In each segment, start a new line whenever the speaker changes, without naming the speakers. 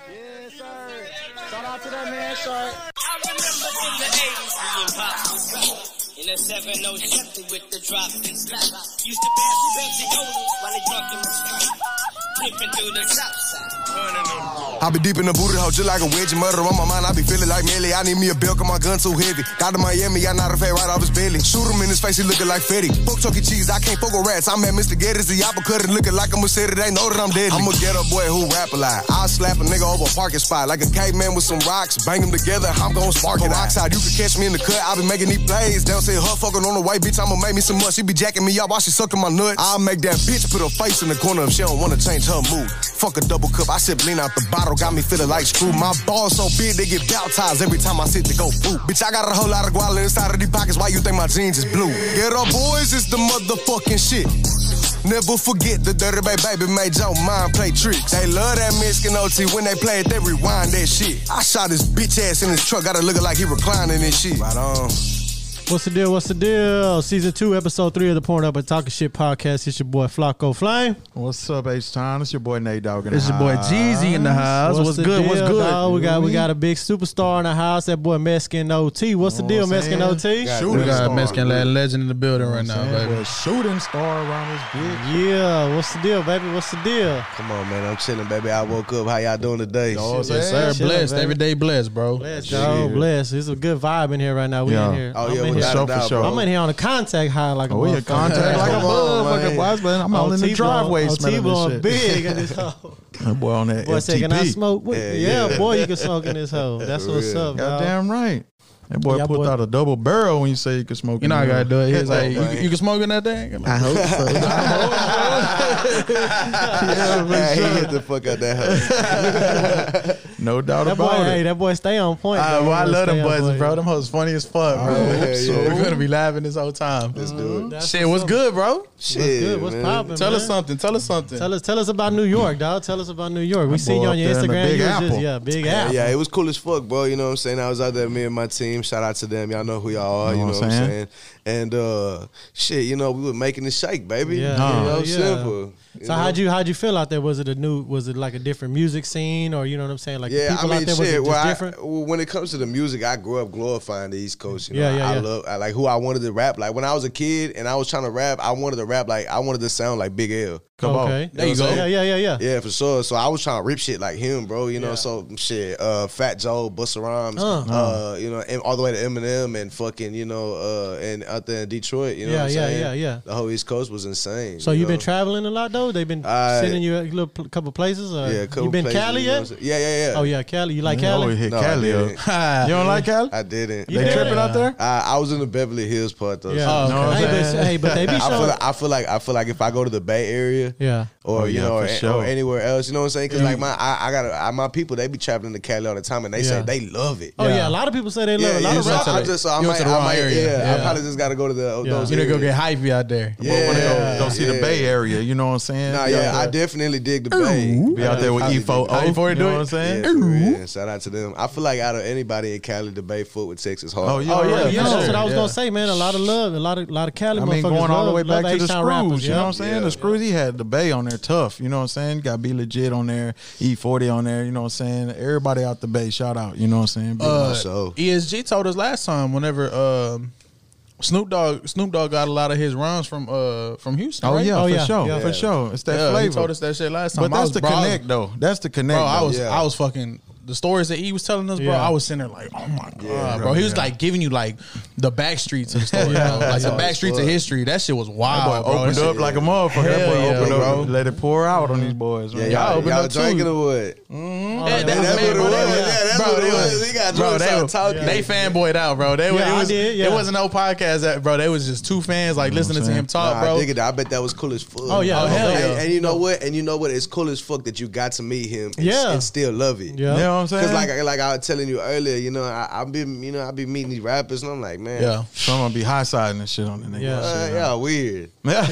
Yes, sir. Shout out to that man, Shark.
I remember in the 80s being pop. In a 7 Chevy with the drop and slap. Used to pass the Pepsi Cola while they drunk in the street. Flipping through the top side. Burning them.
I be deep in the booty hole just like a wedge. Murder on my mind, I be feeling like Millie. I need me a belt, cause my gun too heavy. Got to Miami, I not a fat right off his belly. Shoot him in his face, he looking like Fetty. Fuck Chuck E. Cheese, I can't fuck with rats. I'm at Mr. Geddes, the uppercut, looking like I'm a city. They know that I'm dead. I'm a ghetto boy who rap a lot. I slap a nigga over a parking spot like a caveman with some rocks. Bang them together, I'm gon' spark it. Peroxide, you can catch me in the cut. I be making these plays. They don't say her fucking on the white bitch, I'ma make me some much. She be jacking me up while she sucking my nuts. I'll make that bitch put her face in the corner if she don't wanna change her mood. Fuck a double cup, I sip lean out the bottle, got me feeling like screw. My balls so big they get baptized every time I sit to go boot. Bitch, I got a whole lot of guala inside of these pockets. Why you think my jeans is blue? Get up, boys, it's the motherfucking shit. Never forget the dirty baby, baby made your mind play tricks. They love that Mexican OT when they play it, they rewind that shit. I shot his bitch ass in his truck, got it looking like he reclining and shit. Right on.
What's the deal? What's the deal? Season two, episode three of the Porn Up and Talking Shit podcast. It's your boy Flocko Flame.
What's up, H Town? It's your boy Nate Dogg. in
It's
the
your boy
house.
Jeezy in the house. What's,
the
good?
Deal,
What's good?
dawg? We got we got a big superstar in the house. That boy Mexican OT. What's the
Know
deal,
what I'm
Mexican OT?
saying? Shooting
We got
star.
a Mexican lad legend in the building right now,
Man,
baby.
a Shooting star around this bitch.
Yeah. What's the deal, baby? What's the deal?
Come on, man. I'm chilling, baby. I woke up. How y'all doing today?
Dog,
Yes,
man.
sir.
Shit,
Blessed.
baby.
Every day blessed, bro.
Bless, dog. Bless. It's a good vibe in here right now. We
Yeah.
in here.
Oh,
I'm
yeah,
in
without
here.
For sure,
a doubt,
for sure.
I'm in here on a contact high like a
Oh, we in
motherfucker.
contact like a
Come on,
motherfucker,
man.
boy. That's- I'm all in the
OT
driveway
blowing- OT
smelling this
blowing
shit.
big in this hole.
That boy on that
Boy said, can I
FTP.
smoke? with- yeah, boy, you can smoke in this hole. That's what's up, dog.
Goddamn right. That boy
Yeah,
put
boy.
out a double barrel when you say you could smoke.
You know I gotta do it. He's
Come on,
like, you,
man.
you can smoke in that thing.
I hope so.
Yeah,
Man,
for
he
sure.
hit the fuck out that house.
No doubt
That boy,
about
hey,
it.
that boy stay on point.
Uh,
dog.
well, I
That boy
love
stay
them
on
buttons,
point.
bro. Them hoes funny as fuck, bro.
yeah,
so
yeah.
we're gonna be laughing this whole time. Let's do
Mm-hmm. That's
Shit, what's
up.
good, bro?
Shit,
What's good? What's
man.
popping?
Tell
man?
us something. Tell us something.
Tell us, tell us about New York, dog. Tell us about New York. We seen
boy
you on
up
your
there in the
Instagram.
Big
you was just,
Apple.
yeah, big
Yeah,
apple.
yeah, it was cool as fuck, bro. You know what I'm saying? I was out there, me and my team. Shout out to them. Y'all know who y'all are. You know what I'm saying? And uh, shit, you know, we were making the shake, baby.
Yeah,
you
yeah,
know,
yeah.
simple. You
So
know?
how'd you how'd you feel out there? Was it a new? Was it like a different music scene, or you know what I'm saying? Like
Yeah, I
people
mean,
out there was it
shit.
just
well, I-
different?
well, when it comes to the music, I grew up glorifying the East Coast. You know?
Yeah, yeah,
I,
yeah.
I love I, like who I wanted to rap. Like when I was a kid and I was trying to rap, I wanted to rap like I wanted to sound like Big L.
Come on.
okay,
There you go.
Yeah, yeah, yeah, yeah.
Yeah, for sure. So I was trying to rip shit like him, bro. You know, so shit, uh, Fat Joe, Busta Rhymes,
Uh.
uh, you know, and all the way to Eminem and fucking, you know, uh, and out there in Detroit, you know,
Yeah,
what I'm
yeah,
saying?
yeah, yeah.
The whole East Coast was insane.
So you've been
know?
traveling a lot though. They've been
I-
sending you a little pl- couple places. Or
yeah, a couple
you been
places,
Cali
you know
yet?
what I'm saying? yeah, yeah, yeah.
oh yeah, Cali. You like
Oh,
Cali?
he hit
No, I
Cali up.
didn't.
You don't like Cali?
I didn't.
You
They
did?
tripping out there?
I, I was in the Beverly Hills part though.
Yeah.
so-
Oh, okay.
No, I'm
hey, but,
saying-
hey, but they be
I feel,
showing.
like, I feel like I feel like if I go to the Bay Area,
Yeah.
or
Oh,
you
yeah,
know,
for
or,
sure.
or anywhere else. You know what I'm saying? Because like my, I, I got I, my people. They be traveling to Cali all the time, and they
Yeah.
say they love it.
Oh yeah.
Yeah.
a lot of people say they love
yeah,
it. a lot
yeah,
of
so
rappers.
I,
the-
just, uh, so I
you went
might,
to the wrong
I might,
area.
yeah,
Yeah.
I probably just got to go to the uh,
Yeah.
those.
You need to go
areas.
get hypey out there.
Yeah,
Wanna go-
yeah,
Go see the Bay Area. You know what I'm saying?
Nah,
Be out
yeah, I
there-
definitely dig the Bay.
Be out there with E
E
oh. E4O.
I definitely dig the
How you for
know
it, do
what
it?
I'm saying?
Yeah, for real. Shout out to them. I feel like out of anybody in Cali, the Bay foot with Texas hard.
Oh, yeah.
Oh, yeah,
for
Yeah,
for
that's
sure.
what I was
yeah.
gonna say, man. A lot of love, a lot of lot of Cali
I mean,
motherfuckers
going all the
love-
way
love
back to the
H-Town
screws.
rappers.
you know
yeah.
what I'm saying?
Yeah.
The screws he had the bay on there tough. You know what I'm saying? Got be legit on there. E forty on there. You know what I'm saying? Everybody out the bay, shout out. You know what I'm saying? Big
Uh,
ups.
So-
ESG told us last time whenever um, Snoop Dogg Snoop Dogg got a lot of his rhymes from uh, from Houston.
oh
right?
yeah,
Oh,
for
yeah.
sure,
Yeah.
for sure. It's that
yeah. He
flavor.
told us that shit last time.
but
I
that's
was-
the
bro, I was-
connect though. That's the connect.
bro. I
though.
was
Yeah.
I was fucking the stories that he was telling us, bro.
Yeah.
I was sitting there like, oh my god,
Yeah,
bro. He was like giving you like the back streets of the story, bro. like the back streets of history. That shit was
That boy
wild, Oh, bro.
opened
That
up
shit-
like a motherfucker. That
Hell
boy
yeah,
opened
bro.
up. Let it pour out on these boys. man.
yeah,
Y'all
y'all,
opened
y'all
up, too.
drinking or what?
Mm,
yeah,
that- that-
that's
man,
what it
bro, that
was.
was-
Yeah,
that's
bro,
what it
they
was.
was-
We got
bro,
drunk,
they
started
was-
talking.
They fanboyed out, bro. They,
Yeah,
it
I
was,
did, yeah.
It wasn't no podcast, that, bro. They was just two fans like listening to
saying?
him talk,
Nah,
bro.
I dig it. I bet that was cool as fuck.
Oh, yeah.
Oh, hell
and,
yeah.
and you know what? And you know what? It's cool as fuck that you got to meet him. And,
Yeah.
and still love it.
Yeah.
You know what I'm
Cause
saying?
like like I was telling you earlier, you know, I, I've been you know I be meeting these rappers and I'm like, man, man.
Yeah.
Someone be high siding and shit on the nigga.
Yeah.
Uh, yeah, weird.
Yeah.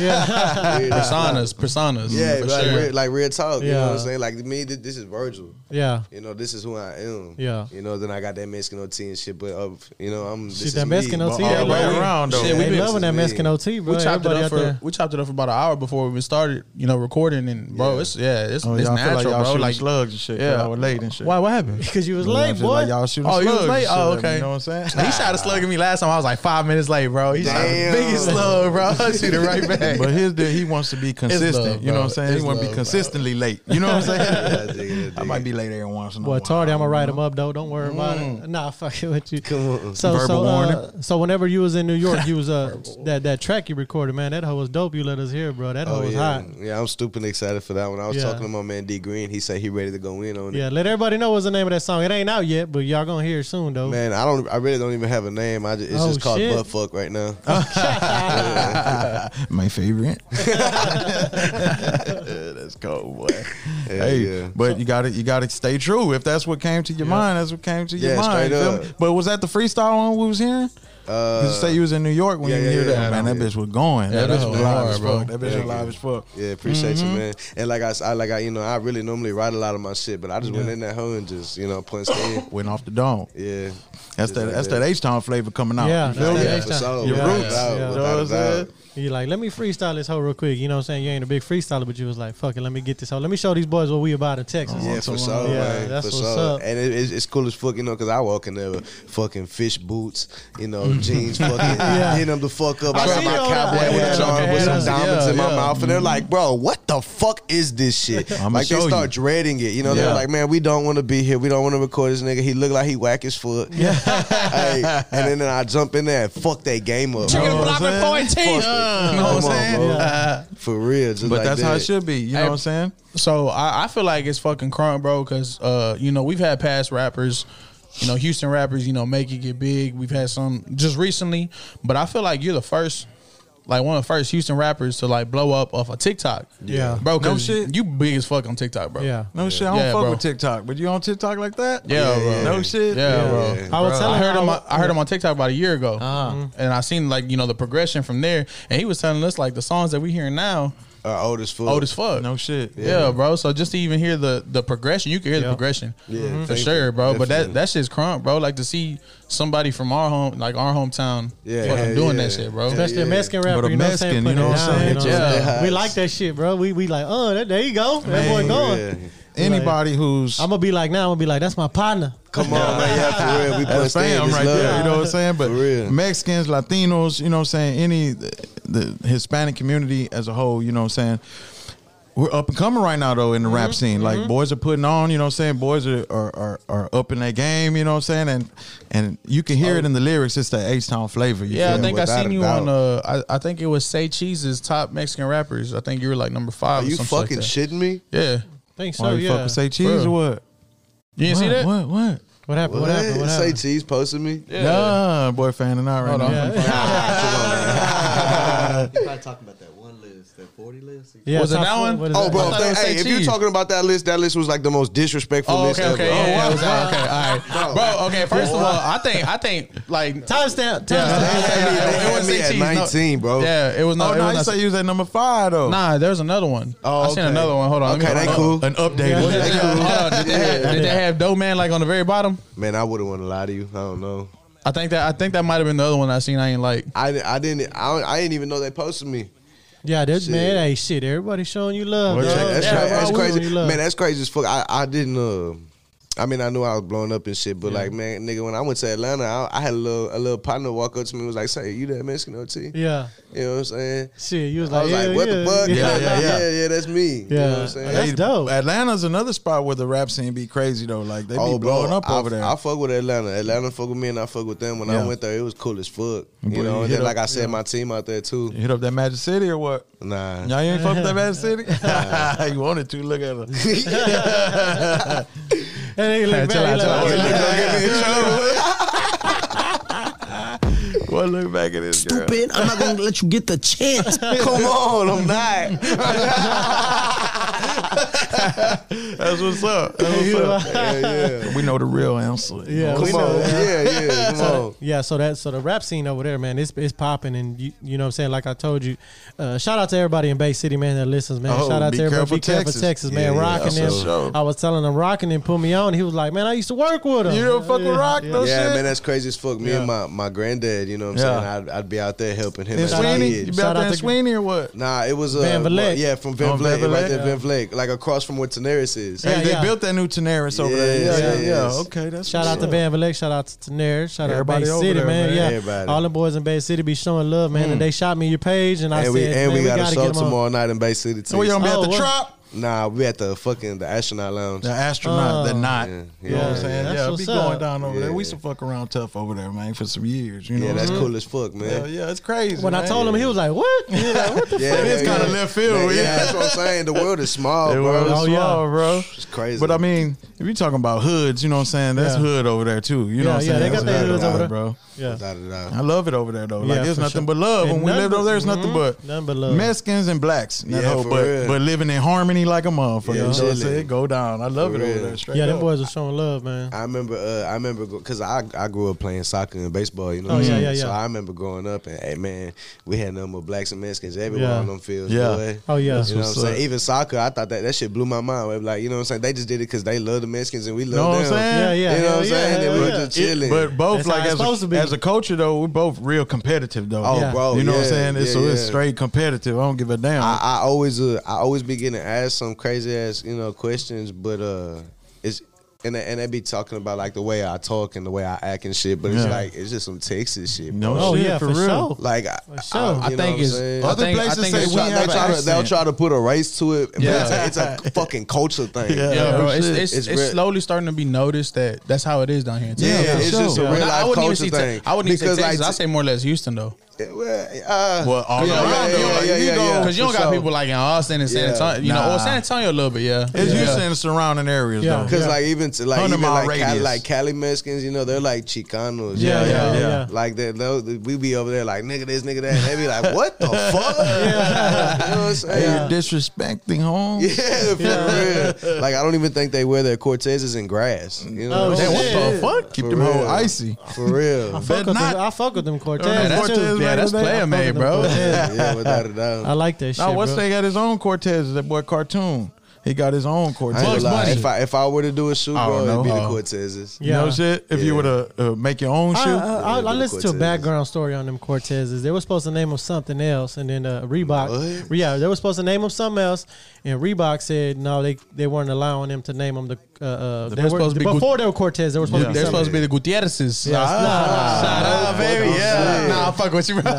Weird as fuck.
Personas, personas.
Yeah,
for
like,
sure.
real, like real talk. You know what I'm
Yeah.
saying? Like to me, thi- this is Virgil.
yeah.
You know, this is who I am.
Yeah.
You know, then I got that Mexican OT and shit, but uh, you know, I'm this
Shit,
is
that
me,
Mexican
but
OT,
all
yeah,
the
bro.
way
Way
around, though.
Shit,
we
They
been-
loving that
me.
Mexican OT, bro.
we chopped it
Everybody
up
out
for
there.
we chopped it up for about an hour before we even started, you know, recording and bro, it's yeah, it's,
Oh,
it's
y'all
natural,
feel like y'all
bro.
shooting
Like
slugs and shit.
Yeah.
Yeah, I was late and shit.
why? What happened?
Because you was
Y'all
late,
feel
boy.
Like y'all shooting
Oh, you
slugs.
was late.
and
Oh,
shit,
okay.
You know what I'm
He
saying?
shot a slug at me last time. I was like five minutes late, bro. He shot the
Damn.
biggest slug, bro. I shoot it right back.
but his deal, he wants to be consistent.
love,
you know what I'm
bro.
saying?
It's
he want to
love,
be
bro.
consistently late. You know what I'm
Yeah, I
saying?
dig it,
I
I dig
might
it.
be late every once in a
Boy,
while.
tardy. I'm gonna write him
Mm.
up though. Don't worry about it. Nah, fuck it with you.
Come on.
So,
Verbal
so, uh,
warning.
so whenever you was in New York, you was uh that that track you recorded, man. That hoe was dope. You let us hear, bro. That hoe was
Oh, yeah.
hot.
Yeah, I'm stupid excited for that one. I was
Yeah.
talking to my man D Green. He said he ready to go in on it.
Yeah, let everybody know what's the name of that song. It ain't out yet, but y'all gonna hear it soon though.
Man, I don't. I really don't even have a name. I just, it's
Oh,
just called
shit.
butt fuck right now.
My favorite. that's cold, boy. hey,
yeah.
but you got to you got to stay true. If that's what came to your mind, that's what came to your
Yeah,
mind.
straight
you feel
up.
me? But was that the freestyle one we was hearing?
Uh,
Did you say you was in New York when
yeah,
you
yeah,
hear
yeah,
that?
yeah,
man, that
yeah.
bitch was going. that
Yeah, that
bitch was
was
live
hard,
as
bro.
fuck. That bitch was
Yeah.
live as fuck.
Yeah, appreciate
Mm-hmm.
you, man. And like I, s- I- like I, you know, I really normally write a lot of my shit, but I just went in that hoe and just, you know, punched in.
Went off the dome.
Yeah,
That's
Just
that.
like
That's that H Town flavor coming out.
Yeah,
You feel
that's
me?
that
yeah,
H-Town.
for sure.
Your
Without a
roots.
doubt,
Yeah.
You know what
without
I'm
a doubt.
saying?
You like, let me freestyle this hoe real quick. You know what I'm saying? You ain't a big freestyler, but you was like, fuck it, let me get this hoe. Let me show these boys what we about in Texas.
Yeah, for sure,
Yeah,
man.
that's
for
what's
sure.
up.
And it, it's, it's cool as fuck, you know, because I walk in there with fucking fish boots, you know, jeans, fucking hitting them the fuck up.
I
I, got
see
my
you on
cowboy
that.
with
Yeah,
a charm
yeah,
with some
yeah,
diamonds in my
yeah.
mouth, and they're like, "Bro, what the fuck is this shit?"
I'ma
like they
show
start
you.
dreading it. You know,
Yeah.
they're like, "Man, we don't want to be here. We don't want to record this nigga. He look like he whack as fuck." Yeah. hey, and then, I jump in there and fuck that game up.
Chicken
bro.
block
what I'm
and
saying?
14.
Fuck it.
Uh, You know what
Come on,
I'm saying?
bro.
Uh,
For real, just
But
like
that's
that.
how it should be. You know
Hey,
what I'm saying?
So I, I feel like it's fucking crunk, bro, because uh, you know we've had past rappers, you know Houston rappers, you know make it get big. We've had some just recently, but I feel like you're the first, like one of the first Houston rappers to like blow up off a TikTok.
Yeah.
bro,
No
because
shit.
you big as fuck on TikTok, bro.
Yeah.
No shit. I don't
Yeah,
fuck
bro.
with TikTok, but you on TikTok like that?
Yeah,
Yeah,
bro.
yeah.
No shit.
Yeah, bro.
Yeah.
I was
Bro,
telling
I heard
I
him.
wa- Uh-huh.
I heard him on TikTok about a year ago, and I seen like you know the progression from there. And he was telling us like the songs that we hearing now,
Are Uh, old as fuck.
old as fuck.
No shit.
Yeah, bro. So just to even hear the the progression, you can hear
Yeah.
the progression,
Yeah, Mhm.
for
thank
sure,
you.
bro. But that
Definitely.
that shit's crunk, bro. Like to see somebody from our home, like our hometown,
Yeah,
fucking
yeah,
doing
yeah.
that shit, bro.
Yeah,
Especially a Mexican rapper,
But a
you know what I'm saying?
Mexican, you know
Putting
what
it
I'm saying?
down,
Yeah.
what I'm
Yeah.
We like that shit, bro. We we like, oh, that, there you go. That boy going.
Yeah.
Anybody who's
I'm gonna be like, now I'm gonna be like, that's my partner.
Come on, man. Yeah, for real. We
that's
punched in.
fam
It's
right
love.
there. You know what I'm saying? But
For real.
Mexicans, Latinos, you know what I'm saying? Any the, the Hispanic community as a whole, you know what I'm saying? We're up and coming right now though in the
Mm-hmm,
rap scene. Like boys are putting on, you know what I'm saying? Boys are are, are, are up in their game, you know what I'm saying? And and you can hear it in the lyrics. It's that H Town flavor. You
Oh. Yeah, I
feel me?
think I
without
seen
a
you
doubt.
on. Uh, I, I think it was Say Cheese's top Mexican rappers. I think you were like number five.
Are
or
you
something like
fucking
that.
shitting me?
Yeah,
Think so,
Why you
yeah.
fuck with say cheese
Bro.
or what?
you didn't
what,
see that?
What? What?
what happened? What, happened? What
Say
happened?
cheese posted me.
Yeah.
Nah, boy, fanning out right
Hold
now.
on.
You probably talking about that one list, that 40 list.
Yeah,
Was it
top
that
four,
one?
what is
Oh,
that?
bro!
I thought it
If
was
they-
say
hey, if you're
cheese.
talking about that list, that list was like the most disrespectful
Oh,
list
okay, okay,
ever.
yeah, yeah, it was that. okay, all right, bro. Okay, first of all, I think I think like
Timestamp. Timestamp.
yeah, yeah,
They had me-
yeah,
they
it
had
was
me
Say
at
Cheese, no-
19, bro.
Yeah, it was
Oh,
not.
no,
it
you
was not
say you was at number five though.
Nah, there's another one.
Oh,
I seen
okay.
another one. Hold on. let me
Okay,
hold
they
on.
cool.
an update.
Did they, have, hold on, did, they have, did they have Dough Man like on the very bottom?
Man, I wouldn't want to lie to you. I don't know.
I think that I think that might have been the other one I seen. I ain't like.
I, di- I didn't. I, don't- I didn't even know they posted me.
Yeah, that's
Shit.
man. Hey, shit. Everybody showing you love.
Well,
dog.
check-
That's,
Yeah,
cra-
bro,
that's
we
crazy.
showing you love.
Man, that's crazy as fuck. I, I didn't. Uh, I mean, I knew I was blowing up and shit, but like, man, nigga, when I went to Atlanta, I, I had a little a little partner walk up to me and was like, "Say, you that Mexican OT?"
yeah.
You know what I'm saying?
Shit, you was
I
like,
was like,
yeah,
what
yeah,
the fuck?
Yeah.
Yeah, yeah, yeah.
yeah, yeah, that's me. You know what
Yeah.
I'm saying?
That's
Hey,
dope.
Atlanta's another spot where the rap scene be crazy though. Like they be
Oh, bro,
blowing up
I,
over there.
I fuck with Atlanta. Atlanta fuck with me and I fuck with them. When
Yeah.
I went there, it was cool as fuck. You
Boy, you
know, and
hit
then
up-
like I said, my team out there too.
you hit up that Magic City or what?
Nah.
Y'all ain't fuck with that Magic City? you wanted to look at her.
And they look
Hey,
back,
chill out,
they
chill out,
like,
chill out.
Boy, look back at this girl.
Stupid. I'm not going to let you get the chance.
Come on, I'm not.
That's what's up.
yeah, yeah.
we know the real answer.
Yeah,
Come
we
on.
know,
Yeah, yeah. Come on.
Yeah, so that so the rap scene over there, man, it's it's popping, and you, you know what I'm saying. Like I told you, uh, shout out to everybody in Bay City, man, that listens, man.
Oh,
shout out
Be
to everybody,
Careful
be careful,
Texas.
Texas, man.
Yeah, yeah,
rocking
that's
them.
for sure.
I was telling him rocking and put me on. He was like, man, I used to work with him.
You don't fuck with
Yeah,
Rock,
yeah.
no
yeah,
shit.
man, that's crazy as fuck. Me and my, my granddad, you know what I'm
Yeah.
saying? I'd, I'd be out there helping him.
In
as a
Sweeney,
kid.
you been
Shout
out
out
there in
to-
Sweenny or what?
Nah, it was uh,
Van Vleck.
yeah, from Van
Oh,
Vleck,
Van
right
Vleck,
there,
yeah.
Van Vleck, like across from where Tenaris is.
Yeah,
Hey, they
yeah.
built that new Tenaris over
Yeah,
there. Yeah, yeah,
yeah,
yeah.
yes.
Okay, that's
Shout
what's
out to
up.
Van Vleck, shout out to Tanair, shout
Everybody
out
over
to Bay City,
there,
man.
man.
Yeah,
Everybody. Hmm.
all the boys in Bay City be showing love, man. And they shot me your page, and I
And
said,
we and
man,
we got a
gotta
show
get them on.
tomorrow night in Bay City.
So we
too.
gonna be
Oh,
at the
what?
trap.
Nah, we at the fucking the astronaut lounge.
The astronaut, the knot.
Yeah,
You know what I'm
yeah.
saying?
Oh. That's
Yeah,
what's
be going
up.
down over there. We
Yeah.
used to fuck around tough over there, man, for some years. You know,
Yeah,
what I'm
that's
saying?
cool as fuck, man.
Mm-hmm. Yeah, yeah, it's crazy.
When I
man.
told him, he was like, what? He was like, what the
Yeah,
fuck?
yeah,
It's kinda left field,
Yeah,
yeah.
yeah, that's what I'm saying. The world is small,
They were
bro.
Oh, yeah.
small, bro.
It's crazy.
But I mean, if you're talking about hoods, you know what I'm saying? That's
Yeah.
hood over there too. You know
Yeah,
what I'm
yeah,
saying?
they got
That's
their
hood
hoods over there.
bro.
Yeah.
Da, da, da.
I love it over there though. Like
Yeah,
there's
for
nothing
sure.
but love.
And
when we
nothing
lived
but-
over there, it's nothing
mhm,
but
nothing but love.
Mexicans and blacks. and that
Yeah,
whole-
for
but
real.
but living in harmony like a motherfucker.
Yeah,
you know what I'm
chilling.
saying? Go down. I love
For
it over
real.
there. Straight
Yeah, them
up.
boys are showing love, man.
I remember, uh, I remember, because I I grew up playing soccer and baseball. You know, what
Oh,
I'm
yeah,
saying?
yeah, yeah.
So I remember growing up, and hey man, we had no more blacks and Mexicans everywhere
Yeah.
on them fields.
Yeah.
boy.
Oh, yeah.
You know what I'm
what's
saying?
up.
Even soccer, I thought that that shit blew my mind. We're Like, you know what I'm saying? They just did it because they love the Mexicans and we love
Know what I'm
them.
saying?
Yeah, yeah.
you know what
hell
I'm
yeah,
saying?
hell
and we're
yeah.
just chilling.
But both
That's how
like
it's supposed
as
to
a,
be.
as a culture though, we're both real competitive though.
oh,
Yeah.
bro,
you know what I'm
yeah,
saying? It's-
yeah,
so it's
yeah.
straight competitive. I don't give a damn.
I, I always uh, I always be getting asked some crazy ass you know questions, but uh, it's and they, and they be talking about like the way I talk and the way I act and shit, but it's
Yeah.
like it's just some Texas shit.
no
Oh,
shit
yeah,
for,
for
real.
sure.
Like I,
For sure.
you
I
know
think
what I'm
it's-
saying?
I
Other
think- I
places
think
say
it's
we
try-
They
have an
try to, they'll
accent.
try to put a race to it, but
Yeah.
it's, a, it's a fucking culture thing.
Yeah.
Yeah, bro.
Oh,
It's,
shit.
it's,
It's
it's,
real.
slowly starting to be noticed that that's how it is down here. in
Yeah,
Texas.
Yeah, for
it's
sure.
just a
Yeah.
real
Nah,
life
I wouldn't even
culture
see.
thing.
Te- I wouldn't even
because
say Texas. I
like,
say more or less Houston though,
uh,
Well, all around, though,
yeah, yeah, yeah,
like,
yeah,
you
yeah,
go-
yeah.
because you don't
For
got
sure.
people like in Austin and San
Yeah.
Antonio, you know,
Nah.
or San Antonio a little bit, yeah.
It's
yeah.
usually in the surrounding areas
Yeah.
though.
Because like even to, like
100
even
mile
like Cali,
radius.
like Cali Mexicans, you know, they're like Chicanos.
Yeah,
you know,
yeah,
like,
yeah.
yeah.
Like they, they'll- we be over there like nigga this, nigga that. And they be like, what the fuck? You know what I'm
Hey,
saying?
you're disrespecting home.
Yeah, for real. Like I don't even think they wear their Cortezes in grass. You know,
Oh,
Damn,
what I'm saying?
what the
Shit.
fuck? Keep
For
them whole
real.
icy.
for real.
Fuck with
not-
them, I fuck with them Cortez.
Yeah, that's
too.
Cortez,
yeah,
man.
that's
They- I
player
fuck
made,
with them
bro.
Cortez.
yeah, without a doubt.
I like that shit.
Now, what's
bro.
they got his own Cortez? That boy cartoon. He got his own
I
Cortez.
ain't gonna
Bugs
lie.
Bunny.
If I if I were to do a shoe,
I don't
bro, it'd
know.
be the
Oh.
Cortezes.
You know
Yeah.
shit. If you were to uh, make your own shoe,
I, I, I,
Yeah,
I listened to a
Cortezes.
background story on them Cortezes. They were supposed to name them something else, and then uh, Reebok.
What?
Yeah, they were supposed to name them something else, and Reebok said no, they they weren't allowing them to name them the. Uh, uh, they were,
supposed to be Gucci.
before they were Cortez, they were supposed to be.
They're
something.
supposed to be the Gutierrez's.
Yeah,
Nah,
nah, nah.
nah, baby,
I'm
yeah.
saying.
Nah, I fuck with you, bro.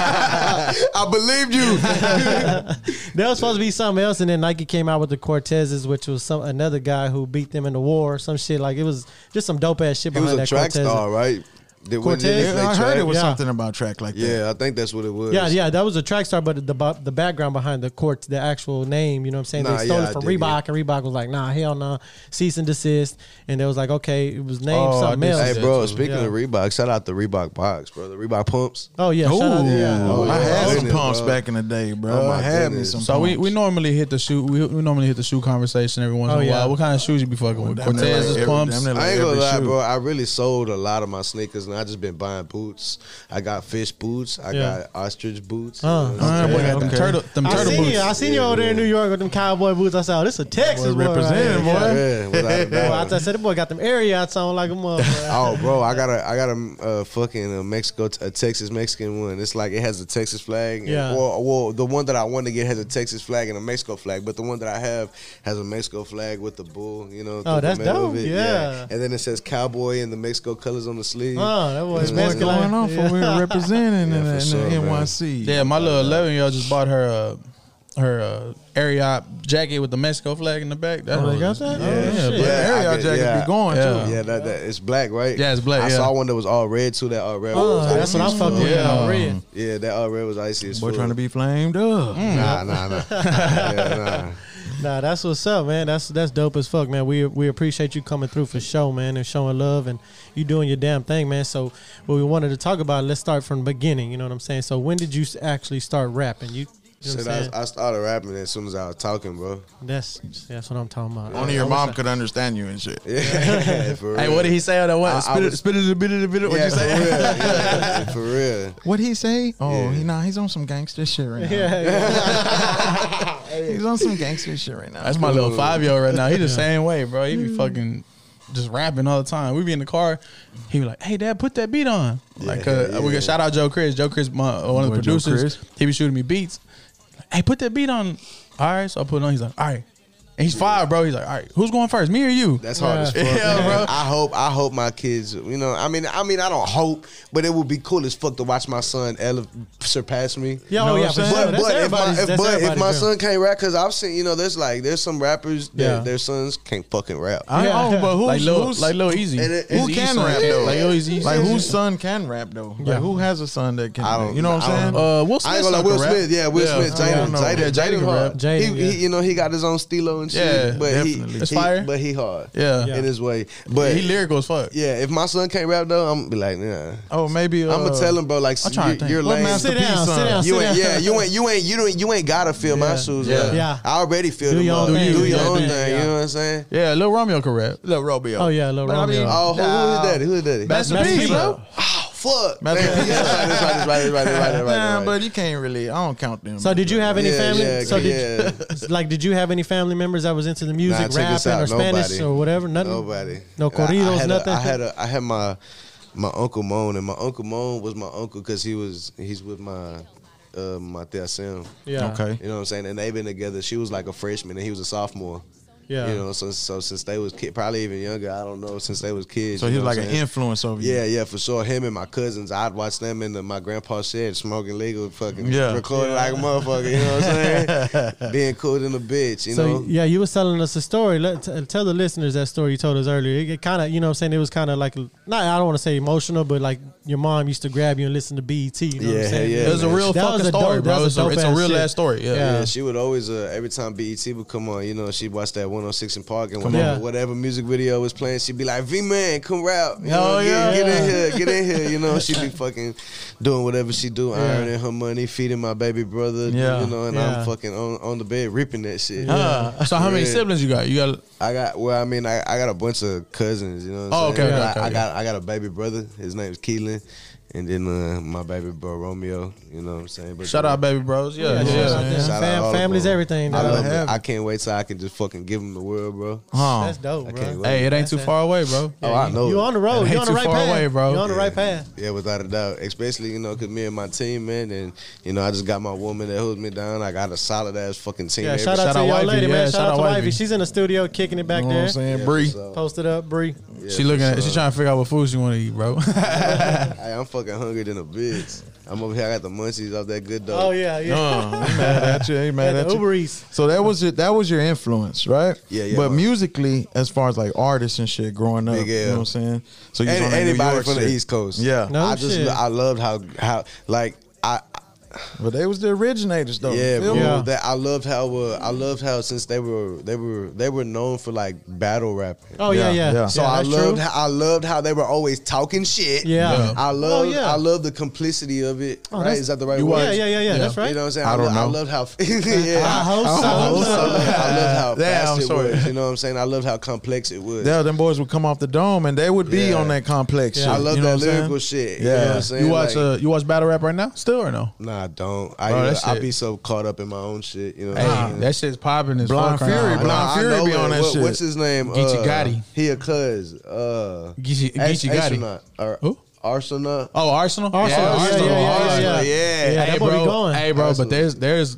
I believed you.
They were supposed to be something else, and then Nike came out with the Cortezes, which was some another guy who beat them in the war, or some shit. Like it was just some dope ass shit
he was
behind
a
that
track
Cortez.
star, right? Did, what, did
Cortez?
they
I heard
play track?
it was
Yeah.
something about track like that.
Yeah, I think that's what it was.
Yeah, yeah, that was a track star, but the bo- the background behind the court, the actual name, you know what I'm saying?
Nah,
they stole
yeah,
it
I
from
dig
Reebok, and Reebok was like, nah, hell nah, cease and desist. And they was like, okay, it was named
Oh, I
something
did
else.
see
Hey,
that
bro,
too.
speaking
Yeah.
of Reebok, shout out the Reebok box, bro. The Reebok pumps.
Oh, yeah, shout out, yeah.
Ooh,
Oh,
I
yeah.
had some
Goodness,
pumps
bro.
back in the day, bro.
Oh, my
I had me
goodness.
some.
So we,
pumps.
we normally hit the shoe. We, we normally hit the shoe conversation every once
Oh,
in a
yeah.
while. What kind of shoes you be fucking with?
Damn near
Cortez's,
like every-
pumps.
damn near like
I ain't gonna
every
lie,
shoe.
bro. I really sold a lot of my sneakers, and I just been buying boots. I got fish boots. I
Yeah.
got ostrich boots.
Uh,
you know?
Uh, boy,
Okay,
got them
okay.
turtle, them
I
turtle
seen
boots.
you. I seen you over there in New York with them cowboy boots. I said, oh, this a Texas boy right
representing,
here.
boy.
Yeah.
yeah, without a
Boy, I
doubt.
said, the boy got them Ariats on like a motherfucker.
Oh, bro, I got a, I got a uh, fucking uh, Mexico, a Texas Mexican one. It's like it has a Texas flag. and-
Yeah.
Or, well, the one that I want to get has a Texas flag and a Mexico flag, but the one that I have has a Mexico flag with the bull. You know. through the
Oh, that's
middle of
dope,
it.
yeah.
And then it says cowboy and the Mexico colors on the sleeve.
Oh, that boy
This
is
boy
What's
Mexican.
going on
Yeah.
for we're representing
Yeah,
in,
for
the, in
sure,
the
man.
NYC?
Yeah, my little eleven year old just bought her uh, her uh, Ariat jacket with the Mexico flag in the back. That
Oh, they got
was-
that?
Yeah,
Oh,
yeah,
shit.
That
I
area
could-
jacket
yeah.
be going
Yeah.
too.
Yeah, that, that it's black, right?
Yeah, it's black,
I
yeah.
saw one that was all red too. That all red one was
Oh,
icy.
that's what I'm
as
fucking
fuck.
with.
Yeah.
Yeah. Red.
Yeah, that all red was icy as
Boy,
fuck.
trying to be flamed up.
nah, nah, nah. yeah,
Nah, that's what's up, man. That's that's dope as fuck, man. We we appreciate you coming through for show, man, and showing love and you doing your damn thing, man. So what we wanted to talk about, let's start from the beginning. You know what I'm saying? So when did you s- actually start rapping? You You know what
Shit,
I'm
I,
saying?
I started rapping as soon as I was talking, bro.
that's that's what I'm talking about.
Only your mom could understand you and shit.
Yeah, for real.
Hey, what did he say on that one?
I- I
spit, it,
was-
spit it a bit, a bit. What
yeah,
you say?
For real, yeah, for real.
What he say? Oh,
Yeah.
he nah, he's on some gangster shit right now.
Yeah,
He's on some gangster shit right now.
That's my little five year old right now. He the same way, bro. He
Hmm.
be fucking just rapping all the time. We be in the car. He be like, "Hey, Dad, put that beat on." Like, uh, we got shout out Joe Chris. Joe Chris, my, uh, one of the
Boy, Joe
producers.
Chris.
He be shooting me beats. Like, hey, put that beat on. All right, so I put it on. He's like, "All right." And he's five, bro. He's like, "All right, who's going first, me or you?"
That's hard as fuck.
Yeah, bro.
man. I hope I hope my kids, you know, I mean, I mean, I don't hope, but it would be cool as fuck to watch my son ele- surpass me.
yeah, oh,
what
yeah.
I'm
For
saying?
sure.
But,
That's
but if my,
everybody's.
if,
that's
but if
everybody's
my
dream.
son can't rap, because I've seen, you know, there's like there's some rappers that
Yeah.
their sons can't fucking rap.
I
Yeah.
know, but who's,
like Lil,
who's-
like Lil Easy.
And it-
who
Easy's
can
son.
rap though?
Like Lil Easy.
Like
Easy's-
whose son can rap though?
Yeah.
Like who has a son that can?
I don't-
you know what
I don't
I'm saying?
know.
Uh, Will Smith.
I ain't gonna
son
like Will
can rap.
Smith. Yeah, Will
Yeah.
Smith.
I
Jaden.
don't know.
Jaden.
Yeah, Jaden
Jaden
can
hard.
rap.
Jaden,
he,
yeah.
he, you know, he got his own stilo and shit.
Yeah,
but
definitely.
he,
It's
he
fire.
But he hard.
Yeah.
in his way. But
He lyrical as fuck.
Yeah, if my son can't rap though, I'm gonna be like, nah.
oh, maybe uh,
I'm gonna tell him, bro. Like,
I'm trying to
you're,
think.
you're
What
lame.
master-
Sit down,
Masterpiece
sit
son.
down, sit
You
down.
ain't, yeah, you ain't, you ain't, you don't, you ain't gotta fill my shoes.
Yeah.
up.
Yeah.
I already feel
Do
them
your
up.
own thing.
Do
Do
your
your
own
thing,
thing.
yeah.
You know what I'm saying?
Yeah, Lil Romeo can rap.
Uh, Lil Romeo.
Oh yeah, little
But I mean,
Romeo.
Oh, who, who is that? Who is that?
That's the
Master
beat,
P,
bro.
oh, fuck. Man,
Master-
yeah, that's right, that's right, that's right, that's right, that's right, that's right.
Nah, but you can't really. I don't count them.
So did you have any
Yeah,
family?
yeah,
so did
yeah.
like did you have any family members that was into the
Nah,
music,
check
rap,
this out.
rapping, or Spanish
Nobody.
or whatever? Nothing.
Nobody.
No
I- I,
corridos,
had
nothing.
A, I had a, I had my my uncle Moan, and my uncle Moan was my uncle because he was he's with my uh, my tia Sim.
yeah.
Okay.
You know what I'm saying? And they've been together. She was like a freshman, and he was a sophomore.
Yeah.
You know, so so since they was kid, probably even younger. I don't know. Since they was kids.
So
you
he
know
was
what
like
I'm
an
saying?
influence over you.
Yeah, yeah, for sure. Him and my cousins, I'd watch them in the, my grandpa's shed smoking legal, fucking
Yeah.
recording like a motherfucker. You know what I'm saying? Being cool in the bitch. You
so
know.
yeah, you was telling us a story. Let t- tell the listeners that story you told us earlier. It, kind of, you know, what I'm saying it was kind of like not. I don't want to say emotional, but like your mom used to grab you and listen to BET. You know what
Yeah,
I'm saying?
yeah,
It was a
man.
real
That was
fucking
a dope-
story,
that
bro. It's
was a
a, it's a
dope-ass
real
shit.
ass story. Yeah.
Yeah.
Yeah, she would always uh, every time BET would come on, you know, she'd watch that 106 in Park and whatever,
on.
whatever music video was playing, she'd be like, V Man, come rap. You know,
Oh, yeah.
get, get in here, get in here. You know, she'd be fucking doing whatever she do, earning her money, feeding my baby brother,
Yeah.
you know, and
Yeah.
I'm fucking on, on the bed reaping that shit.
Uh, so how many
Yeah.
siblings you got? You got
I got well, I mean, I, I got a bunch of cousins, you know. What I'm
Oh,
saying?
okay, okay,
I,
okay,
I
okay.
got I got a baby brother, his name's Keelan. And then uh, my baby bro Romeo, you know what I'm saying? But
shout out baby bros. Yeah, yeah.
Yeah, shout out
yeah.
to-
Shout out
Fam-
all of
family's
them.
everything,
I
dog.
love
Have
it.
it.
I can't wait till I can just fucking give them the world, bro.
Huh.
That's dope,
I
bro.
can't wait.
Hey, it ain't too far away, bro.
oh, I know.
You on the road?
It
You
ain't
on the
too
right
far
path,
away, bro.
You on the
Yeah.
right path?
Yeah, without a doubt. Especially, you know, because me and my team, man, and, you know, I just got my woman that holds me down. I got a solid ass fucking team.
Yeah,
Every-
shout out
shout
to
out
your
Wifey.
lady,
Yeah,
man. Shout out to
Wifey.
Wifey. She's in the studio kicking it back
You know what I'm
there.
saying? Bree.
so-
Posted up, Bree.
Yeah,
she looking
for
at.
sure.
She trying to figure out what food she want to eat, bro.
Hey, I'm fucking hungry than a bitch. I'm over here. I got the munchies off that good dog.
Oh yeah, yeah.
Uh, he mad at you. He mad
Yeah,
at
the
you.
Uber Eats.
So that was your that was your influence, right?
Yeah, yeah,
But
mine.
musically, as far as like artists and shit growing up,
Big
you know
L.
what I'm saying? So you
Any,
on that New
anybody
York
from the
shit.
East Coast.
Yeah.
No
I just,
shit.
I loved how, how, like, I,
But they was the originators though.
Yeah,
You feel
bro.
me?
Yeah.
That I loved how uh, I loved how since they were they were they were known for like battle rapping.
Oh
Yeah,
yeah, yeah.
yeah.
So
Yeah,
I
that's true.
loved how, I loved how they were always talking shit.
Yeah. Yeah.
I love
Oh, yeah.
I love the complicity of it.
Oh,
right?
that's-
Is that the right
You
word?
watch-
Yeah, yeah, yeah, yeah.
Yeah.
That's right.
You know what I'm saying?
I don't
lo-
know.
I loved how yeah.
I hope so.
I hope so. I loved how
Yeah, I'm
fast it
sorry.
was. You know what I'm saying? I loved how complex it was.
Yeah, them boys would come off the dome and they would be
Yeah.
on that complex shit.
I love
you know what
that
I'm saying?
lyrical shit. You
Yeah.
know what I'm saying?
you watch
Like,
uh, you watch battle rap right now? Still or no?
Nah, I don't. I,
Bro, that
I,
shit-
be so caught up in my own shit. You know what
Hey,
I'm saying?
that shit's popping as
Blind
fuck right
Fury,
now.
Blind
I
Fury
know
be
it.
on that
What-
shit.
What's his name?
Geechee
uh,
Gotti.
He a cuz. Uh,
Geechee-
Ast-
Geechee Gotti.
Astronaut. Or
Who?
Arsenal.
Oh, Arsenal.
Arsenal. Yeah,
Arsenal.
yeah, yeah, yeah,
Arsenal.
yeah.
yeah.
Yeah,
hey,
that boy be
bro,
going.
Hey, bro, but
Absolutely.
there's there's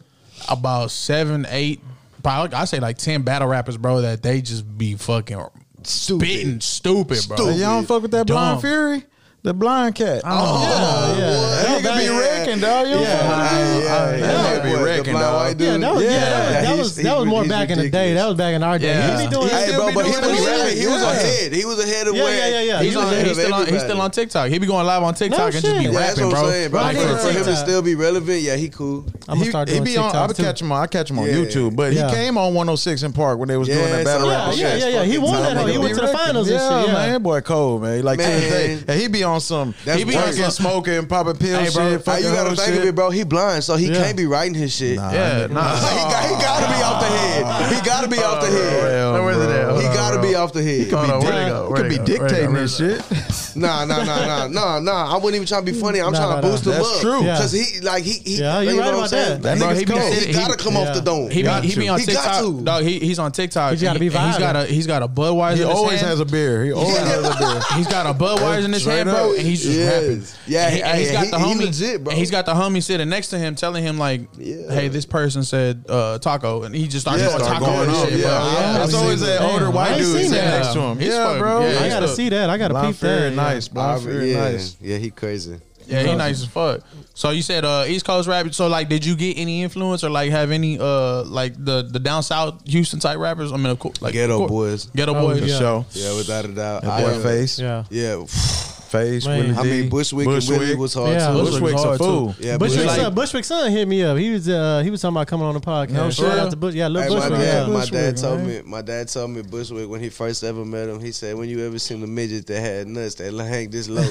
about seven, eight, probably I say like ten battle rappers, bro, that they just be fucking
Stupid.
spitting stupid, bro.
Stupid.
Hey, y'all don't fuck with that
Dumb.
blind fury? The blind cat.
Oh,
yeah.
That nigga be wrecking, dog. You don't
Yeah,
fuck with that.
yeah, yeah.
That
Yeah,
nigga be
boy, the
wrecking,
blind
dog.
white dude.
Yeah, that was yeah, that was that
He's-
was,
he's
that was more
rid-
back
he's
in the day. That was back in our day.
Yeah.
He be doing
Hey,
still
bro,
be
but he
doing
was
that
rapping.
shit.
He was
Yeah.
ahead. He was ahead of
Yeah,
where.
yeah, yeah, yeah.
He's,
He's
on,
ahead
he's,
of
still on, he's still
everybody.
on TikTok. He be going live on TikTok
No
and just be
shit.
Yeah, that's
rapping,
what
bro.
I'm saying, bro.
I
Like,
did
for for him to
TikTok.
still be relevant, yeah, he cool.
I'm gonna
He-
start
he
doing
be on, I
TikToks
would
too.
catch him on. I catch him on
Yeah.
YouTube, but
Yeah.
he came on 106 in Park when they was
Yeah,
doing that battle
so-
rap.
Yeah,
Okay,
yeah,
it's
yeah, yeah. He
fucking
won
time.
that. hoe. He
He
went to the finals
yeah,
and shit. Yeah,
man, that boy cold man. Like to this
Man.
day, and he be on some.
That's
he be
work.
drinking, smoking, popping pills.
Hey, bro.
shit,
Hey,
fucking
you gotta
know
think
shit.
of it, bro. He blind, so he
Yeah.
can't be writing his shit.
Yeah, nah.
he, got, he gotta be off the head. He gotta be off the head.
Now, where's it at? Hold
He
on,
gotta
bro.
be off the head.
Hold on, where'd it
dick-
go?
It
Where'd
could be
go? Where'd it go?
dictating
Where'd it
this
go?
shit.
Nah, nah, nah, nah, nah, nah. I wasn't even trying to be funny. I'm
Nah,
trying to
nah, nah.
boost him
That's
up.
true.
Yeah.
Cause he like he. he
Yeah, you're
you know
right
what I'm
about
saying?
that.
That
Bro,
nigga's
he be-
cold.
He,
He-
gotta come off
yeah.
the dome.
He
Got
be, he be
you.
on
He got
TikTok.
to.
Dog, he, he's on TikTok.
He's gotta be
He- He's
vibing.
got a he's got a Budweiser.
He
in his
always
hand.
has a beer. He always has a beer.
He's got a Budweiser in his
Straight
hand, bro,
up.
and he's just
Yes.
rapping.
Yeah,
and he, and he's
hey,
got
he-
the
he
homie.
legit, bro.
And he's got the homie sitting next to him, telling him like,
Yeah.
"Hey, this person said uh, taco," and he just starts
Yeah,
going
start
taco
going
and
off,
shit.
yeah.
bro.
Yeah. It's always that
Damn,
older
I
white
ain't
dude
seen
sitting
that.
next to him.
He's
Yeah,
fucking-
bro.
yeah,
I
he's
gotta
the-
see that. I gotta
Blonde
peep that.
Fury,
yeah.
nice.
I-
Blonde Fury,
yeah,
nice.
yeah, he crazy.
Yeah, he nice as fuck. So you said uh, East Coast rappers. So like, did you get any influence or like have any uh like the the down south Houston type rappers? I mean, of course, like
Ghetto
of course.
Boys.
ghetto
Oh,
boys.
The
yeah.
show.
Yeah, without a doubt.
That
I
boy
am-
Face.
Yeah.
Yeah,
Face,
Man.
Willie
I
D.
mean Bushwick, and Willie was hard
Yeah.
too.
Bushwick.
Bushwick's a
hard, too.
fool.
Yeah,
Bushwick's
like-
son, Bushwick's son hit me up. He was uh, he was talking about coming on the podcast.
No
Shout
shit.
out to Bush. Yeah,
Hey,
little
my
Bushwick.
dad,
yeah.
my dad told
man.
me, my dad told me Bushwick when he first ever met him. He said, "When you ever seen a midget that had nuts that hang this low?"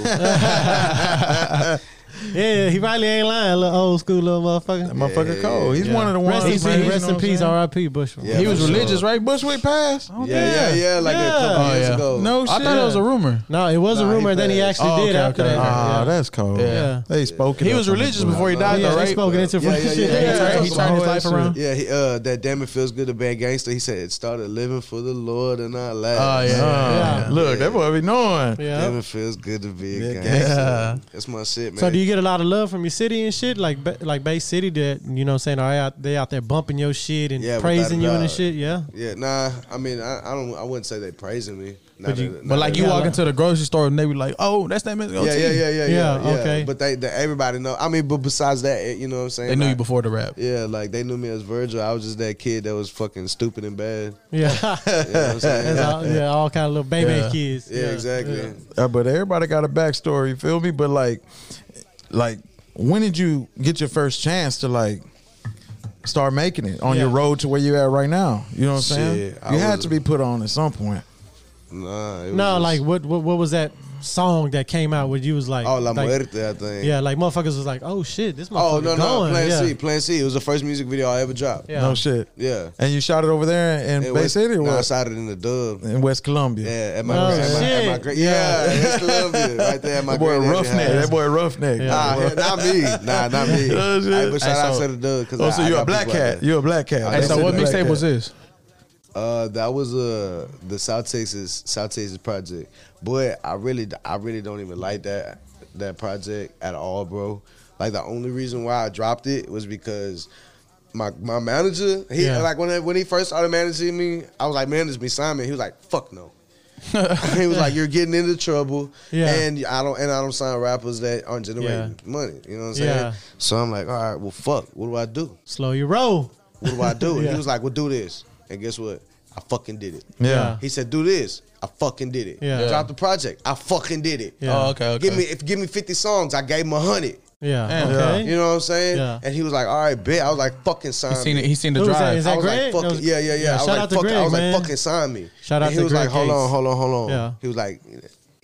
Yeah, he probably ain't lying. Little old school little motherfucker.
That motherfucker
Yeah.
cold. He's
Yeah.
one of the ones.
Rest in peace.
man, you know
Rest
what
in
I'm
peace.
saying?
R.I.P. Bushwick.
Yeah,
He was
for sure.
religious, right? Bushwick passed.
yeah, yeah, yeah, like a couple
Yeah.
Oh,
years
yeah.
ago.
No
I
shit.
thought it was a rumor.
No, it was
Nah,
a
he
rumor. Then he
passed.
actually
Oh,
did
okay,
after
okay.
that.
Ah,
yeah.
that's cold.
Yeah.
They spoke. it
He
up
was
on
religious
the-
before he died,
Yeah,
though,
they
right?
spoke it into
Yeah, yeah,
shit.
yeah.
He turned- he
Yeah.
turned his
Yeah.
life around.
Yeah, he, uh, that damn it feels good to bad gangster. He said, "Started living for the Lord and I
Oh
laugh."
Yeah.
Uh, Look, that boy be knowing.
Yeah.
Damn, it feels good to be a
Yeah.
gangster. That's my shit, man.
So do you get a lot of love from your city and shit, like Ba- like Bay City? That you know, what I'm saying are out they out there bumping your shit and
Yeah, without
praising
a
you and
doubt.
shit. Yeah,
yeah, nah. I mean, I, I don't. I wouldn't say they praising me. Not
you-
that- not
But like you
Yeah,
walk
like-
into the grocery store and they be like, "Oh, that's that Mexico
yeah,
tea."
yeah, yeah, yeah,
Yeah,
yeah, yeah.
okay.
But they, they, everybody know. I mean, but besides that, eh, you know what I'm saying?
They knew you
Like,
before the rap.
Yeah, like they knew me as Virgil. I was just that kid that was fucking stupid and bad.
yeah,
You know what I'm saying?
That's
yeah,
all, yeah, all kind of little baby
Yeah.
kids.
exactly.
yeah.
Uh, but everybody got a backstory. You feel me? But like, like, when did you get your first chance to like start making it on
Yeah.
your road to where you at right now? You know what I'm saying?
Shit, I
you had
was
to
a-
be put on at some point.
Nah, it
No,
was
like
just-
what, what what was that song that came out where you was like,
oh la
like-
muerte, I think.
Yeah, like motherfuckers was like, oh shit, this motherfucker
Oh no, no,
going.
Plan
yeah.
C, Plan C. It was the first music video I ever dropped.
Yeah.
No shit.
Yeah.
And you shot it over there in,
It
Bay
was-
City or
Nah, I
what?
shot it in the dub.
in West Columbia.
Yeah, at my,
Oh,
at my, at my
shit.
gra- yeah, yeah. in Columbia, right there at my
That boy
granddaddy
Roughneck.
house.
That boy Roughneck. Ah,
Nah, hell, not me. Nah, not me.
Oh, shit.
Hey, but shout
Hey,
out
so-
to the dub. 'cause
Oh,
I-
so
I
you're a
got
black
people out
cat.
there.
You're a black cat.
Hey,
They
so
said
what
black
mixtape was this?
Uh, that was uh the South Texas South Texas project. Boy, I really I really don't even like that that project at all, bro. Like the only reason why I dropped it was because my my manager, he
Yeah.
like when I- when he first started managing me, I was like, manage me, Simon. He was like, fuck no. he was like, "You're getting into trouble,
Yeah.
and I don't and I don't sign rappers that aren't generating money." You know what I'm saying?
Yeah.
So I'm like, "All right, well, fuck. What do I do?
Slow your roll.
What do I do?" And
Yeah.
he was like, "Well, do this." And guess what? I fucking did it.
Yeah.
Yeah.
He said, "Do this." I fucking did it.
Yeah.
Drop the project. I fucking did it.
Yeah.
Oh, okay, okay.
Give me if give me fifty songs. I gave him a hundred.
Yeah,
Yeah.
okay.
You know what I'm saying?
Yeah.
And he was like, "All right, bet." I was like, "Fucking sign
He seen
me."
it. He seen the
Who was that? Is
drive.
that
I was
Greg?
like,
That
fucking,
was-
yeah, yeah, yeah.
Yeah,
I was
shout
like,
out to
fuck, I
Greg,
was like,
man.
fucking sign me.
Shout out
and he
to
was
Greg
like, hold
Gates.
on, hold on, hold on.
Yeah.
He was like,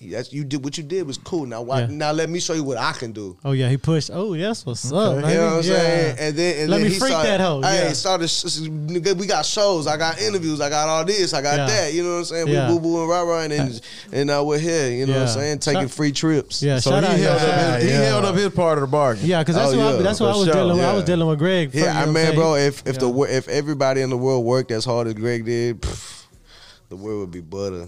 that's you did what you did was cool. Now why?
Yeah.
Now let me show you what I can do.
Oh yeah, he pushed. Oh yes, what's up?
You
baby?
know what I'm
yeah.
saying? And then and
Let
then
me
he
freak
started,
that hoe,
Hey,
yeah.
started. sh- sh- nigga, We got shows. I got interviews. I got all this. I got
Yeah.
that. You know what I'm saying?
Yeah.
We boo boo and rah rah and and now we're here. You know what
Yeah.
I'm saying? Taking
Shout-
free trips.
Yeah,
So
shout
he
out.
held
yeah.
up. His, he
Yeah.
held up his part of the bargain.
Yeah, because that's
Oh,
what I,
yeah,
that's what I
for
was
sure,
dealing. with. I
yeah.
was dealing with Greg. for-
Yeah,
you
I
know what I'm
mean,
saying?
bro, if if
Yeah.
the wor- if everybody in the world worked as hard as Greg did, pff, the world would be butter.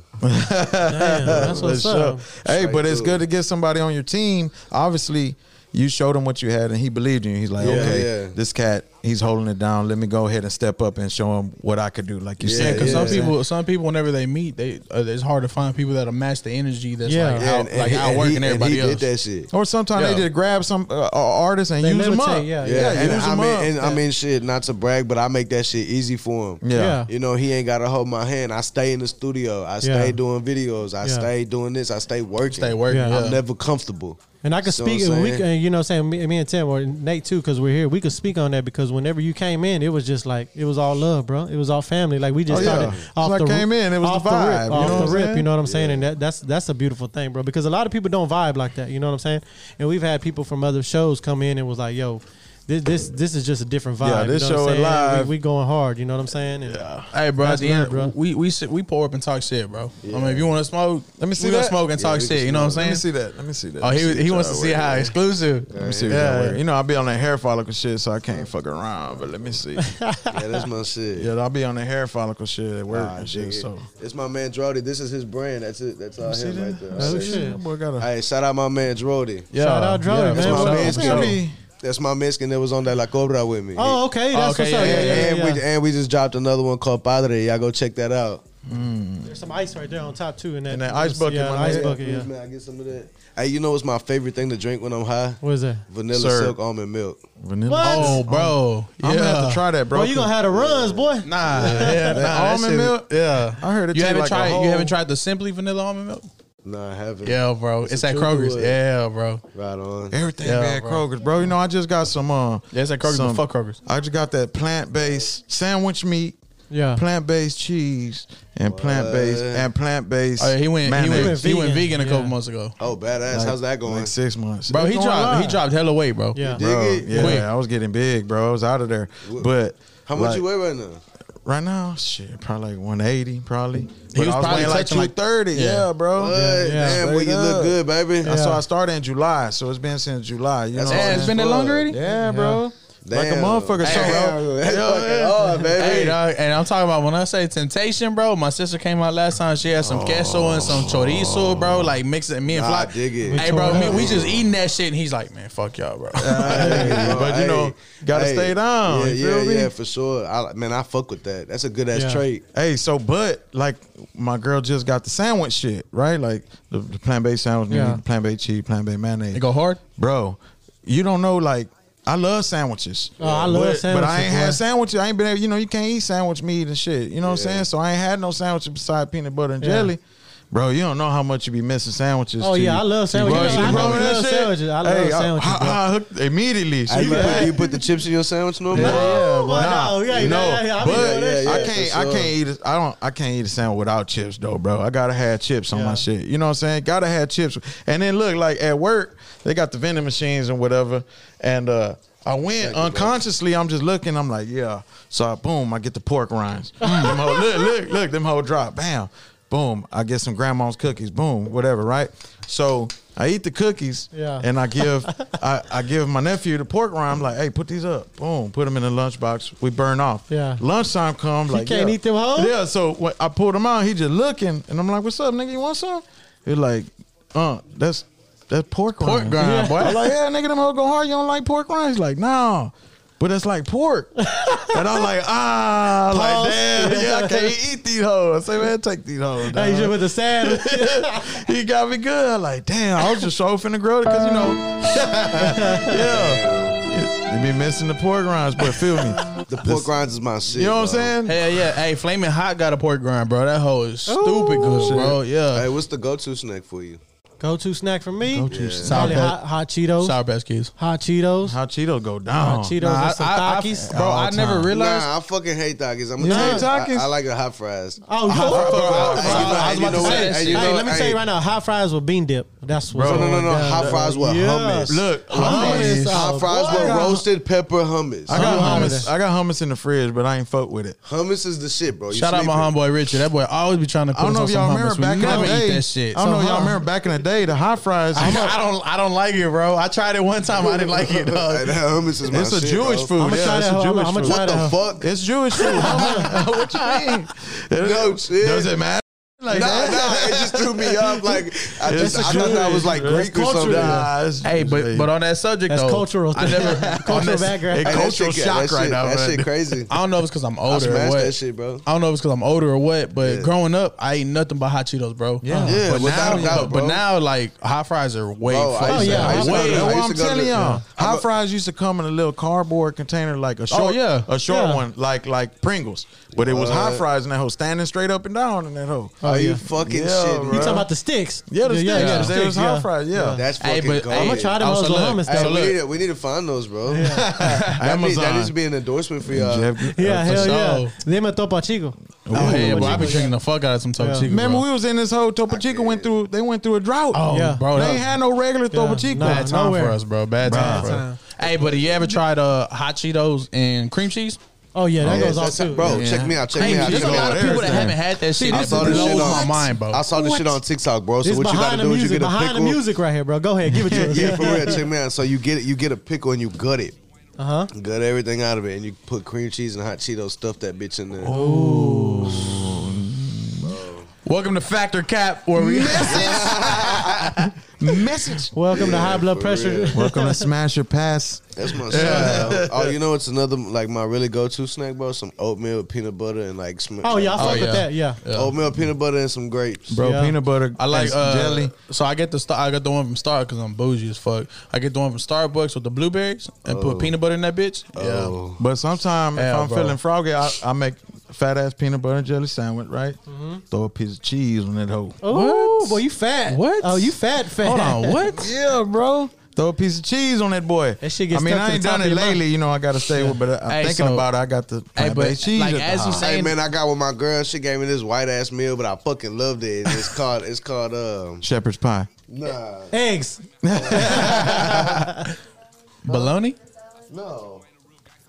Damn, that's what's
For
up.
sure. Hey,
Straight
but it's
through.
good to get somebody on your team. Obviously, you showed him what you had, and he believed in you. He's like,
Yeah,
okay,
yeah.
this cat, he's holding it down. Let me go ahead and step up and show him what I could do. Like you
Yeah,
said,
because
yeah.
some people, some people, whenever they meet, they uh, it's hard to find people that'll match the energy that's
Yeah.
like
Yeah,
out, like
he-
outworking
he- and
everybody
he
else.
did that shit.
Or sometimes
Yeah.
they just grab some uh, uh, artist and
They
use them up.
levitate, yeah,
Yeah, and
Uh, use
I
them
mean,
up.
and I mean, shit. Not to brag, but I make that shit easy for him.
yeah.
Yeah.
You know, he ain't gotta hold my hand. I stay in the studio. I stay doing videos. I
Yeah.
stay doing this. I stay working.
Stay working.
Yeah.
Yeah.
I'm never comfortable.
And I could
So
speak,
I'm
and we,
saying-
could- and you know, what I'm saying me, me and Tim or Nate too, because we're here. We could speak on that because whenever you came in, it was just like it was all love, bro. It was all family. Like we just
Oh, yeah.
started
As
off
I
the
came in, it was
off
the vibe,
rip,
you
off
know what
the
I'm
rip.
saying?
You know what I'm saying? And that, that's that's a beautiful thing, bro. Because a lot of people don't vibe like that. You know what I'm saying? And we've had people from other shows come in and was like, "Yo, this this this is just a different vibe."
Yeah, this
you know
show
what I'm
is
saying?
live.
We, we going hard. You know what I'm saying? And-
Hey, bro,
That's
at the end,
love, bro.
we we sit, we pour up and talk shit, bro. I mean, if you want to smoke, let me
see
we gonna
that.
smoke and
Yeah,
talk
we
shit.
can
You know what I'm
Let
saying?
me see that. Let me see that.
Oh,
Let me see
he
what
he wants to
y'all
see
wearing.
how exclusive.
Let me see what
Yeah.
y'all wearing. You know, I'll be on that hair follicle shit, so I can't fuck around. But let me see.
Yeah, that's my shit.
yeah, I'll be on the hair follicle shit at work
Nah,
and shit.
dig it.
So
It's my man Drody. This is his brand. That's it. That's all
see
him right
that?
there.
Oh,
All right.
shit.
That boy got a.
All right, shout out my man Drody.
Yeah.
Shout out Drody, man.
that's
That's
what's
my
up.
man's
think I
girl.
be-
That's my Mexican that was on that La Cobra with me.
Oh, okay. That's
Okay,
what's up.
yeah,
Yeah,
yeah,
yeah,
and,
yeah.
We, and we just dropped another one called Padre. Y'all go check that out.
There's some ice right there on top too, in that,
And that ice bucket,
Yeah,
my
ice
nigga.
bucket. Yeah.
Please, man, I get some of that. Hey, you know what's my favorite thing to drink when I'm high?
What is that?
Vanilla
Sir.
silk almond milk.
Vanilla.
What?
Oh, bro.
I'm gonna have to try that, bro.
Bro, you gonna have the runs, boy.
Nah, yeah, nah, that
almond
shit-
milk?
Yeah,
I heard it
You
taste
haven't
like a
tried.
whole-
You haven't tried the simply vanilla almond milk.
Nah, I haven't.
Yeah, bro. It's,
It's a
at
True
Kroger's.
Wood.
Yeah, bro.
Right on.
everything
Yeah,
be at
bro.
Kroger's, bro. You know, I just got some. Uh,
Yeah, it's at Kroger's.
some-
But fuck Kroger's.
I just got that plant based sandwich meat.
Yeah.
Plant based cheese and plant based
What?
and plant based.
Oh, yeah, he went. He went,
Mayonnaise.
he went
Vegan,
vegan a couple
yeah.
months ago.
Oh, badass. How's that going?
Like six months,
Bro,
It's
he
going
dropped.
live.
He dropped hella weight, bro.
Yeah.
Dig
Bro,
it?
yeah,
Quick.
I was getting big, bro. I was out of there, but
How much
like,
you weigh right now?
right now? Shit, probably like one eighty, probably. But
was
I was
probably
weighing like
touching
two
like-
thirty.
Yeah.
Yeah. bro.
What?
yeah,
Damn, well,
straight
you look
up.
good, baby.
That's
Yeah.
why I started in July, so it's been since July. You know,
That's
what
Yeah,
I'm
it's
saying?
been that long already.
Yeah, bro. Like a
Damn.
motherfucker. So,
Damn.
bro,
That's fucking hard, baby.
Hey, dog, and I'm talking about when I say temptation, bro. My sister came out last time. She had some queso and some chorizo, bro. Like mix it, me and
Nah, I
Fly.
dig it.
Hey, bro, me, we just eating that shit, and he's like, man, fuck y'all, bro.
Hey, but you know, gotta stay down.
Yeah,
you
yeah,
feel me?
yeah, for sure. I, man, I fuck with that. That's a good ass
Yeah.
trait.
Hey, so but like my girl just got the sandwich shit, right? Like the, the plant based sandwich,
Yeah.
plant based cheese, plant based mayonnaise.
It go hard.
bro. You don't know, like I love sandwiches.
Oh, I love
but, But I
sandwiches,
ain't
boy.
had sandwiches. I ain't been able, you know, you can't eat sandwich meat and shit. You know what I'm
Yeah.
saying? So I ain't had no sandwiches beside peanut butter and
Yeah.
jelly. Bro, you don't know how much you be missing sandwiches.
Oh,
to
yeah,
you.
I love sandwiches.
You
You know, I
bro,
know we
that
love
shit-
sandwiches. I love
I-
sandwiches,
I-
bro.
I hooked immediately. She
Hey, you,
was
put,
like-
you put the chips in your sandwich no more?
Oh, boy,
Nah,
no, yeah, yeah,
no,
yeah, yeah, I be
but
doing that
yeah,
I
yeah,
can't,
for
I
sure.
can't eat. A, I don't, I can't eat a sandwich without chips, though, bro. I gotta have chips on
Yeah.
my shit. You know what I'm saying? Gotta have chips. And then look, like at work, they got the vending machines and whatever. And uh I went unconsciously. I'm just looking. I'm like, yeah. So I, boom, I get the pork rinds. Them hoe- look, look, look. Them whole drop. Bam. Boom. I get some grandma's cookies. Boom. Whatever. Right. So. I eat the cookies,
Yeah.
and I give I, I give my nephew the pork rind. I'm like, hey, put these up. Boom, put them in the lunchbox. We burn off.
Yeah.
Lunchtime come, like
can't
yeah.
eat them hoes?
Yeah. So when I pulled him out, he just looking, and I'm like, "What's up, nigga? You want some?" He's like, "Uh, that's that's pork
Pork
rind."
rind, boy.
I'm like, "Yeah, nigga, them hoes go hard. You don't like pork rind?" He's like, "No." But it's like pork, and I'm like, ah,
Pause.
like damn, yeah, I can't eat these hoes. I say, man, take these hoes.
Hey, you
dog."
just with the salad.
he got me good. I'm Like, damn, I was just so finna grow it because you know, yeah, you be missing the pork rinds, but feel me,
The pork grinds is my shit.
you know what I'm saying?
bro.
Hell yeah. Hey, Flaming Hot got a pork grind, bro. That hoe is stupid good, bro.
Hey,
Yeah.
what's the go-to snack for you?
Go to snack for me. Go to
Sour
probably
Patch-
hot, hot Cheetos,
Sour Patch Kids.
hot Cheetos,
How Cheetos go down?
hot Cheetos,
Nah,
and some
I- I-
Takis.
bro, I
All
never
time.
realized.
Nah, I fucking hate Takis. I'm gonna
You
tell you,
hate
Takis?
I, I like a hot fries.
Oh, you
Hot
know-
fries.
Bro, hey, you know-
I was
hey, you
about to
know what?
say that
Hey,
shit.
you
Hey,
know-
let me tell
hey,
you right now, hot fries with bean dip. That's what's
Bro,
No,
going
no, no, no.
down.
Hot fries with hummus.
Look,
Hummus.
hummus.
Oh,
Hot fries
boy.
with roasted pepper hummus.
I got
Hummus.
hummus. I got hummus in the fridge, but I ain't fuck with it.
Hummus is the shit, bro. You
Shout out my
sleeping.
homeboy Richard. That boy always be trying to put
I don't know
us
if
on
y'all remember
some hummus. We
back in
never
the day.
eat that shit.
I don't know if
So-
y'all remember back in the day the hot fries.
I don't, I don't. I don't like it, bro. I tried it one time. I didn't like it.
Hey,
Dog.
that hummus is my
It's a
shit,
Jewish
bro.
food.
I'ma
yeah,
try
it's
that
a
hoe.
Jewish
I'ma
food.
try
What the
that
fuck?
It's Jewish food. what you mean?
No shit.
Does it matter? Like
Nah,
that?
nah, it just threw me off. Like I
It's
just, I thought that
Jewish,
was like
bro. It's uh,
Greek or something.
cultural. Nah, it's-
Hey, but but on that subject
That's
though,
cultural.
I never
Cultural
on that-
background.
it-
Hey, that
Cultural
shit-
shock
that
right
shit-
now,
That
man.
shit crazy.
I don't know if it's because I'm
I
older or
smashed
what.
that shit, bro.
I don't know if it's because I'm older or what, but
Yeah.
growing up, I ate nothing but hot Cheetos, bro.
Yeah.
Yeah,
but
without
now,
a doubt,
but- but
bro.
now like hot fries are way.
Bro, I
fucking-
used to-
yeah,
I used to
way.
go to-
That's
I
what
used
I'm
to go to-
telling y'all. Oh,
yeah.
Hot fries used to come in a little cardboard container, like a short,
yeah.
a short
Yeah.
one, like like Pringles. But it was hot
What?
fries in that hole, standing straight up and down in that hole.
Oh,
Are
yeah.
you fucking
Yeah,
shitting?
bro.
me?
You talking about the sticks?
Uh, Yeah, the sticks. Yeah,
the
the
sticks,
hot
yeah.
fried. Yeah,
That's
Hey,
fucking
but-
gold.
hey,
I'ma try them
Also,
Oklahoma
look,
sticks.
Hey,
Oh, So
we,
look.
need to, we need to find those, bro. that, needs,
Amazon.
that needs to be an endorsement for y'all.
Jeff-
Yeah,
uh,
hell
sure.
yeah. Lima Topo Chico.
Oh, hey,
Topo
bro, I be
Chico,
drinking the fuck out of some Topo
Yeah.
Chico.
Remember,
bro.
we was in this whole Topo Chico went through. They went through a drought.
Oh,
Yeah.
bro,
they
that
ain't had no regular Topo Chico.
nah,
bad time
nowhere.
for us, bro. Bad time, bro.
time.
Hey, but you ever tried uh, hot Cheetos and cream cheese?
Oh yeah, that
Yeah,
goes off
that's-
too.
Bro,
Yeah.
check me out. Check
Hey,
me out.
there's a
check me
lot
out.
of people that
Everything.
haven't had that shit.
I
It
saw this shit
blows my
on
mind, bro.
I saw this shit on TikTok, bro. So
It's
what you
behind
gotta
the
do is you
music.
get a
behind the
pickle.
music right here, bro. Go ahead, give it to us.
Yeah, for real. Check me out. So you get you get a pickle and you gut it,
Uh huh.
gut everything out of it, and you put cream cheese and hot Cheetos, stuff that bitch in there.
Oh.
Welcome to Factor Cap, where we
Message.
Welcome to
Yeah,
high blood
for
pressure.
real.
Welcome to Smash Your Pass.
That's my style. Oh, you know it's another like my really go to snack, bro. Some oatmeal, with peanut butter, and like sm-
Oh yeah, I
Oh,
fuck
yeah.
with that. Yeah.
Yeah.
oatmeal, peanut butter, and some grapes.
Bro,
Yeah.
peanut butter.
I like
and
uh,
jelly.
So I get the star. I got the one from Star because I'm bougie as fuck. I get the one from Starbucks with the blueberries and put peanut butter in that bitch.
Oh.
But sometimes if
Hell,
I'm
bro.
feeling froggy, I, I make fat ass peanut butter and jelly sandwich, right? Throw a piece of cheese on that hoe.
Oh, boy, you fat.
What?
Oh, you fat, fat.
Hold on, what?
Yeah, bro. Throw a piece of cheese on that boy.
That shit gets
I mean,
stuck to
I
the
ain't
top
done
of
it
your mouth.
lately. You know, I got to stay with. But I, am
Hey,
thinking
so-
about it. I got the
Hey, but
plant-based cheese.
like
at the
as you
house.
saying,
Hey man, I got with my girl. She gave me this white ass meal, but I fucking loved it. It's called it's called um
shepherd's pie.
nah
Eggs.
bologna.
no.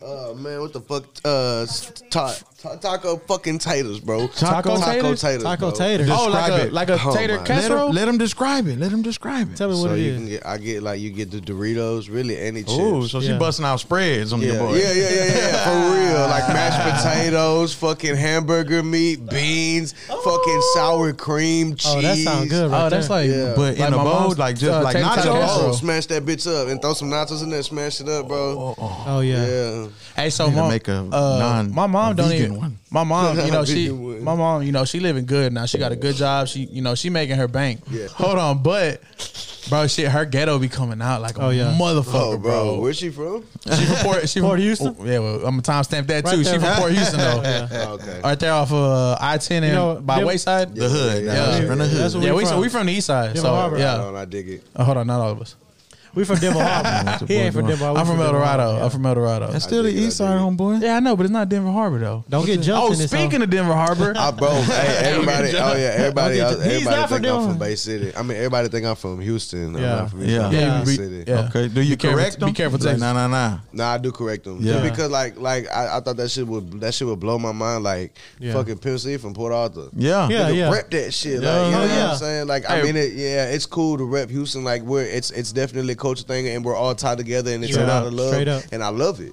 Uh man, what the fuck? Uh, ta- ta- taco fucking taters, bro.
Taco
taters?
taters,
Taco
bro.
taters.
Oh, like
Describe
a
it.
like a
Oh,
tater
Let
my.
him,
casserole.
let him describe it. Let him describe it.
Tell me
So
what it
you can
is.
get, I get like you get the Doritos, really any chips.
Oh, so
Yeah.
she busting out spreads on your
Yeah,
boy.
yeah, yeah, yeah, yeah, for real. Like mashed potatoes, fucking hamburger meat, beans, fucking sour cream, cheese.
Oh, that sound good, right
Oh, that's
there.
like,
Yeah.
But in
my
a bowl,
mom's,
like just like
tater
nachos.
tot
Oh,
casserole.
smash that bitch up and throw some nachos in there. Smash it up, bro.
Oh yeah.
Yeah.
Hey, so
Need to
mom,
make a
uh,
non-
my mom
a
don't
vegan
even.
one.
My mom, you know, she,
Vegan one.
my mom, you know, she living good now. She got a good job. She, you know, she making her bank.
Yeah.
Hold on, but bro, shit, her ghetto be coming out like a
Oh, yeah.
motherfucker,
Oh,
bro.
bro, where's she from?
She from Port, she from-
Port Houston?
Oh, yeah, well, I'm gonna timestamp that
Right
too.
there,
she from
right-
Port Houston though.
Oh, Okay.
Right there off of uh, I-10 and
You know,
by
them-
Wayside.
The
Yeah,
hood.
Yeah,
Yeah,
yeah,
From the
yeah.
hood.
That's where
we,
from.
so we from the East Side.
Denver
So
Harbor.
yeah,
Hold on, I dig it.
Oh, hold on, not all of us.
We from Denver Harbor. he ain't from Denver Harbor.
I'm
We
from El
Denver Harbor.
Dorado. I'm from El Dorado.
That's still the
dig it, I
east side,
dig it.
homeboy.
Yeah, I know, but it's not Denver Harbor though.
Don't get jumped
Oh,
in this.
speaking
home.
of Denver Harbor,
I bro, hey everybody!
Good
Oh
job.
yeah, everybody!
Don't
Else,
get your- he's
everybody
not from
think I'm
Denver.
from Bay City. I mean, everybody think I'm from Houston. I'm
Yeah.
not from
Yeah.
Houston.
Yeah,
I'm
you
from Bay
be-
City.
yeah.
Okay, do you
Be careful-
correct
be
them?
careful,
Like,
Texas.
nah, nah, nah.
Nah, I do correct them.
Yeah.
Yeah. because like like I, I thought that shit would that shit would blow my mind. Like fucking Pimp C from Port Arthur.
Yeah,
Yeah.
Nigga, rep that shit. Like, you know
Yeah.
what
Yeah.
I'm saying? Like,
Hey.
I mean, it, yeah, it's cool to rep Houston. Like, we're it's it's definitely a culture thing, and we're all tied together, and it's
Straight
a lot
up,
of love,
straight up.
and I love it.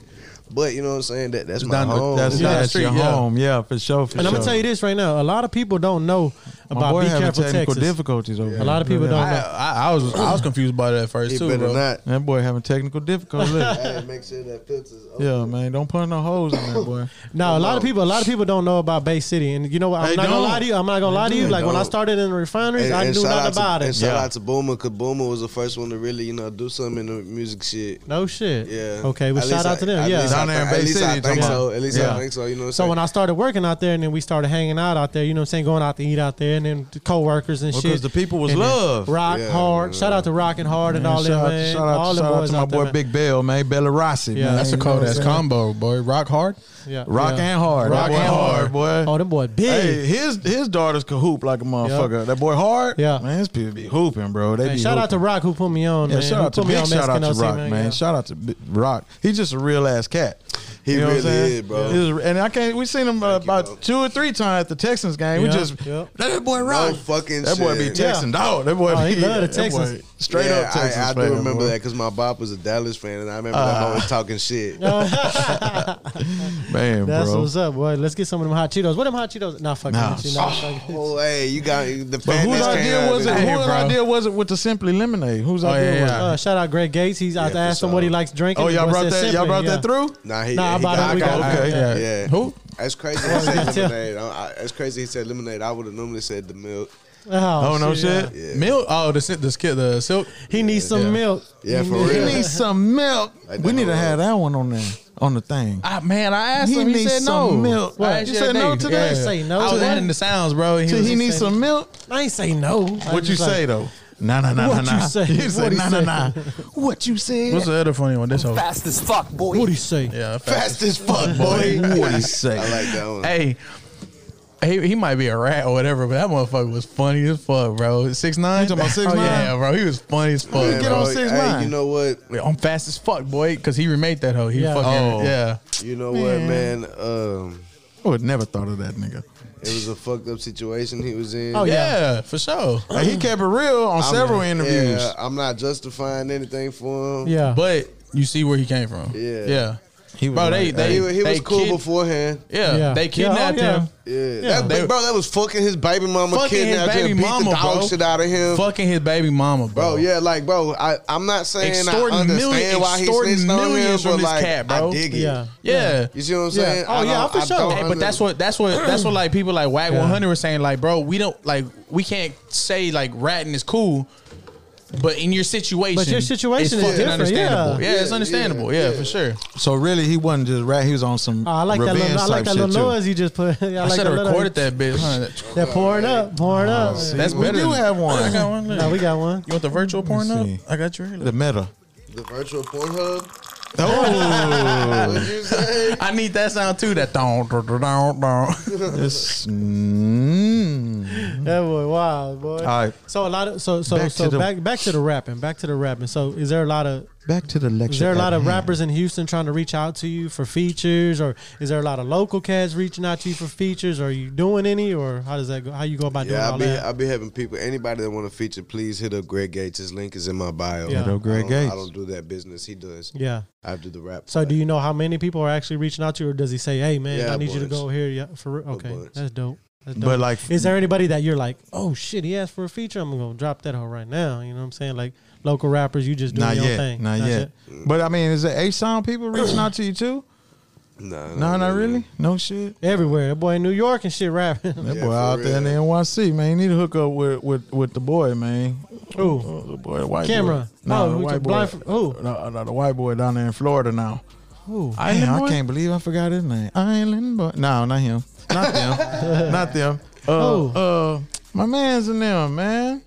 But you know what I'm saying? That that's my
Down the-
home.
That's,
Yeah.
that's
Street,
your
yeah.
home. Yeah, for sure. For
And I'm gonna
sure.
tell you this right now. A lot of people don't know
My
about
boy
Be
having
Careful
technical
Texas.
difficulties over
A lot of
there.
people
I,
don't know.
I, I was I was confused about it at first
It
too,
better
bro.
not.
That boy having technical difficulties. Look.
Hey, make sure that filter's open.
yeah, man, don't put no holes in that boy.
No, a lot of people, a lot of people don't know about Bay City, and you know what? I'm
They
not gonna
don't.
lie to you. I'm not gonna lie to you.
They
Like when I
don't.
started in the refineries, I knew
shout
nothing
out to-
about
And
it.
shout
Yeah.
out to Boomer, cause Boomer was the first one to really, you know, do something in the music shit.
No shit.
Yeah.
Okay. Well,
At
shout
least
out to
I-
them.
at
Yeah.
least I
Down there in
think-
Bay
at least
City,
I think
talking
so.
about-
At least
Yeah.
I think so. You know what I'm
So
saying?
when I started working out there, and then we started hanging out out there, you know what I'm saying, going out to eat out there, and then the coworkers and shit.
Because the people was
And then
love.
Rock
Yeah,
hard.
yeah.
Shout out to Rockin' Hard and
Man,
all that,
shout out,
man.
shout out,
all
to,
the
shout out
boys
to my
out there,
boy
man.
Big Bell, man, Bella Rossi.
Yeah.
man,
That's a
you know
cold
what
ass
I'm saying?
combo, boy. Rock hard.
Yeah.
Rock
yeah.
and hard,
Rock
That boy
and
hard, boy.
Oh, them boy big.
Hey, his his daughter's can hoop like a motherfucker. That boy hard,
Yeah.
man. His people be hooping, bro. They
Hey,
be
shout out to
hooping.
Rock who put me on.
Yeah,
man.
shout
Who
out to
put me
Big.
on
Shout out to
Mexican
Rock,
OC,
man.
Yeah.
Shout out to Bi- Rock. He's just a real ass cat.
He
You know what I'm
really
saying?
is, bro.
He's a- and I can't. We seen him uh, about
bro.
two or three times at the Texans game.
Yeah,
we just
yeah.
that boy
no
Rock.
fucking
that boy be
shit.
Texan dog. That boy
Oh, he
be
love the
that boy
Texans.
Straight
Yeah,
up Texas.
I, I do remember that because my bop was a Dallas fan, and I remember them always talking shit.
that, man,
That's
bro.
what's up, boy. Let's get some of them hot Cheetos. What them hot Cheetos? Nah, fuck
Nah.
nah. You know, fuck it.
Oh, hey, you got the
But whose
fatness came
idea
out
was
of
it?
Hey,
whose
bro.
idea was it with the Simply Lemonade? Whose idea
yeah,
was
yeah.
it?
Uh, shout out Greg Gates. He's out
Yeah,
to
for
ask him
sure.
what he likes drinking.
Oh, y'all
Boy
brought that. y'all
said Simply,
brought
yeah.
that through.
Nah, he,
Nah, I
he
bought it.
got,
We
got-
got it.
okay.
Yeah.
Yeah.
Who?
That's crazy. He said
tell.
lemonade. I, I, that's crazy. He said lemonade. I would have normally said the milk.
Oh,
Oh no shit.
yeah.
Milk. Oh, the si- the skip the silk.
He needs some milk.
Yeah,
He
for
needs-
real.
We need some milk.
Like
we
that
need to
whole-
have that one on there. on the thing.
I, Ah, man, I asked
He
him. He
needs
said no.
some milk.
I
What?
asked
You
you
said
that
no
day.
to that?
Yeah.
Say no
I was
to
adding
that?
the sounds, bro. He
Till
was
he
just
needs
saying-
some milk.
I ain't say no.
What you say though? Nah, nah, nah, nah,
What you
nah.
say?
He said,
What he
nah, nah,
say?
nah. What you said?
What's the other funny one? This whole
Fast as fuck, boy.
What do you say?
yeah.
fast as fuck, boy? what he say?
I like that one.
Hey, he, he might be a rat or whatever, but that motherfucker was funny as fuck, bro. Six nine, Oh,
You talking about 6'9"?
yeah, bro. He was funny as fuck.
Man,
get
bro.
on
bro,
six
hey,
nine.
You know what?
I'm fast as fuck, boy, because he remade that hoe. He
Yeah.
fucking
Oh.
yeah.
You know what, man? Um,
I would never thought of that nigga.
it was a fucked up situation he was in.
Oh,
yeah,
yeah.
for sure.
Like, he kept it real on
I'm-
several interviews.
Yeah, I'm not justifying anything for him.
Yeah.
But you see where he came from.
Yeah.
yeah.
He was
Bro,
like,
they
hey,
they
He, wa- he
they
was cool
kid-
beforehand.
Yeah,
Yeah.
they
Yeah,
kidnapped
oh, yeah.
him.
Yeah,
Yeah.
That,
They-
bro, that was fucking his baby mama
Fucking his
kidnapped
baby
him, beat
mama,
the dog
bro.
shit out of him.
Fucking his baby mama,
Bro,
bro.
yeah, like, bro, I, I'm not saying I
Extorting
understand
million-
why he
extorting
snitched on him,
millions from
but
this
like,
cat, bro.
I dig it.
yeah.
yeah.
You see what I'm
Yeah.
saying?
Oh,
I
yeah,
don't-
for
I
sure.
don't
Hey,
Hey, but
under-
that's what that's what that's what like people like Wag
Yeah.
100 were saying like, bro, we don't like we can't say like ratting is cool, but in your situation,
But your situation is different,
understandable.
yeah.
Yeah, it's
Yeah,
understandable.
yeah,
Yeah,
yeah.
for sure.
So really, he wasn't just rat. He was on some
Oh, I like that
revenge
little, I like
type
that
shit
little
too.
noise you just put. I,
I
like
should
that
have
little-
recorded that bitch. huh? That-
That pouring up, pouring up.
That's
We
better.
do
than-
have one.
I got one.
No, we
look.
got one.
You want the virtual porn
Let's
up?
see.
I got yours.
The meta.
the virtual Pornhub.
Oh,
What you say?
I need that sound too. That don don don don.
this. Mm,
That boy, wow, boy.
all right,
So a lot of so so
Uh, Back
so
to the-
back back to the rapping, back to the rapping. So is there a lot of
back to the lecture.
is there a
at
lot of
hand.
rappers in Houston trying to reach out to you for features, or is there a lot of local cats reaching out to you for features? Or are you doing any, or how does that go? How you go about doing
Yeah,
all
I'll be,
that?
I'll be having people. Anybody that want to feature, please hit up Greg Gates. His link is in my bio.
Yeah. Hit
up Greg
I don't-
Gates.
I don't do that business. He does.
yeah.
I do the rap.
So do you know how many people are actually reaching out to you, or does he say, "Hey man,
Yeah,
I need you to
bunch.
go here"? Yeah, for real. okay,
bunch.
that's dope. That's dope.
But like,
Is there anybody that you're like, oh shit, he asked for a feature? I'm gonna drop that hoe right now. You know what I'm saying? Like local rappers, you just do your
not
own
yet,
thing.
not, yet. But I mean, is it A sound people reaching out to you too?
Nah,
No, not really. No shit.
Everywhere, that boy in New York and shit rapping.
That
Yeah,
boy
for
out there in the
real.
NYC, man. You need to hook up with with, with the boy, man.
Ooh,
Oh, the boy, the white
Camera.
Boy. No,
Oh,
the
who
white
can-
boy.
blind for- who?
No, no, the white boy down there in Florida now.
ooh,
Damn, I can't believe I forgot his name. Island boy. No, not him. Not them. not them. Uh, uh, my man's in them, man.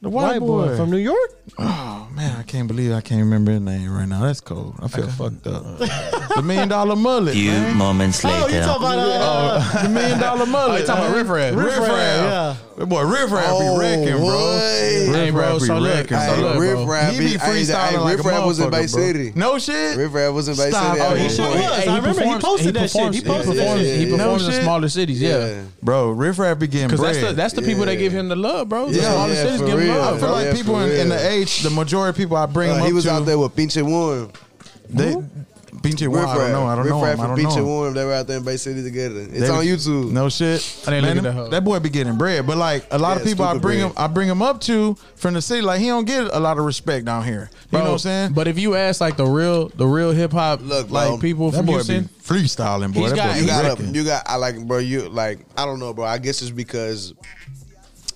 The white, boy.
from New York.
oh man, I can't believe I can't remember his name right now. That's cold. I feel fucked up. the million dollar mullet,
few
man.
moments
Oh,
later.
you talking about uh,
the million dollar mullet.
Oh, you talking about
man.
Riff Raff.
Riff
Riff Raff,
Raff. That boy Riff Raff
Oh,
be wrecking, bro.
what?
Hey,
Riff
bro,
Raff be
so look,
wrecking,
so
bro.
look,
Riff
bro.
Raff
He be
be- hey,
freestyling
hey,
like
Riff
a
Raff was in
motherfucker,
Bay
bro.
City.
No shit.
Riff Rap was in Bay
Stop.
City.
Oh,
at
he
one
sure
point.
was. I remember he posted that shit. He posted that
performs-
shit.
He
Yeah,
performs
yeah,
in
yeah.
smaller cities. Yeah,
Yeah.
Bro, Riff Raff be getting
because
bread.
that's the that's the people that give him the love, bro. The
Yeah,
smaller
yeah,
cities
for
give him
real.
love.
I feel like
Yeah,
people
for
in, in
real.
the age, the majority of people I bring
Uh,
them
he
up
was
to,
out there with Pinche Warren.
They, BJ, Warren, I don't know. I don't know him. I don't know.
Pinche
him.
Warren, they were out there in Bay City together. It's
They
on
be-
YouTube.
No shit.
I didn't
Man,
look at
them-
that hoe.
that boy be getting bread, but like a lot of
Yeah,
people, I
stupid
bring
bread.
him, I bring him up to from the city. Like he don't get a lot of respect down here. You know what I'm saying?
But if you ask like the real the real hip hop
Look, bro,
like people
that
from
boy
Houston,
be freestyling, boy.
He's
That
got-
boy be
you got
wrecking.
you got I like bro you like I don't know bro I guess it's because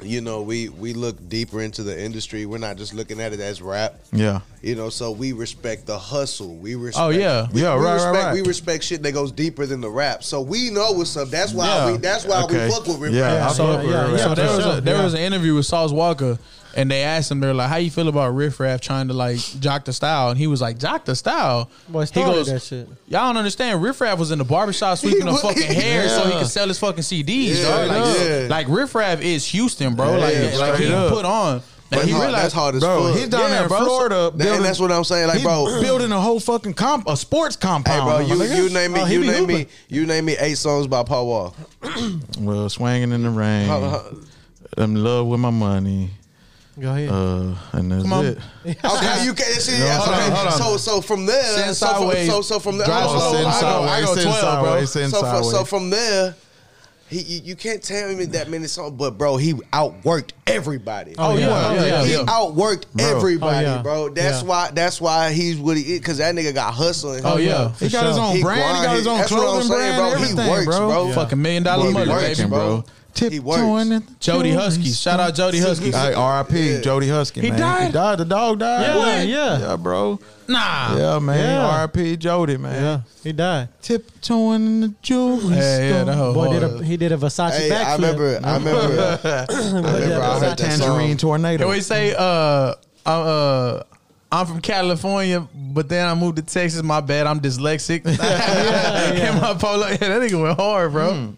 you know we we look deeper into the industry we're not just looking at it as rap
yeah.
you know so we respect the hustle we respect
Oh, yeah.
we,
Yeah,
we
right, right,
respect,
right.
we respect shit that goes deeper than the rap so we know what's up that's why
Yeah.
we that's why
Okay.
we fuck with rap
Yeah, I
So,
fuck with
yeah,
Riff
yeah,
Raff.
so there was
sure.
a, there
Yeah.
was an interview with Sauce Walker, and they asked him, they're like, "How you feel about Riff Raff trying to like jock the style?" And he was like, "Jock the style."
Boy,
he
started that shit.
Y'all don't understand. Riff Raff was in the barbershop sweeping
He
up
was-
fucking hair so he
Yeah.
could sell his fucking CDs.
Yeah,
dog. Like,
yeah.
like Riff Raff is Houston, bro.
Yeah,
like,
yeah,
like he
straight up.
put on. And
That's
he
hard-
realized
that's hard as
Bro,
fuck
he's down
Yeah,
there in
bro, so-
Florida.
That- and that's what I'm saying like
he's
bro
building a whole fucking comp, a sports
Hey bro,
compound.
you,
my nigga.
you name me,
Oh, he
you
be
name
hooping.
me, you name me eight songs by Paul Wall.
well, swinging in the rain.
Hold on, hold
I'm in love with my money.
Go ahead.
Uh, and that's
on.
it.
Okay, you can't see.
No, hold
okay.
on, hold on.
So, so from there,
Send
so from,
sideways,
so, so from there,
drive
hold on,
us
hold on,
in
I go-
sideways,
I go
send
12, bro.
sideways, send
so, from, so
sideways.
from there, he, you, you can't tell me that many songs, but bro, he outworked everybody.
Oh, yeah.
yeah, yeah,
he
yeah.
outworked everybody,
Oh, yeah.
bro. That's
Yeah.
why, that's why he's what he is, because that nigga got hustling.
Oh, yeah.
He got
sure.
his own
He
brand. He
grind-
got his own
that's what I'm
clothing
saying,
brand.
bro. He
Everything,
works,
bro.
bro.
fucking million dollar
He
money,
works,
baby.
bro.
bro. He works.
Tiptoeing at the
Jody
joint.
Husky. Shout out Jody Husky.
All right, R.I.P.
Yeah.
Jody Husky.
He
man.
died?
He died. The dog died.
Yeah,
What?
yeah.
yeah, bro.
Nah.
Yeah, man.
Yeah.
R.I.P. Jody, man.
Yeah, he died.
Tiptoeing in the jewelry
Yeah, yeah,
store.
that whole
Boy, did
hard.
a, he did a Versace
Hey,
backflip.
I remember. I remember. I remember. I heard that
Tangerine
song.
tornado.
Can we say uh uh, uh I'm from California, but then I moved to Texas. My bad, I'm dyslexic. And my polo, yeah, that nigga went hard, bro.
Hmm.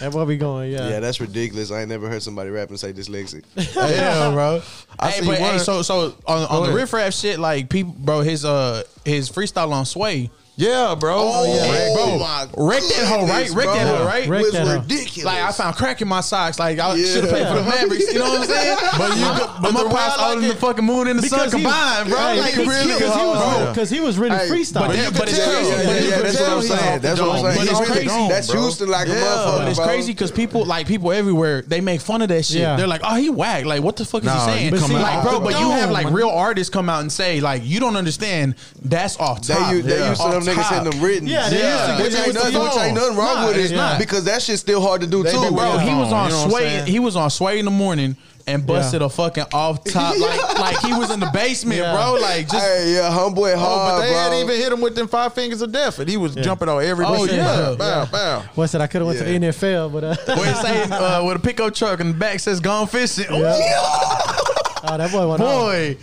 That's where we going. Yeah.
Yeah, that's ridiculous. I ain't never heard somebody rap and say dyslexic.
Yeah, bro.
I
hey,
see
but hey,
word.
so so on, on the
ahead.
riffraff shit, like people, bro, his uh his freestyle on Sway,
Yeah, bro.
Oh, yeah.
Wrecked
Bro.
it.
my
Wreck that hoe, right?
goodness,
Wreck that
bro.
hoe, right?
Wreck
was
that hoe.
ridiculous.
like I found crack in my socks. Like I
Yeah.
should have paid for the Mavericks. You know what I'm saying?
But you
I'm,
could- but
I'm
the
a
way I
pass all
like
in the
it-
fucking moon and the sun
he-
combined, bro.
Hey,
like
because
really,
he, cause he was,
hard.
cause he was really
Hey,
freestyle.
but
But you
that-
could
it's
tell
crazy.
he's-
Yeah,
but you
yeah,
could
that's
tell
what I'm
he's
saying.
off
That's
the
what I'm
dome.
saying.
But it's
He's off the
crazy.
dome,
That's
bro.
Houston like a
Yeah.
motherfucker.
But it's
bro.
crazy because people like people everywhere they make fun of that shit.
Yeah.
They're like, "Oh, he whack! Like, what the fuck
Nah,
is he saying?"
you
But
come
see,
out
like, bro,
off the
but you have
dome,
like
man.
real artists come out and say, like, "You don't understand. That's off
They,
top."
u- they
Yeah.
used to
Off
them niggas
top.
hitting them written.
Yeah, they
Yeah. used to
Which
get
ain't
with the
nothing, which ain't
phone.
nothing wrong
Nah,
with
it's
it.
not.
Because that shit's still hard to do too,
Bro,
bro.
he was
phone,
on
you know what I'm
Sway.
saying?
He was on Sway in the morning and busted a fucking off top, like like he was in the basement,
Yeah.
bro. Like just
Hey, yeah,
Ah,
homeboy
Oh, but
hard,
they had
bro.
even hit him with them five fingers of death, and he was jumping on every.
Oh,
bullshit.
yeah. Uh,
bow, bow.
What's it? I could have went
Yeah.
to the NFL, but uh,
Boy, it say uh, with a pickup truck and the back says "Gone fishing." Ooh,
oh, that boy went off.
boy,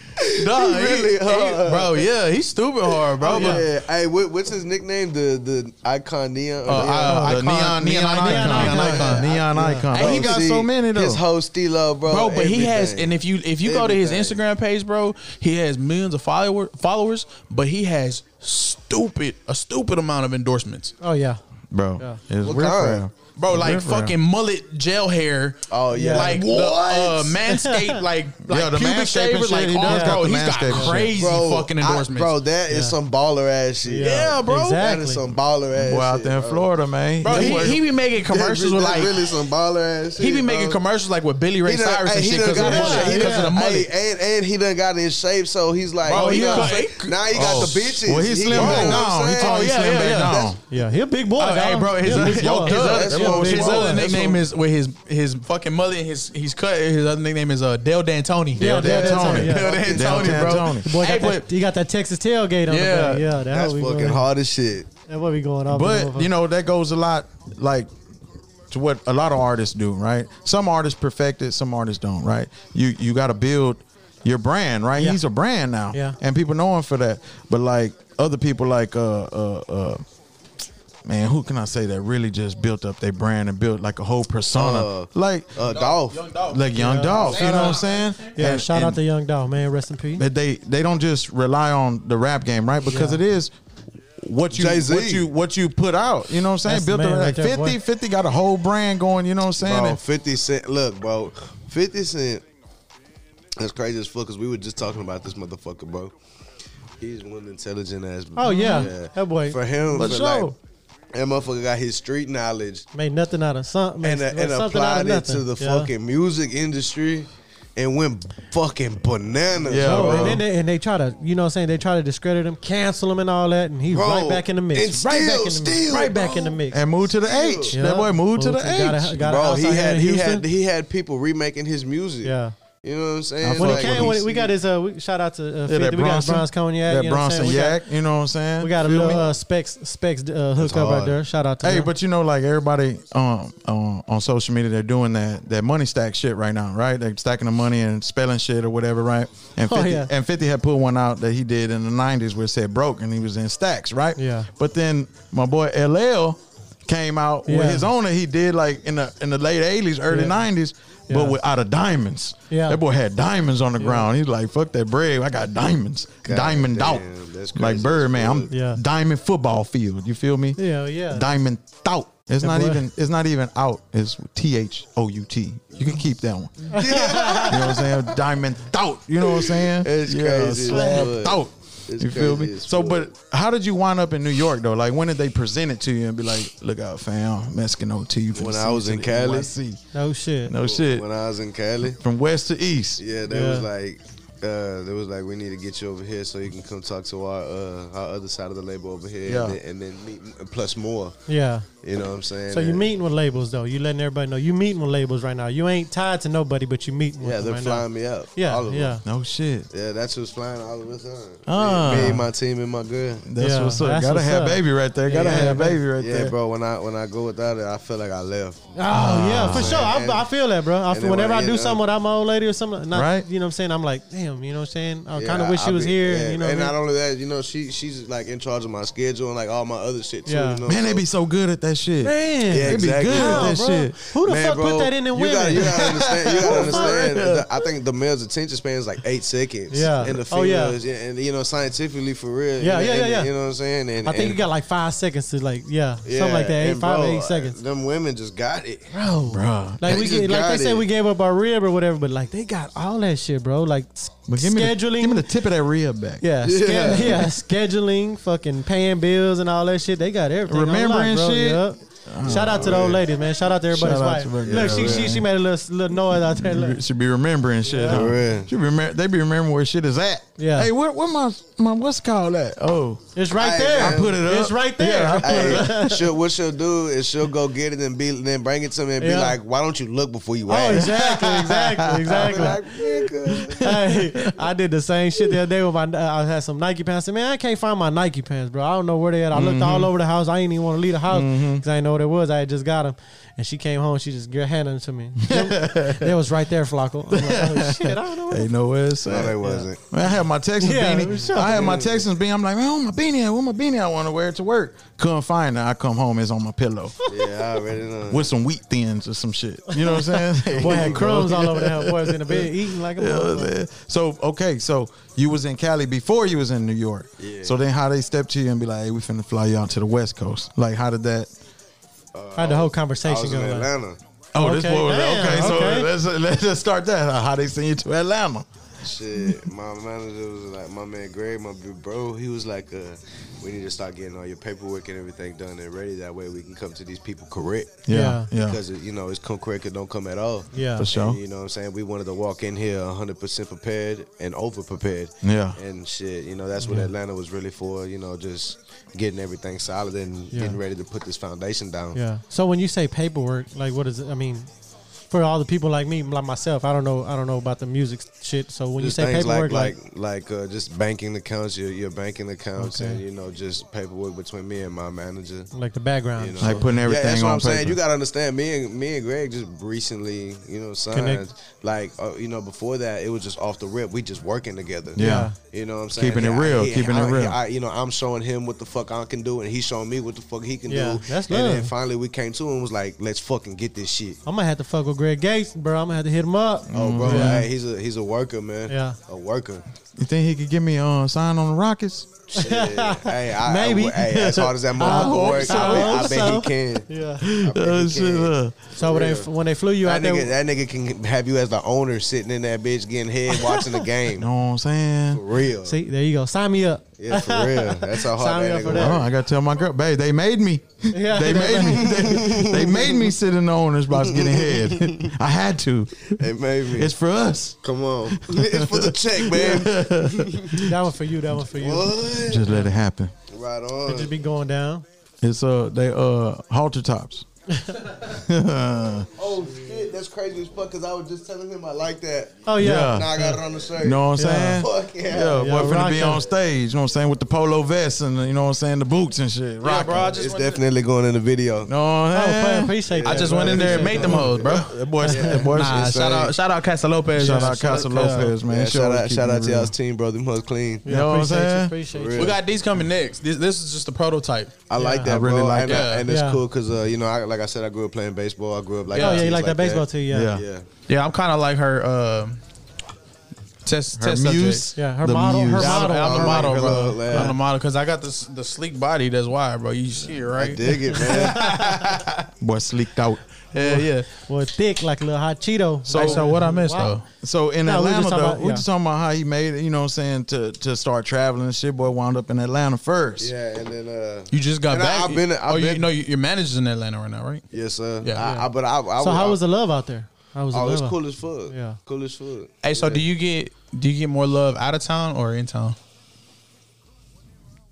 dog, he-
really
he-
hard.
bro. Yeah, he's stupid hard, bro. but-
Yeah, hey, what, what's his nickname? The the icon neon.
Uh, I-
The
Icon,
neon, Oh, neon,
neon
icon,
icon,
neon
icon.
icon, neon icon.
Hey,
Bro,
he
he got so many though.
His whole stilo, bro.
bro. But he has,
everything.
and if you if you go to his
Everything.
Instagram page, bro, he has millions of follower, followers, but he has stupid a stupid amount of endorsements,
Oh yeah.
bro, it's
What
riff
kind?
raff.
bro. Like
Riff raff.
fucking mullet gel hair.
Oh, yeah.
like
What?
the uh, manscaped, like like
Yeah, the
pubic
manscaping
shavers,
shit,
like
he
all,
does got
bro.
the
He's
manscaping
got
shit.
crazy fucking
I-
endorsements,
bro, that is some baller ass shit.
Yeah, bro.
That
Exactly.
is some baller ass
Boy,
shit.
out there in
bro.
Florida, man.
bro.
That
He,
boy-
he be making
That
commercials
re-
with
that
like
really some baller ass shit.
he be making
bro.
commercials like with Billy
He
Ray
done-
Cyrus
hey,
and
he
shit
done
because of, the
got-
mullet,
he
because of the
done-
mullet.
Hey, and, and he done got in shape, so he's like, oh,
Bro,
he
he
got-
cut-
now he got
Oh.
the bitches.
Well, he slim
got-
back
you know what
down.
I'm
He
saying?
told he
yeah,
slim
yeah, yeah.
back down.
That's-
Yeah, he a big boy.
Oh, hey,
dog.
bro, his,
He a
his,
big boy.
his other,
That's what
his
we
other
want. That's
nickname
what-
is with his his fucking mother and his he's cut. His other nickname is uh Dale D'Antoni.
Dale
Dale
D'Antoni,
D'Antoni.
yeah.
Dale D'Antoni, bro.
D'Antoni.
Boy,
hey,
got
but
that, he got that Texas tailgate on
Yeah.
the back. Yeah, that
That's
how we
fucking
going.
hard as shit.
That what we going off.
But you know that goes a lot like to what a lot of artists do, right? Some artists perfect it, some artists don't, right? You you got to build your brand, right?
Yeah.
He's a brand now,
Yeah.
and people know him for that. But like other people, like uh uh uh. Man, who can I say that really just built up their brand and built like a whole persona,
Uh,
like
Uh, Dolph.
like Young Dolph. You know what I'm saying?
yeah,
And-
shout
and-
out to Young Dog, man. Rest in peace.
that they they don't just rely on the rap game, right? Because
Yeah.
it is what you
Jay-Z.
what you what you put out. You know what I'm saying?
That's the
Built
man
around-
right
like
there,
50,
boy.
50 got a whole brand going, you know what I'm saying?
Bro,
And-
50 Cent. Look, bro, 50 Cent. That's crazy as fuck because we were just talking about this motherfucker, bro. He's one intelligent ass.
Oh, yeah. That boy.
For him,
For
for
sure.
like, that motherfucker got his street knowledge
Made nothing out of something.
and, uh,
something
and
out of
applied it
nothing.
to the
Yeah.
fucking music industry and went fucking bananas.
Yeah,
bro.
Oh,
bro.
and then they, and they try to, you know what I'm saying? They try to discredit him, cancel him, and all that. And he's
Bro,
right back in the mix.
and
right back
still-
in the mix.
still,
Right back
bro.
in the mix.
and moved to the H.
Yeah.
That boy moved to the
got a-
H.
got a
Bro,
house
he
out here
had
in
he
Houston.
had he had people remaking his music.
Yeah.
you know what I'm saying.
When
Like,
he came, when we got his uh, we, shout out to uh, 50.
that
we got Bronze
that
Cognac. you know what I'm
Bronson
saying? We got-
Yak, you know what I'm saying?
We got a
Feel
little
me?
uh, specs specs uh, hookup right
hard.
there. Shout out to
Hey,
them.
but you know, like everybody um, on on social media, they're doing that that money stack shit right now, right? They're stacking the money and spelling shit or whatever, right? And
Oh,
fifty
yeah.
and fifty had put one out that he did in the nineties where it said broke and he was in stacks, right?
Yeah.
But then my boy LL came out
Yeah.
with his own that he did like in the in the late eighties, early
Yeah.
nineties,
Yeah.
but with out of diamonds.
Yeah.
That boy had diamonds on the ground. He's like, fuck that bread, I got diamonds.
God
Diamond
damn,
out.
that's crazy
Like
as
Birdman, I'm
fuck.
Yeah.
diamond football field. You feel me?
Yeah, yeah.
Diamond Thought. It's not
boy.
even. It's not even out. It's T H O U T. You can keep that one. you know what I'm saying? Diamond Thought. You know what I'm saying?
It's crazy as
Slab
fuck.
Thought.
It's
you feel
crazy
me?
as
So,
fuck.
but how did you wind up in New York though? Like, when did they present it to you and be like, "Look out, fam, Mexican OT"?
When I was in Cali.
see.
no shit.
No shit.
when I was in Cali.
From west to east.
Yeah, they
Yeah.
was like uh, they was like, we need to get you over here so you can come talk to our uh, our other side of the label over here,
Yeah.
and, then, and then meet plus more.
Yeah.
You know what I'm saying?
So you
And-
meeting with labels though. You letting everybody know you meeting with labels right now. You ain't tied to nobody, but you meeting with
Yeah,
them
they're
right
flying
now.
me up.
Yeah,
all of them.
yeah.
No shit.
Yeah, that's who's flying all of us on.
Ah.
Me, me, my team, and my girl.
That's
Yeah,
what's up.
that's
Gotta
what's
have
up.
baby right there. Gotta
Yeah,
have
man.
baby right
Yeah,
there.
bro. When I when I go without it, I feel like I left.
Oh yeah, for sure.
And-
I, I feel that, bro. I,
Ah, and then
whenever
when
I
I
do
get
something
up-
without my old lady or something, not,
Right.
You know what I'm saying? I'm like, damn. You know what I'm saying? I
Yeah,
kind of wish
I-
she
I
was
be-
here.
yeah,
you know,
and
what I
not
mean?
only that, you know, she she's like in charge of my schedule and like all my other shit too.
Yeah.
You know?
Man, they be so good at that shit.
man,
Yeah,
they be
exactly.
good
Nah,
at that
bro.
shit.
Who the
Man,
fuck
bro,
put that in the
you
women?
Gotta, you gotta understand. You gotta understand.
real.
the- I think the male's attention span is like eight seconds.
Yeah.
And the
Oh, yeah.
females, yeah. and you know, scientifically for real.
Yeah, yeah,
and-
yeah,
and-
yeah.
You know what I'm saying? And,
I think
and,
you got like five seconds to like, yeah, something like that. Eight,
and
five,
bro,
eight seconds,
Them women just got it.
bro.
Bro.
Oh, Like
They
we,
just
get, like
got
they said,
it.
we gave up our rib or whatever, but like they got all that shit, bro. Like s-
But give me,
scheduling,
the, give me the tip of that rib back.
yeah, yeah.
Yeah.
yeah, scheduling, fucking paying bills and all that shit. They got everything. on lock,
Remembering
bro.
shit.
Yup. Shout out to the old ladies, man. Shout out to everybody's
Shout out
wife.
to everybody.
Look, she,
Yeah,
she she made a little little noise out there. Look.
Should be remembering shit. huh?
For real.
Should be remem- they be remembering where shit is at.
Yeah.
Hey, where, where my my what's called at? Oh,
It's right
Hey,
there.
man. I
put it up.
It's right there.
Yeah, I put it
Hey, she'll, what she'll do is she'll go get it and be then bring it to me and be
Yeah.
like, "Why don't you look before you
Oh,
ask?"
exactly, exactly,
I'll be
exactly.
like, "Nigga."
hey, I did the same shit the other day with my. uh, I had some Nike pants. I said, man, I can't find my Nike pants, bro. I don't know where they at. I looked
Mm-hmm.
all over the house. I ain't even want to leave the house because I didn't know what it was. I had just got them, and she came home. She just handed them to me. they was right there, Flacco. I'm like, oh, shit, I don't know. Where the
ain't know where it's
No,
at.
they wasn't.
Man, I had my Texans
Yeah, it was
beanie.
shot.
I had my Texans beanie. I'm like, man, where my beanie at? Where my beanie I want to wear it to work? Couldn't find it. I come home, it's on my pillow
Yeah, I already know.
with some wheat thins or some shit. You know what I'm saying?
boy had crumbs all over the house. Boy was in the bed eating like a
You know what I'm saying?
motherfucker.
So okay, so you was in Cali before you was in New York.
Yeah.
So then how they step to you and be like, hey, we finna fly you out to the West Coast? Like how did that?
I had the whole
I
conversation
was in
going. like,
Atlanta.
Oh, this
Okay,
boy was
damn,
okay. So
okay.
let's let's just start that. How they send you to Atlanta?
Shit, my manager was like, my man Greg, my big bro, he was like, uh, we need to start getting all your paperwork and everything done and ready. That way we can come to these people correct.
Yeah.
yeah,
Because, uh, you know, it's come correct or don't come at all.
Yeah.
for sure.
And, you know what I'm saying? We wanted to walk in here 100% prepared and over prepared.
Yeah.
And shit, you know, that's what Atlanta was really for, you know, just getting everything solid and
Yeah.
getting ready to put this foundation down.
Yeah. So when you say paperwork, like what is it? I mean, for all the people like me, like myself, I don't know. I don't know about the music shit. So when
Just
you say
things
paperwork, like,
like like, like uh, just banking accounts, your your banking accounts,
Okay.
and you know just paperwork between me and my manager.
like, the background.
You know,
Like putting everything
yeah, that's what
on
I'm saying.
paper.
You gotta understand. Me and me and Greg just recently, you know, signed.
Connect.
Like uh, you know, before that, it was just off the rip. We just working together.
Yeah.
You know what I'm saying?
Keeping it
Yeah,
real,
yeah,
keeping it
I-
real.
yeah, I- you know, I'm showing him what the fuck I can do, and he's showing me what the fuck he can
Yeah,
do.
that's
And then
love.
finally, we came to and was like, let's fucking get this shit.
Mm,
I'm gonna have to fuck with Greg Gates, bro. I'm gonna have to hit him up.
Oh, bro,
Yeah.
hey, he's a he's a worker, man.
Yeah.
a worker.
You think he could give me a uh, sign on the Rockets?
Yeah. hey, I,
Maybe.
I, hey, as hard as that motherfucker
hope
works,
so,
I,
I
bet, I
hope
bet he
so.
can.
Yeah.
I bet
Oh,
he
shit,
can.
uh,
So when they
real.
when they flew you out
That nigga,
there,
that nigga can have you as the owner sitting in that bitch getting head watching the
you
game.
know what I'm
For
saying?
real.
see, there you go. Sign me up.
Yeah, for real. That's how hard
Sign me
that
up for
nigga
that.
Oh,
work.
I gotta tell my girl, babe, they made me.
Yeah.
they made me. They, they made me sit in the owner's box getting head. I had to.
It made me.
It's for us.
Come on. it's for the check, man.
That one for you. That one for you.
What?
Just let it happen.
Right
It just
on.
be going down.
It's uh they uh halter tops.
Oh, shit. That's crazy as fuck because I was just telling him I like that.
Oh yeah.
Yeah.
Now I got it on the shirt.
You know what I'm
Yeah.
saying?
Fuck yeah.
Yeah,
Yeah,
boy, finna
rock
be
that.
on stage. You know what I'm saying? With the polo vest and the- you know what I'm saying, the boots and shit.
Yeah,
Rock.
bro, I just
It's
went to-
definitely going in the video.
You know what
Oh,
I'm
play,
saying?
appreciate that.
I just
bro.
went in there and made them hoes, bro.
That boy's, that boy's
Nah,
insane.
shout out, shout out Casa Lopez.
Shout out Casa Lopez, man.
Yeah,
She
shout
always
out,
keep
shout
me
out to
real.
y'all's team, bro. Them hoes clean.
Yeah,
You know what I'm
appreciate
saying?
You, appreciate you.
We got these coming next. This this is just a prototype.
I like that,
I really
bro.
like
and,
that.
I- and it's
Yeah.
cool because uh, you know, I, like I said, I grew up playing baseball. I grew up like
Oh yeah,
teams
you like that baseball too? Yeah.
Yeah.
Yeah.
Yeah,
Yeah, I'm kind of like her. Uh, test
Her
test
muse.
subject.
Yeah, her
The
model- her
muse.
Yeah, I'm,
model.
I'm
Oh,
the model,
like her
bro.
little lad.
I'm the model because I got this the sleek body. That's why, bro. You see, it, right?
dig it, man.
Boy, sleeked out.
Yeah, yeah.
Well, thick like a little hot Cheeto.
So, so what I missed
Wow.
though?
So in
No, we
Atlanta, though,
just talking about-
we're
yeah.
just talking about how he made it, you know what I'm saying, to, to start traveling and shit. Boy, wound up in Atlanta first.
Yeah, and then uh,
You just got
And I-
back.
I've been- I've
oh, you
been-
know you, your manager's in Atlanta right now, right?
yes, sir.
Yeah.
I, I, but I, I
So
would-
how was the love out there? I was a
oh, it's
lover.
cool as fuck.
Yeah.
cool as fuck.
Hey, so do you get do you get more love out of town or in town?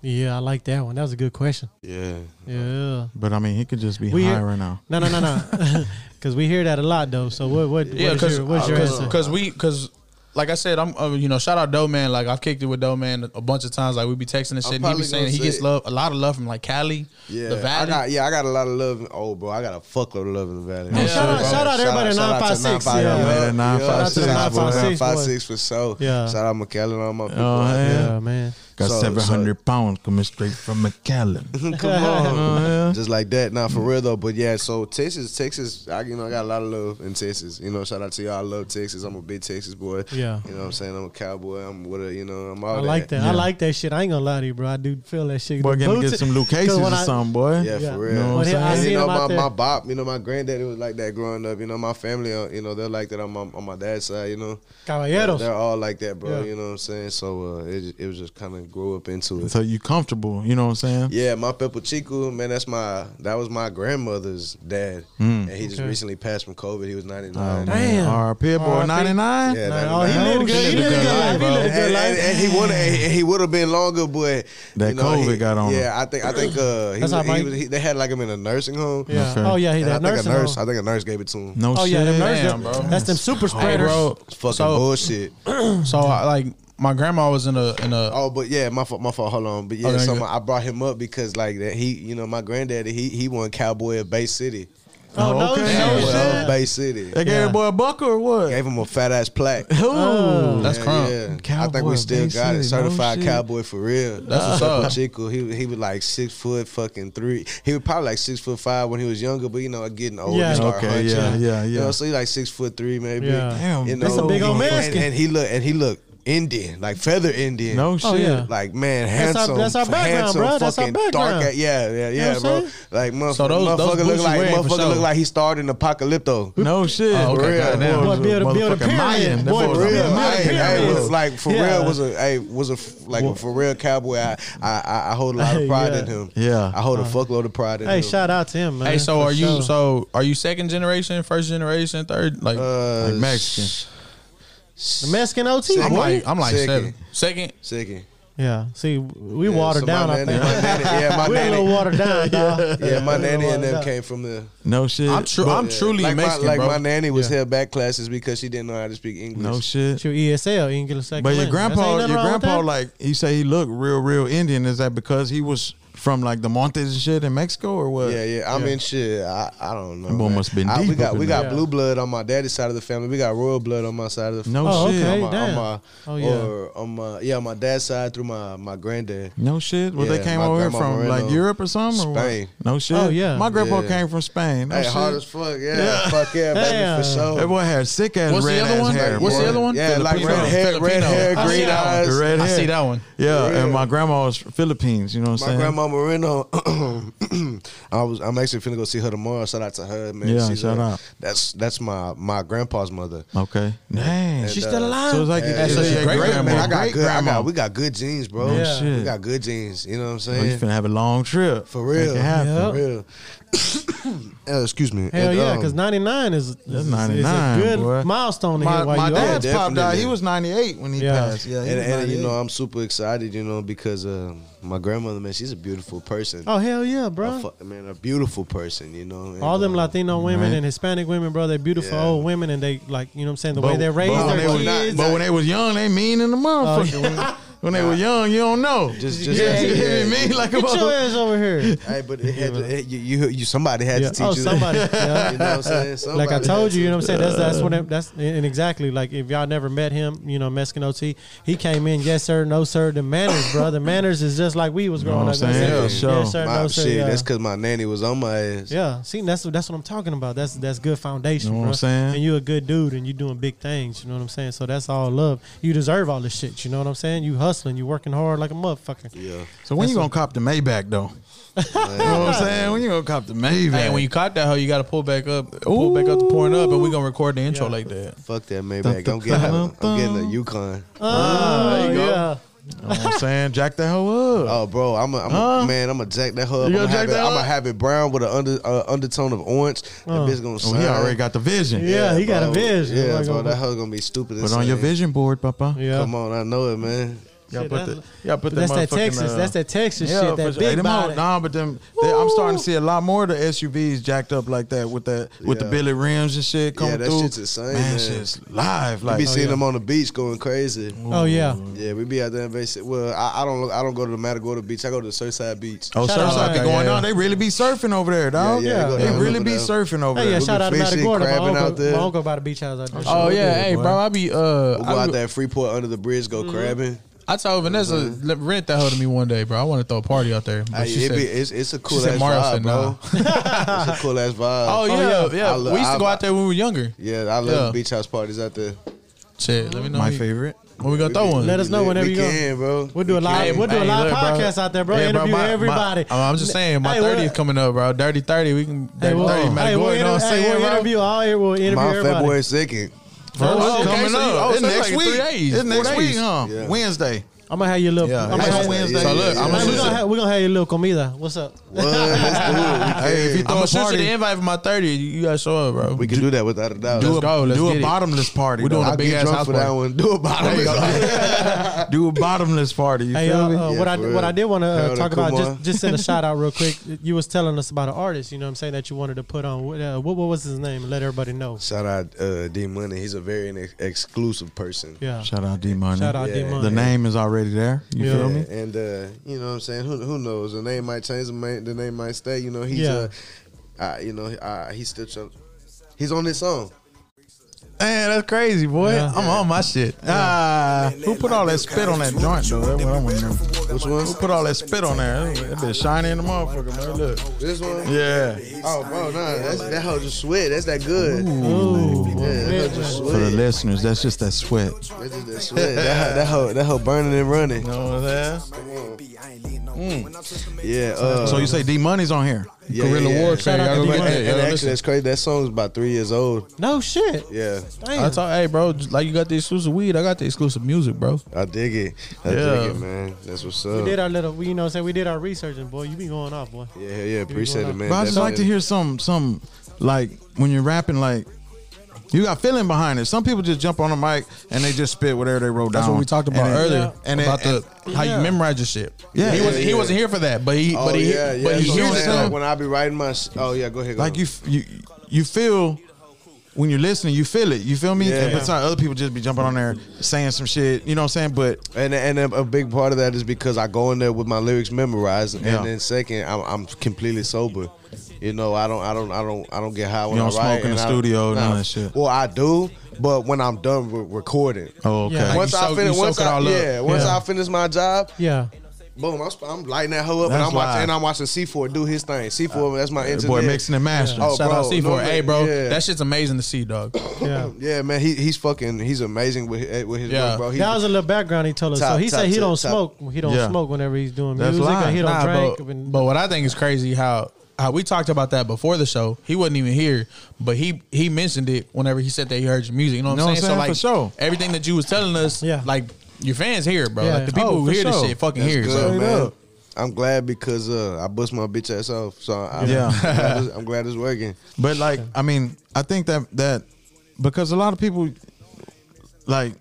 Yeah, I like that one. That was a good question.
Yeah.
Yeah.
But I mean, he could just be
We-
high right now.
No, no, no, no. Because we hear that a lot though. So what? What?
Yeah, uh,
what is
because
your, what's your answer?
Because we because like I said, I'm uh, you know shout out Doe Man. Like I've kicked it with Doe Man a bunch of times. Like we be texting and shit. And he be
probably
saying
gonna
he gets
say-
love a lot of love from like Cali,
Yeah,
the
I
Valley.
got yeah, I got a lot of love. in- Oh, bro, I got a fuckload of love in the valley.
Yeah, shout out-
bro.
shout out everybody at
shout out to
956,
956,
yeah.
yeah.
Yeah,
Shout out to
956, boy.
956 for so.
Yeah.
Shout out McKellen and all my people.
Oh,
out there.
yeah.
yeah, man.
Got
So-
700 pounds coming straight from McAllen.
Come on.
Just like that, not for real though. But yeah, so Texas, Texas, I you know I got a lot of love in Texas. You know, shout out to y'all. I love Texas. I'm a big Texas boy.
Yeah.
you know what I'm saying. I'm a cowboy. I'm with a you know. I'm all
I like that. I
Yeah.
like that shit. I ain't gonna lie to you, bro. I do feel that shit.
boy,
The
gonna
boots-
get some Luke
'cause
Cases
when
or
I-
something, boy.
Yeah,
Yeah.
for real.
You know what
When
I'm
I
And,
see
you know,
him
my,
out
my
there.
bop, you know, my granddaddy was like that growing up. You know, my family, uh, you know, they're like that on my on my dad's side. You know,
Caballeros.
they're all like that, bro.
Yeah.
You know what I'm saying? So uh, it it was just kind of grew up into it.
So you comfortable, you know what I'm saying?
Yeah, my Pepo Chico, man, that's my that was my grandmother's dad, and he
Hmm.
just
Okay. Oh,
recently passed from COVID. He was 99.
Oh,
Damn.
RP boy,
R.I.P..
99.
Yeah,
Nah, oh, he
99.
lived a good. He
Shit,
lived a
good life,
good life. He
bro.
lived a
and,
good life.
and- and he would and he would have been longer, but
That
you know, he-
COVID got on him.
Yeah, I think I think uh, he,
That's how
was, he,
Mike-
was, he they had like him in a nursing home.
Yeah.
Okay.
Oh yeah, he
and I
that
think
nurse.
a nurse. I think a nurse gave it to him.
No
Oh
shit.
yeah, them nurses.
Damn, bro.
That's them super
Hey,
spreaders.
bro,
It's fucking
so,
bullshit.
So I, like my grandma was in a in a
Oh, but yeah, my fault. My fault. Hold on, but yeah,
Okay,
so
good.
my, I brought him up because like that he, you know, my granddaddy he he won cowboy at Bay City.
Oh no,
Okay.
shit.
Cowboy
Oh,
of Bay City.
They gave
Yeah.
the boy Oh. a buck or what?
Gave him a fat ass plaque.
Ooh.
that's
Oh, Yeah,
crunk.
yeah. I think
Cowboy,
we still
Bay
got it.
City, no
Certified
shit.
cowboy for real. That's
what's up.
Chico, he he was like six foot fucking three. He was probably like six foot five when he was younger, but you know, getting old.
Yeah.
Yeah. Start
Okay,
hunching.
yeah, yeah,
You
yeah.
know, so he like six foot three maybe.
Yeah.
Damn,
you know,
that's
a big old man
And,
skin.
and he look and he look Indian, like feather Indian.
No shit.
Oh, yeah.
Like man,
That's our-
handsome,
that's our background,
handsome,
bro. That's our
fucking
background.
dark. ass- Yeah, yeah, yeah,
what I'm
bro.
saying?
Like motherfucker,
So those- those
motherfucker
boots
look
you
like
wearing for
motherfucker
sure.
look like he starred in Apocalypto.
No shit.
Oh, okay,
For real.
goddamn.
That
Boy,
boy was
build a- build a
motherfucking
pyramid.
Mayan. That
Boy,
boy was
for
Yeah,
a
real.
man,
I,
like,
ain't- I ain't
period.
was like for
Yeah.
real was a hey was a f- like a for real cowboy. I I, I, I hold a lot of pride
Yeah. Uh-huh.
in him.
Yeah.
I hold a fuckload of pride in
Hey,
him.
shout out to him, man.
Hey, so
For
are you
sure.
so are you second generation, first generation, third? Like
uh,
Like Mexican.
the Mexican OT?
I'm
what?
like I'm like
Second.
seven. Second.
Second.
Yeah. See, we
Yeah,
watered
so my
down. I
nanny-
think.
my nanny- yeah, my
we a little
nanny.
watered down, dog.
Yeah,
We a little
my nanny and
watered
them
down.
came from the.
No shit.
I'm true.
But-
I'm truly
like
Mexican,
my, like
bro.
my nanny was
Yeah.
held back classes because she didn't know how to speak English.
No shit.
It's your ESL E English second.
But your
language. That's-
grandpa, your
ain't nothing wrong with
grandpa,
that.
like he say he looked real, real Indian. Is that because he was from like the Montes and shit in Mexico or what?
Yeah, yeah. I mean, shit. I, I don't know.
That boy
man.
must've been
I-
deep
We
up
got
in
we got
there.
blue blood on my daddy's side of the family. We got royal blood on my side of the
No
Oh,
shit.
okay.
on my,
damn.
on my,
Oh, yeah.
or on my yeah on my dad's side through my my granddad.
No shit. Well, they
Yeah,
came
my
over here
grandma
from like
Moreno.
Europe or something. Or what?
Spain.
No shit.
Oh, yeah.
My grandpa
Yeah.
came from Spain. No
hey,
shit.
hard as fuck. Yeah, fuck yeah,
Damn.
baby, for
that
sure.
boy had sick ass
What's the
red
other
ass
one?
hair.
What's
boy.
the other one?
Yeah, like
Filipino.
red hair, red
Filipino.
hair,
I see
green
that one.
eyes.
The red
I
hair.
see that one.
Yeah,
Yeah.
and my grandma was Philippines. You know what I'm
My
saying?
grandma Moreno, I was I'm actually finna go see her tomorrow. Shout out to her, man.
Yeah,
She's
shout
a-
out.
That's that's my my grandpa's mother.
Okay. Dang.
And,
She's
uh,
still alive. So it's like
Yeah,
it's
so
like
she's
your
great
grandma.
grandma.
Man, I got
Great
good. I
grandma.
got, we got good genes, bro.
Yeah. Shit.
We got good genes. You know what I'm
Oh, you
saying?
finna have a long trip.
For real.
Make it happen.
Yeah.
For real. Uh, excuse me.
Hell
And,
yeah,
um,
because 99 is, is, is a
99,
good
boy.
milestone to
My,
hit while
my
you
dad's
old.
Yeah,
pop died.
definitely.
He was 98 when he
Yeah.
passed. Yeah. He
and,
was
and, you
98.
know I'm super excited, you know, because uh, my grandmother, man, she's a beautiful person.
Oh, hell yeah, bro.
A fu- man, a beautiful person, you know. and,
All them
uh,
Latino women
Right.
and Hispanic women, bro, they're beautiful
Yeah.
old women and they, like, you know what I'm saying, the
But-
way they raise
but when
their
they was-
kids. Oh,
But when they was young, they mean in the motherfucker. When- when they were young, you don't know.
Just- just-
yeah, you
yeah,
hear me?
yeah.
mean like a
Get your
motherfucker.
ass over here.
Hey, but it had to, it- you, you, you, somebody had
Yeah.
to teach
Oh,
you.
somebody. Yeah.
you know what I'm saying?
like I
Somebody had
told you,
to.
you know what I'm saying. That's that's what I'm, that's and exactly like if y'all never met him, you know Mexican OT. He came in, yes sir, no sir. The manners, bro. The manners is just like we was
know
growing
what
up.
I'm saying?
Yeah.
Yeah, sure.
Yes sir,
My,
no sir.
shit,
yeah.
that's because my nanny was on my ass.
yeah, see, that's that's what I'm talking about. That's that's good foundation.
Know what
bro.
I'm saying?
And you a good dude, and you doing big things. You know what I'm saying? So that's all love. You deserve all this shit. You know what I'm saying? You hustling, you working hard like a motherfucker.
Yeah.
So when you gonna cop the Maybach though? you know what I'm saying? When you gonna cop the Maybach?
Hey, when you caught that hoe, you got to pull back up, pull back up the point up, and we gonna record the intro
Yeah.
like that.
Fuck that
Dun,
Maybach.
dun,
I'm getting,
dun,
a, I'm
dun.
getting a Yukon.
Oh,
there you go.
yeah.
You know what I'm saying? Jack that hoe up.
Oh, bro, I'm a, I'm
Huh?
a man. I'm a jack that hub. I'm
You gonna
gonna
jack
have it,
that
I'm
up?
gonna have it brown with an under, uh, undertone of orange. That bitch gonna.
Oh,
Sign.
he already got the vision.
Yeah, he got a vision.
Yeah,
Like,
bro,
oh,
that hoe gonna be stupid. as
Put on your
hell.
vision board, Papa.
Yeah.
Come on, I know it, man.
Y'all
Shit,
put
that's-
the, y'all put
But that's that
motherfucking,
Texas.
uh,
that's that Texas
yeah,
shit.
for
That
sure. Hey,
big
them all-
body.
Nah, but them, they, I'm starting to see a lot more of the SUVs jacked up like that with that with the
Yeah.
billy rims and shit coming
that
through.
shit's insane,
man.
man.
Shit's live.
We
Like
Oh,
be seeing
Oh, yeah.
them on the beach going crazy.
Oh yeah.
Yeah, we be out there in basic. Well, I, I don't look, I don't go to the Matagorda Beach. I go to the Surfside Beach.
Oh,
Shout out
surfside
to-
be going
yeah,
on. They really be surfing over there, dog.
Yeah, yeah, they go
they,
down
really
over
be
there.
surfing over
Hey, yeah,
there.
shout out to
Fishing,
Matagorda. My
crabbing out
uncle,
there.
my uncle about a beach house out there.
Oh yeah,
did,
hey
boy.
bro, I be uh,
We'll go
I,
out
be-
there at Freeport under the bridge, go crabbing.
I told Vanessa let- rent that hoe to me one day, bro. I want to throw a party out there. But
Hey,
she
it
said,
be, it's, it's a cool
said
ass
Mario
vibe,
said nah.
bro. it's a cool ass vibe.
oh yeah, yeah.
I lo-
we used to
I-
go out there when we were younger.
Yeah, I love
Yeah.
the beach house parties out there.
Shit, let me know
My
when you-
favorite.
when we gonna throw one.
Let us know
We-
whenever
we
you go.
can, bro.
We'll do a live.
Hey,
we'll do a
hey,
live
look, bro.
podcast out there, bro.
Yeah,
Interview
my- my-
everybody.
I'm just saying, my
Hey,
30
what-
is coming up, bro. Dirty 30, we can.
Hey,
Dirty
we'll,
30,
hey,
Matagorda,
we'll,
you know
inter-
what I'm
hey,
saying,
we'll
bro?
interview all here. We'll interview
My
everybody.
February second.
Oh,
It's
okay,
coming
so you-
up.
oh,
It's
so it's
next
like
week.
three days,
It's next
four
week,
days.
huh?
Yeah.
Wednesday.
I'm gonna have you a little.
Yeah,
I'm gonna
next
have,
Wednesday.
So look,
Hey,
I'm gonna
we're,
shoot
gonna
you.
have, we're gonna have you a little comida. What's up?
What? Let's do it. We can.
Hey, if you
I'm
throw a
gonna shoot you
party,
the invite for my 30. You you gotta show up, bro.
We can do that without a doubt.
Do
Let's
it. go, let's
do
get
a
it.
bottomless party.
We doing
dog.
a
I'll
big
get
ass
drunk
house
for that
party.
one. Do a bottom.
do a bottomless party. You
Hey,
feel me?
uh, uh,
Yeah,
what I
for real.
what I did want to uh,
Harold
talk about
Kumar.
just just send a shout out real quick. You was telling us about an artist. You know what I'm saying that you wanted to put on. What uh, what, what was his name? Let everybody know.
Shout out uh, D Money. He's a very ex- exclusive person.
Yeah.
Shout out D Money.
uh, Shout out
Yeah.
D
The
Money.
name is already there. You
Yeah.
feel me?
Yeah, And uh, you know what I'm saying? Who, who knows? The name might change, the name, the name might stay. You know, he's
Yeah.
uh, uh you know, uh, he's still trying. He's on this song.
Man, that's crazy, boy.
Yeah.
I'm on my shit. Ah, who put all that spit on that joint, though? That's what I want to know.
Which one?
Who put all that spit on there? That been shiny in the motherfucker, man. Look.
This one?
Yeah.
Oh, bro, nah, that's, that hoe just sweat. That's that good.
Ooh.
Yeah, that hoe just
For the
sweat.
listeners, that's just that sweat.
That's just that sweat. That, hoe- that hoe, that hoe burning and running.
You know what I'm
Yeah. Uh,
So you say D Money's on here?
yeah,
Guerrilla
yeah, yeah.
warfare.
Shout out
y'all
to
go
D-Money.
back there,
And,
y'all
and
listen.
actually, that's crazy. That song's about three years old.
No shit.
Yeah,
I
Damn.
told, hey, bro, just like you got the exclusive weed, I got the exclusive music, bro.
I dig it. I
Yeah.
dig it, man. That's what's
we
up.
did our little. We, you know what I'm saying we did our research and boy, you be going off, boy.
Yeah, yeah, yeah. Appreciate it, man.
But I just like to
Definitely.
hear some, some, like when you're rapping, like you got feeling behind it. Some people just jump on the mic and they just spit whatever they wrote
That's
down.
what we talked about
And it-
Um, earlier
and it-
about the how you
Yeah.
memorize your shit.
Yeah.
he
Yeah,
wasn't he
yeah.
wasn't here for that, but he
Oh,
but he
yeah, yeah.
but he
That's what I'm
hears
saying.
it.
Like, when I be writing my. s- Oh yeah, go ahead. Go
like
ahead.
you f- you you feel when you're listening, you feel it. You feel me?
Yeah.
And But some other people just be jumping on there saying some shit. You know what I'm saying? But
And and a, a big part of that is because I go in there with my lyrics memorized,
Yeah.
and then second, I'm, I'm completely sober. You know, I don't, I don't, I don't, I don't get high when
You
I
don't smoke
write,
in
and
the
I-
studio, none of that shit.
Well, I do, but when I'm done with recording,
oh, okay.
Yeah.
once
you
I
soak-
finish,
you
once
soak it
I,
all up.
yeah, once
Yeah.
I finish my job,
Yeah.
boom, I'm, I'm lighting that hoe up, and
That's
I'm watching,
live.
and I'm watching C4 do his thing. C4, that's my
That
engineer.
boy mixing and mastering.
Oh,
Shout
bro,
out C4.
no,
hey, bro,
yeah.
that shit's amazing to see, dog.
Yeah.
Yeah, man, he, he's fucking, he's amazing with his- with his
Yeah.
work, bro. He,
That was a little background he told us. so
Top-
he
top
said he
tip,
don't
top-
smoke. He don't
Yeah.
smoke whenever he's doing
That's
music. Or
live.
he don't
Nah,
drink.
but,
and-
but what I think is crazy how how we talked about that before the show. He wasn't even here, but he he mentioned it whenever he said that he heard your music. You know what,
Know
I'm
what
saying?
I'm saying? For
So
sure.
like everything that you was telling us,
Yeah.
like your fans hear it, bro.
Yeah.
Like the people
Oh,
who
for
hear this
sure.
shit fucking
That's
hear it, bro.
good,
Straight
man.
up.
I'm glad because uh, I bust my bitch ass off. So I,
Yeah.
I'm, glad it's, I'm glad it's working.
But like, I mean, I think that that because a lot of people like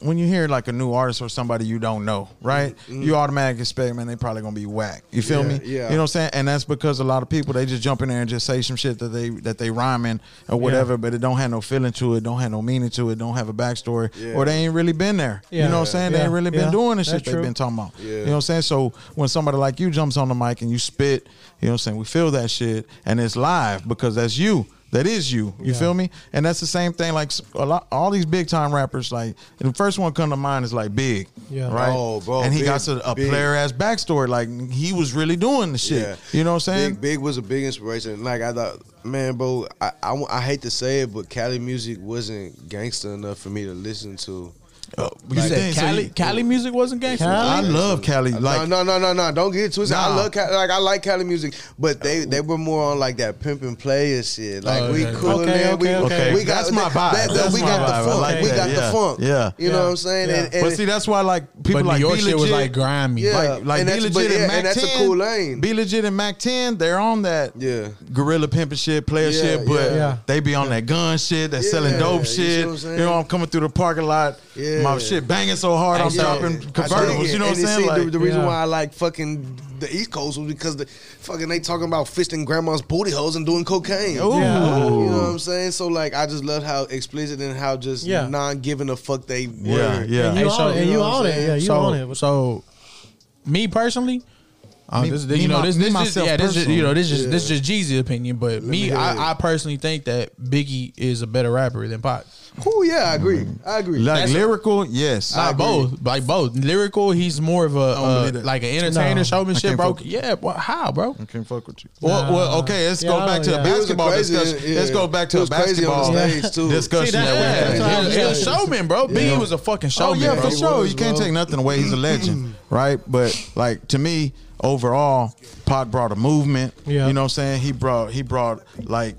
when you hear like a new artist or somebody you don't know, right? You automatically expect, man, they probably gonna be whack. You feel
Mm-hmm. Yeah,
me?
yeah.
You know what I'm saying? And that's because a lot of people they just jump in there and just say some shit that they that they rhyming or whatever, but it don't have no feeling to it, don't have no meaning to it, don't have a backstory,
Yeah.
or they ain't really been there.
Yeah.
You know what I'm saying? They
Yeah.
ain't really
Yeah.
been doing the
That's
shit they've
true.
been talking about.
Yeah.
You know what I'm saying? So when somebody like you jumps on the mic and you spit, you know what I'm saying? We feel that shit and it's live because that's you. That is you. You
Yeah.
feel me? And that's the same thing. Like s- a lot, all these big time rappers. Like the first one come to mind is like Big,
Yeah.
right?
Oh, bro,
and he
Big-
got a, a
Big.
player ass backstory. Like he was really doing the shit. You know what I'm saying?
Big, Big was a big inspiration. Like I thought, man, bro, I, I, I hate to say it, but Cali music wasn't gangster enough for me to listen to.
Oh,
You
you
said
think so?
Cali, Cali music wasn't gangster.
Cali?
I love Cali. Like
no, no, no, no, no. Don't get it twisted. I
Nah. Uh,
love Cali, like I like Cali music, but they they were more on like that pimp and player shit. Like
Oh,
we
okay.
cool,
Okay,
man. we,
okay, okay.
we got
That's my vibe.
that- that-
That's
we
my
got
vibe. I
the funk.
like
we
that.
got
Yeah.
the funk.
Yeah.
you know what I'm saying.
Yeah.
And, and
but see, that's why like people
But
like
New York
be
shit
legit,
was like grimy.
Yeah.
like like
and
be
that's- but
legit
yeah,
and
and
Mac
that's a
10.
cool lane.
Be legit and Mac 10. They're on that
Yeah.
gorilla pimping shit, player
Yeah,
shit, but
yeah.
Yeah.
they be on that gun shit, that
Yeah,
selling dope
you see
shit.
what I'm
You know,
saying?
I'm coming through the parking lot,
Yeah.
my shit banging so hard, I'm
Yeah.
dropping
Yeah. I dig
convertibles.
it.
You know what
And
I'm
you
saying?
see,
Like,
the, the reason
Yeah.
why I like fucking the East Coast was because the fucking they talking about fisting grandma's booty holes and doing cocaine.
Ooh.
Yeah.
You know what I'm saying? So like, I just love how explicit and how just
Yeah.
non giving a fuck they were.
yeah, yeah.
And you
Hey,
own
so-
it. And you
you know what
own
I'm
it.
saying?
Yeah, you
so,
own it.
So, me personally, uh,
Me-
this, this,
me
you know,
my-
this,
me
this, this,
myself
yeah, this is,
personally.
you know, this is this is Jeezy opinion, but me,
hear
I, I personally think that Biggie is a better rapper than Pac.
Cool. Yeah, I agree. I agree.
like
That's-
lyrical, yes.
Nah, both, like both lyrical. He's more of a uh,
believe that.
like an entertainer,
No.
I
showmanship,
can't
bro.
fuck-
Yeah, bro, how, bro?
I can't fuck with you.
Nah.
Well, well okay, let's go
Yeah,
back to the
yeah.
It was a
basketball
crazy-
discussion. Let's
yeah.
go back
It
to a
was crazy on
basketball
the stage, too.
discussion
See, that-
that we
yeah,
had.
that's what I was
He's a
saying.
showman, bro. Biggie was a fucking showman.
Oh yeah,
bro.
for sure.
was,
you can't
bro.
take nothing away. He's a
Mm.
legend, right? But like to me, overall, Pac brought a movement.
Yeah.
You know what I'm saying? He brought he brought like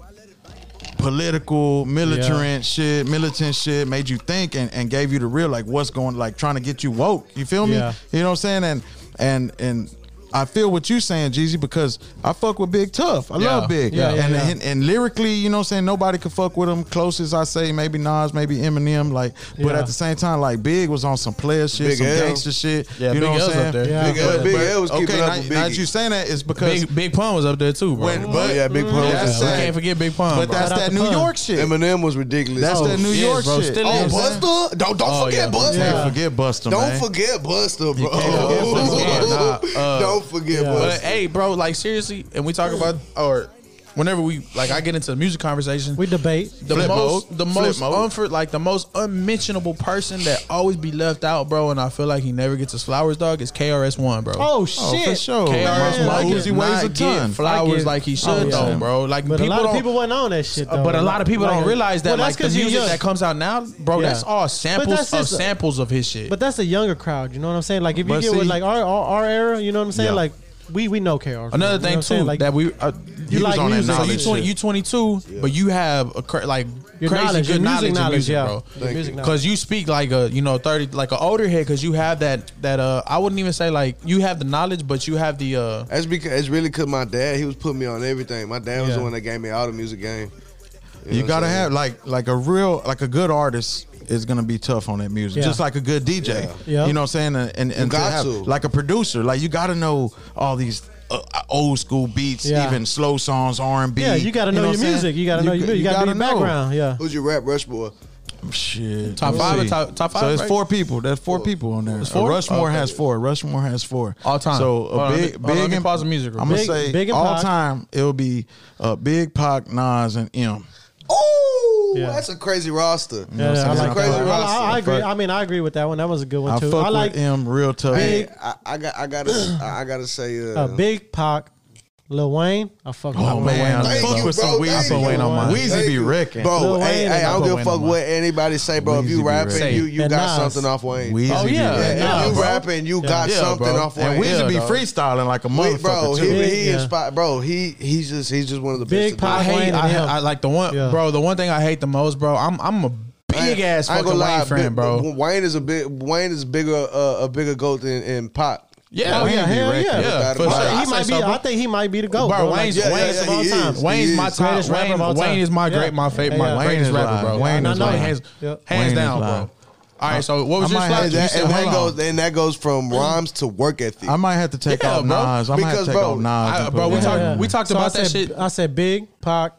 political, militant
Yeah.
shit, militant shit, made you think and, and gave you the real like what's going like trying to get you woke. You feel me?
Yeah.
You know what I'm saying? And and and I feel what you saying, Jeezy, because I fuck with Big Tough. I
Yeah.
love Big.
Yeah, yeah,
and,
yeah.
and and lyrically, you know what I'm saying, nobody could fuck with him. Closest I say maybe Nas, maybe Eminem, like but
Yeah.
at the same time, like Big was on some player shit,
Big
some
L.
gangster shit.
Yeah,
you know
Big
what I'm
L's
saying?
up there.
Yeah.
Big L, Big L was keeping
okay,
up
now,
with
now that
Biggie.
you saying that is because
Big Big Pun was up there too, bro.
when,
Yeah,
but
oh, yeah, Big Pun was
that's
up there.
that-
we can't forget Big Pun.
But
bro.
that's
Shout out
that
to
New
Pun.
York shit.
Eminem was ridiculous.
That's
oh,
that New
yes,
York
bro,
shit.
still
Oh,
is.
oh, Buster. Don't don't
Oh,
forget
yeah.
Buster.
can't
Yeah.
forget Buster,
Don't
man.
forget Buster, bro.
forget Busta.
Yeah, nah, uh,
don't forget
yeah.
But
Buster.
hey, bro, like seriously, and we talk about or whenever we like, I get into the music conversation.
We debate.
the
Flip
most,
mode.
the
Flip
most
mode.
unfor- like the most unmentionable person that always be left out, bro. And I feel like he never gets his flowers, dog. Is KRS One, bro?
Oh
Oh,
shit.
for sure.
KRS
Man, I
Most
One
get-
Uzi weighs a ton.
I
Flowers
get-
like he should
Oh, yeah.
though, bro. Like
But
people
a lot of
don't- uh,
people wasn't on that shit. Though.
but a lot of people
Like-
don't realize that.
Well, that's
like the
'cause you
music
young.
that comes out now, bro,
Yeah.
that's all samples
that's
of
just a-
samples of his shit.
But that's the younger crowd. You know what I'm saying? Like if you
But
get with
see-
like our, our our era, you know what I'm saying?
Yeah.
Like we we know KR.
Another thing too
like
that we uh,
you
was
like
on that
music.
so you
knowledge
twenty,
shit.
you twenty two, but you have a cra- like
Your
crazy
knowledge,
good
your music
knowledge,
knowledge,
in music,
yeah.
bro.
Your music knowledge.
Because you speak like a you know thirty, like an older head, because you have that that uh, I wouldn't even say like you have the knowledge, but you have the uh,
That's because it's really cause my dad. He was putting me on everything. My dad was
Yeah.
the one that gave me all the music
You
game. know what I'm
gotta
saying?
have like like a real like a good artist is gonna be tough on that music,
Yeah.
just like a good DJ.
Yeah.
You know what I'm saying? And and, and
got
have-
to.
like a producer, like you gotta know all these uh, uh, old school beats,
Yeah.
even slow songs, R and B.
yeah, you got to know, your music. You got to know your music. You got to know your background. Yeah.
Who's your rap rush boy?
Shit,
Top
let's
five or
see.
top- top
So
five,
it's
right?
four people. There's four people on there.
four?
Rushmore
Okay.
has four. Rushmore has four
All time.
So a
Hold on,
big,
let me-
big
hold on, let me
and-
pause the music real
I'm gonna
quick.
say
Big and
all
Pac.
time. It'll be uh, Big Pac, Nas, and M.
Oh,
Yeah,
that's a crazy roster.
Yeah,
what
yeah, I
I'm saying?
like
Crazy
that.
roster.
I, I agree.
Fuck.
I mean, I agree with that one. That was a good one
I
too.
fuck
I like
with M real tough.
Hey, I, I got, I gotta, I gotta say, uh,
uh, Big Pac, Lil Wayne. I fuck with
Oh
Lil Wayne.
man,
on
Thank
that.
fuck
you,
with
bro.
some Weezy.
Thank you.
Weezy
Thank
be
you.
wrecking.
bro.
Lil
Hey,
Wayne
hey,
and
I don't give
Lil
a
Wayne
fuck
on mine.
what anybody say, bro. if
Weezy
you
be
rapping,
rapping.
you you
And
got
Nas.
something off Wayne.
Weezy
Oh,
be
yeah.
wrecking.
If
Nah,
you
bro.
rapping, you got
Yeah,
something
bro.
off Wayne.
And Weezy
Yeah,
be
dog.
freestyling like a
Wait,
motherfucker
bro, he,
too.
he
Yeah.
inspired, bro. He he's just he's just one of the
Big
best.
Pac
I
at
hate,
Wayne and
I,
him.
I like the one,
Yeah.
bro. The one thing I hate the most, bro. I'm I'm a
this. I ain't-
big ass
I ain't
fucking
gonna lie,
Wayne fan,
Big-
bro.
Wayne is a big Wayne is bigger uh, a bigger goat than, than Pop.
Yeah,
Oh, yeah, hell yeah.
yeah. for
Wayne-
sure. I
He
say
might be.
so, bro.
I think he might be the goat.
Bro,
bro. Like,
Wayne's-
yeah,
Wayne's
yeah,
of
yeah,
all
he
time.
is.
Wayne's
He
my
is.
top.
Greatest
Wayne,
rapper of all time.
Wayne is my
Yeah.
great, my favorite, my
Yeah.
greatest
Wayne is live.
rapper, bro.
Wayne
I
is
know,
live.
hands,
Yep.
hands
Wayne is
down,
live.
bro. All right, so what was
I
your
might have
slap?
And
to-
You
that,
said,
and that
hold on.
goes and that goes from rhymes to work ethic.
I might have to take
Yeah,
off
bro.
Nas. I might have
Because,
to take
bro,
off Nas.
I-
and
bro,
put
we
Wayne.
talked- we talked
I
about that
said-
shit.
I said Big Pac,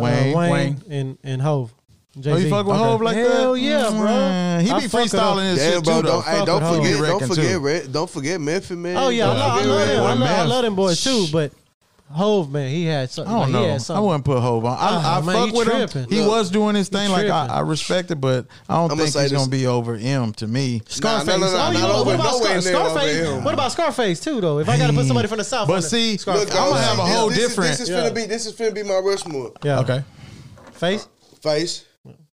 Wayne.
Wayne,
Wayne.
Wayne, and and Hove.
Oh,
Jay-Z.
you fuck with
Okay.
Hove like that?
Hell yeah, bro.
Man, He
I
be
fuck with Hov.
freestyling his
Yeah,
shit
bro.
too.
Don't, hey,
though.
don't
Fuck with
forget,
Hov.
don't
Wrecking,
forget,
too.
Red, don't forget Memphis, man.
Oh yeah, I
Don't
love, I
forget
love them.
Red
I
Bull.
love, I
Memphis.
love them boys too, but Hove man, he had something.
I don't
like,
know.
He had
I
something.
wouldn't put Hove on. I,
Oh,
I
man,
fuck
you
with him.
tripping.
He
Look,
was doing his thing. Like I,
tripping.
I respect it, but I don't
I'ma
think
say
he's
this-
gonna be over M to me.
Scarface.
Nah, no, no, no,
oh, you
not
know,
over-
what about
no way
Scar-
in there over
Scarface?
him.
What about Scarface too though? If I got to put somebody from the south,
But
on it,
see,
Scarface.
look, I'ma
this-
have a
this-
whole
this is-
different-
This is
Yeah.
finna be this is finna be my Rushmore.
yeah,
Okay.
face.
Face,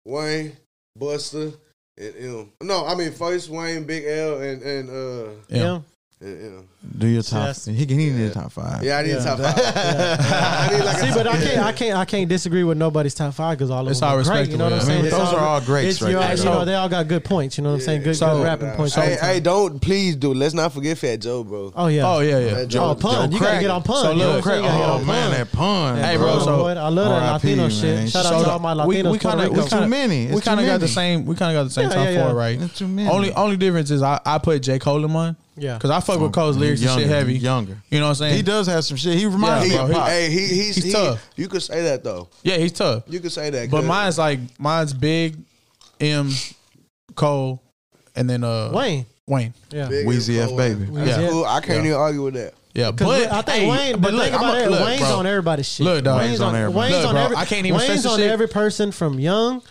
Wayne, Buster, and M. No, I mean first Wayne, Big L, and and uh,
Yeah.
and M.
Do your top.
Yes.
He can. He need a top five.
Yeah, I need a top five. I need like a
See,
top-
but I can't, I can't, I can't disagree with nobody's top five because all of
It's
them
all
are great. You know
respectable,
what I'm
yeah. I
saying?
mean,
It's
those are all greats
It's,
right
you, know,
there,
you
though.
know, they all got good points. You know what I'm saying? Good,
So-
good rapping
Oh, Nah.
points. all
Hey,
the time.
hey, don't please do. Let's not forget Fat Joe, bro.
oh yeah,
Oh yeah, yeah.
Fat
Oh,
Joe.
pun. you gotta
Crack.
get on pun.
So
you know
look,
what I'm saying? You gotta get
Oh
on
man,
pun.
that pun.
Hey,
Come
bro,
on,
so-
boy. I love that
R.I.P.,
Latino
man.
shit. Shout
So
out to
the-
all my
we-
Latinos.
we kind of
Puerto
It's
Rico.
too many. It's
we kind of
too
got the
many.
same. We kind of got the same
Yeah,
top
yeah, yeah.
four, right?
It's too many.
Only only difference is I, I put J Cole in mine.
Yeah.
because I fuck with Cole's lyrics
Oh, younger,
and shit heavy.
younger.
you know what I'm saying?
He does have some shit. He reminds me
Yeah, bro,
of
he-
Pop.
Hey, he, he's,
He's
he-
tough.
You could say that though.
Yeah, he's tough.
You could say that.
But
'cause-
mine's like mine's big, M, Cole, and then uh
Wayne.
Wayne.
Yeah.
Big
Wheezy
and
F
cold.
baby.
Wheezy
That's
F.
cool. I can't
Yeah.
even argue with that.
Yeah,
Cause
but
I think
hey,
Wayne, but think about
I'ma-
it,
look,
Wayne's
bro.
on everybody's shit.
Look, dog.
Wayne's on everybody. Wayne's
Look,
on
bro,
every,
I can't even stress
Wayne's
this
on
shit.
every person from young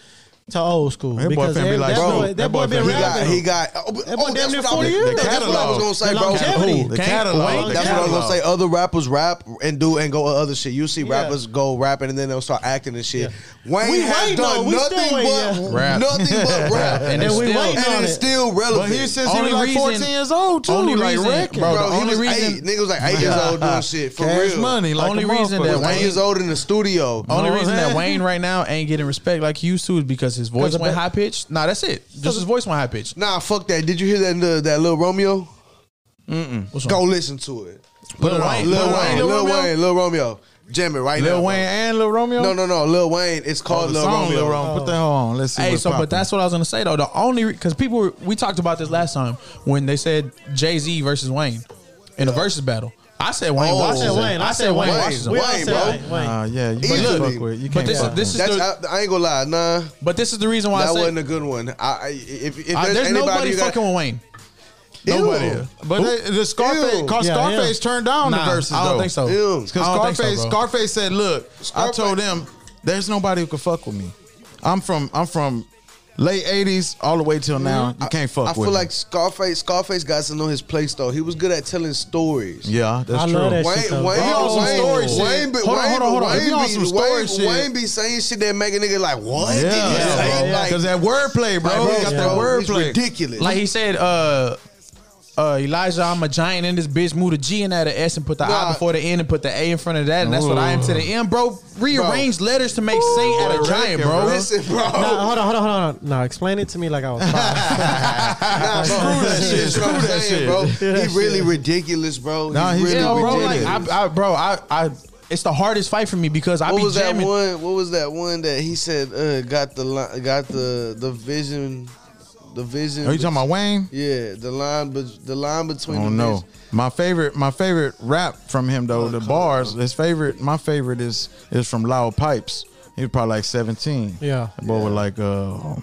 to old school.
That boy
because
finna be
every,
like,
that
bro,
boy, that boy been
He got,
rapping.
he got. Oh, but-
That boy
oh,
damn
that's
near
what I
40
was-
years.
That's what I was gonna say,
The
bro.
longevity.
Who? The
Can't-
catalog.
Wayne-
The
That's what I was gonna
catalog.
say. Other rappers rap and do and go other shit. You see
Yeah.
rappers go rapping and then they'll start acting and shit. Wayne
We
has
waiting
done
on- we still
nothing
waiting,
but
yeah.
Rap.
nothing but rap,
And
then
it's
we
still-
waiting on
and it's
it.
still relevant.
But he since he
Only
was like
reason-
14 years old too.
only
like
reason-
wrecking,
bro,
bro,
the
he
only
was
reason-
eight. Nigga was like eight years old doing shit for
Cash
real.
money. Like
Only
a
reason that
motherfucker.
Eight
Wayne-
years old in the studio.
Only
Know what
reason
I'm
that
saying?
Wayne right now ain't getting respect like he used to is because his voice
of
went
that-
high pitched. Nah, that's it. Just his voice went high pitched.
Nah, fuck that. Did you hear that uh, that little Romeo?
What's
Go
wrong?
listen to it.
Put it on.
Lil
Put it
Wayne,
on.
Lil Wayne, Lil Romeo. Jam it right now.
Lil
bro.
Wayne and Lil Romeo.
No, no, no. Lil Wayne. It's
Oh,
called
the
Lil
song
Romeo.
Lil Romeo. Put that on. Let's see.
Oh. Hey,
what's
so
poppin'.
but that's what I was gonna say though. The only because people were, we talked about this last time when they said Jay Z versus Wayne in a versus battle. I said Wayne.
Oh,
watches
I said
him.
Wayne. I said Wayne.
watches him.
We all
Wayne,
said
bro.
Wayne.
Nah, yeah, you
Easily.
can't fuck with it. You
But
can't
this is-
fuck
this
with
is-
it.
That's,
the-
I, I ain't gonna lie, nah.
But this is the reason why I
That
said
wasn't a good one. I, I if, if there's,
I- there's
anybody
nobody
you got,
fucking with Wayne.
Ew.
Nobody.
But they- the Scarface,
Ew.
cause
Yeah,
Scarface
yeah.
turned down
Nah,
the verses.
I don't
though.
think so.
Ew.
Because
I don't think so,
Scarface,
bro.
Scarface said, "Look, I
Scarface-
told them there's nobody who could fuck with me. I'm from, I'm from late '80s all the way till
Mm-hmm.
now. You can't fuck
I
with
feel
me.
like Scarface. Scarface got to know his place though. He was good at telling stories.
yeah, that's
I
true.
love that
Wayne,
shit.
Wayne,
though.
He on some
Wayne,
story shit.
Wayne, be-
Hold on,
Wayne,
hold on, hold on. He
Wayne,
on
be-
some story
Wayne,
shit.
Wayne be saying shit that make a nigga like, what?
Yeah,
did you say?
yeah,
Like,
because that wordplay, bro.
bro,
you got that
bro, it's
wordplay.
ridiculous.
Like he said, uh, uh, Elijah, I'm a giant in this bitch. Move the G and out of S and put the
Nah.
I before the N and put the A in front of that, and that's what I am to the M, bro. Rearrange letters to make Saint out of
Ooh.
giant, bro.
Listen, bro.
Nah, hold on, hold on, hold on. No, explain it to me like I was five.
Nah, bro,
Screw that
this
shit.
is what I'm
Screw that
saying,
shit.
Yeah,
Bro.
that
He really
shit.
ridiculous, bro.
Nah,
He's
he's-
really
Yeah, bro. Like,
ridiculous.
I, I, bro, I, I, it's the hardest fight for me because I
What
be
was that
jamming.
one? What was that one that he said uh, got the li- got the the vision, the vision?
Are you talking about Wayne?
Yeah, the line, but the line between.
I don't
the
know.
vision-
My favorite, my favorite rap from him
Oh,
though, the bars. His favorite, my favorite is is from Loud Pipes. He was probably like seventeen.
Yeah.
that boy was like, uh,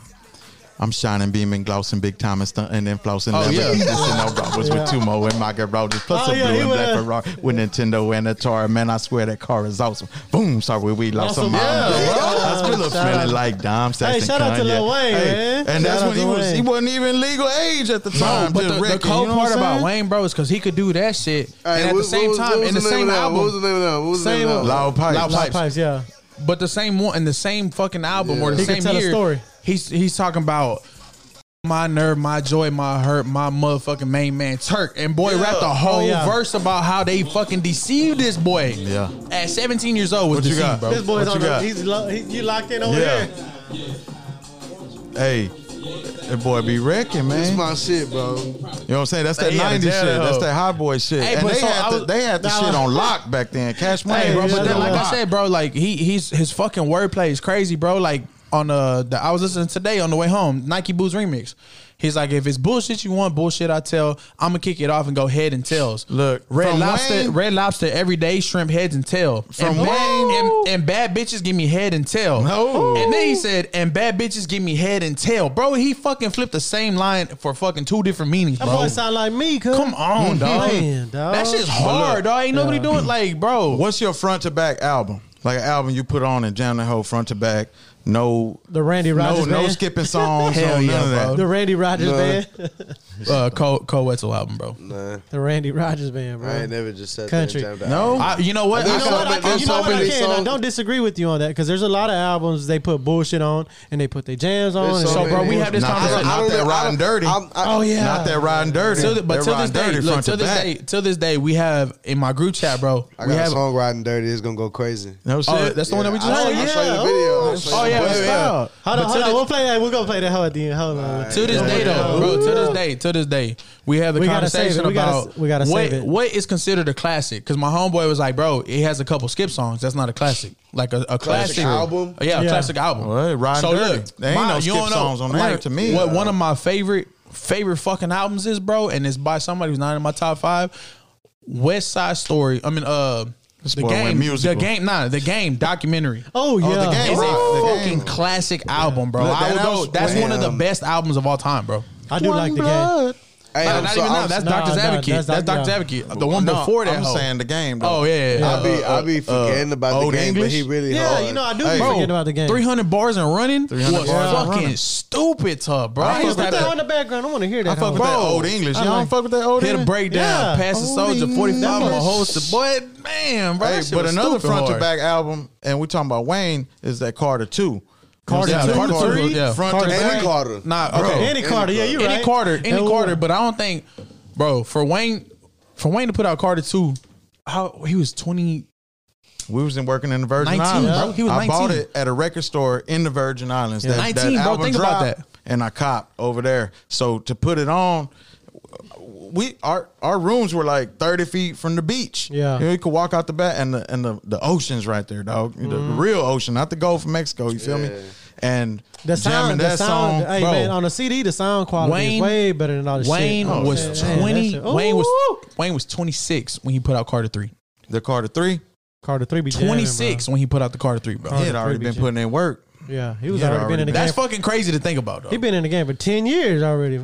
I'm shining, beaming, glousing, big time, and, stunt, and then flousing.
Oh,
never
yeah.
easy. Listen, I was
Yeah.
with Tumo and my garages, plus
Oh,
a
yeah,
blue
he
and
was-
black Ferrari with Nintendo and Atari. Man, I swear that car is awesome. Boom, sorry we lost
Awesome.
some.
Yeah,
I
bro.
still
Shout out.
smelling like Dom Saxon.
shout out to
Kanye.
Lil Wayne,
Hey,
man.
And
Shout
that's
out
when he
to
was.
Wayne.
He wasn't even legal age at the
No,
time.
Oh, but
just
the, the
wrecking,
cold
you know what
part
I'm
about
saying?
Wayne, bro, is because he could do that shit,
Hey,
and at
what-
the same
what was-
time,
what was
in the,
name
same
of that? What was the
album,
name of that? What was the name
Same
of that?
Loud Pipes.
Oh, Loud
Loud
Pipes.
pipes, yeah.
but the same one in the same fucking album or the
He could
same
tell a
year,
story.
he's he's talking about my nerve, my joy, my hurt, my motherfucking main man Turk, and boy
Yeah.
rapped the whole
yeah.
verse about how they fucking deceived this boy.
Yeah.
at 17 years old was
What you
deceived,
got?
bro.
This boy's
What
on
you
the.
got?
He's lo- he, you locked
Oh,
in over
Yeah.
there.
Hey, that boy be wrecking,
This
man.
my shit, bro.
You know what I'm saying? That's that
They had a
90s shit.
dad hoe.
That's that hot boy shit.
Hey,
and
but
they,
so I
had the,
was-
they had the
nah.
shit on lock back then. Cash money.
Hey, bro,
yeah,
but
yeah.
then, like I
Lock.
said, bro, like he he's his fucking wordplay is crazy, bro. Like on uh, the I was listening today on the way home, Nike Boots remix. He's like, if it's bullshit you want, bullshit I tell, I'm gonna kick it off and go head and tails.
Look,
red
from
lobster,
Wayne-
red lobster, everyday shrimp heads and tail.
From
and bad,
Wayne-
and, and bad bitches give me head and tail.
No.
and then he said, and bad bitches give me head and tail, bro. He fucking flipped the same line for fucking two different meanings,
That
bro.
boy sound like me. cuz.
Come on, dog.
Man, dog.
That shit's hard, dog. Ain't nobody doing like, bro.
What's your front to back album? Like an album you put on and jam the whole front to back. no
The Randy Rogers
no, no
band?
skipping songs,
Hell
no
yeah,
none of that.
bro.
The Randy Rogers
Nah.
band.
Uh, Cole, Cole Wetzel album, bro.
Nah,
the Randy Rogers band, bro.
I ain't never just said
Country.
that.
No?
I, you know what? I
I
You know
So
what? I,
many-
can, you
so
know what I
many
can. I
songs.
don't disagree with you on that because there's a lot of albums they put bullshit on and they put their jams on.
There's
and
so
they-
so, bro, we have this
Not that- not
conversation.
that rotten dirty.
Oh yeah,
Not that riding dirty.
Till the-
They're
but till this
riding
day,
dirty
look,
front
till
to
this
back.
day, till this day, we have in my group chat, bro.
I
we
got
have.
a song riding dirty. It's gonna go crazy.
No shit.
oh, that's the one that we just.
I'll,
Oh,
played.
show- I'll
yeah.
show you the video. I'll show
Oh
you the
yeah,
video.
yeah,
Hold on,
yeah. But
hold
to
on.
the-
We'll play that. We're gonna play that. Hold on. Hold on.
To this
Yeah.
day, though, bro. To this day, to this day, we have the
We gotta save
conversation
it. We gotta-
about
we gotta
what,
save it.
what is considered a classic. Because my homeboy was like, "Bro, it has a couple skip songs. That's not a classic. Like a, a classic,
album?
Yeah, a
Yeah.
classic album.
Well, Riding Dirty. There ain't no
you
skip
don't know,
songs on there to me.
What one of my favorite favorite fucking albums is, bro, and it's by somebody who's not in my top five. West Side Story. I mean, uh, the
boy went
game, the
musical.
game, nah, the game documentary.
Oh yeah.
the game.
It's a
Rock, the
fucking
Game.
classic album, bro.
Look,
I
that
would go.
was-
That's one of the
Damn.
best albums of all time, bro.
I do like the game.
Hey,
Nah,
I'm
not
so-
even now.
I'm-
That's
nah,
Doctor's
nah,
Advocate.
that's
That's,
Doc-
Doctor's
yeah.
Advocate. The one
No,
before that.
I'm
hoe.
saying the game. Though.
Oh yeah, yeah, yeah.
I be
Uh,
I be forgetting about the
Old
game, but
English?
he really
Yeah,
hard.
you know I do
Hey,
forget
bro,
about the game.
Three hundred bars and running was
300 bars and
fucking
running.
stupid, tough, bro.
Hey,
I
put
used to have
that on the
to
background. I want to hear
I
that.
fuck with
homie.
that
Bro.
old English.
I
Y'all
like-
don't fuck with that old
hit a
English.
breakdown,
Yeah.
pass the soldier, forty five,
English.
a host, boy, man, bro.
Hey,
that shit
but
was
another
stupid
front to
hard.
back album, and we're talking about Wayne, is that Carter 2.
Carter
Yeah,
two,
Carter two,
three,
yeah.
Front
Carter
to
three.
back.
Andy Carter.
Nah, okay.
Any Carter, yeah, you right.
any Carter, any
That
Carter,
was-
but I don't think, bro, for Wayne, for Wayne to put out Carter two, how he was twenty.
We was in working in the Virgin
19,
Islands.
bro. He was
I bought
19.
it at a record store in the Virgin Islands. That,
19,
that
bro.
album
Think about
dropped,
that.
And I copped over there. So to put it on, we our our rooms were like thirty feet from the beach.
Yeah.
you, know, you could walk out the back, and the and the, the ocean's right there, dog. The real ocean, not the Gulf of Mexico. You feel me? And jamming
The sound, the
that
sound,
song,
hey
bro.
man, on the CD, the sound quality is
Wayne-
way better than all this
Wayne
shit. Oh,
was
man, that
twenty.
shit-
Wayne
Ooh.
was Wayne was twenty six when he put out Carter three.
the Carter Three,
Carter three be jamming, bro.
Twenty six when he put out the Carter three, bro.
he
Carter
had already
three
been
beat you.
putting in work.
Yeah, he was
Yeah,
already been in
already
the game.
That's fucking crazy to think about, though.
He been in the game for ten years already.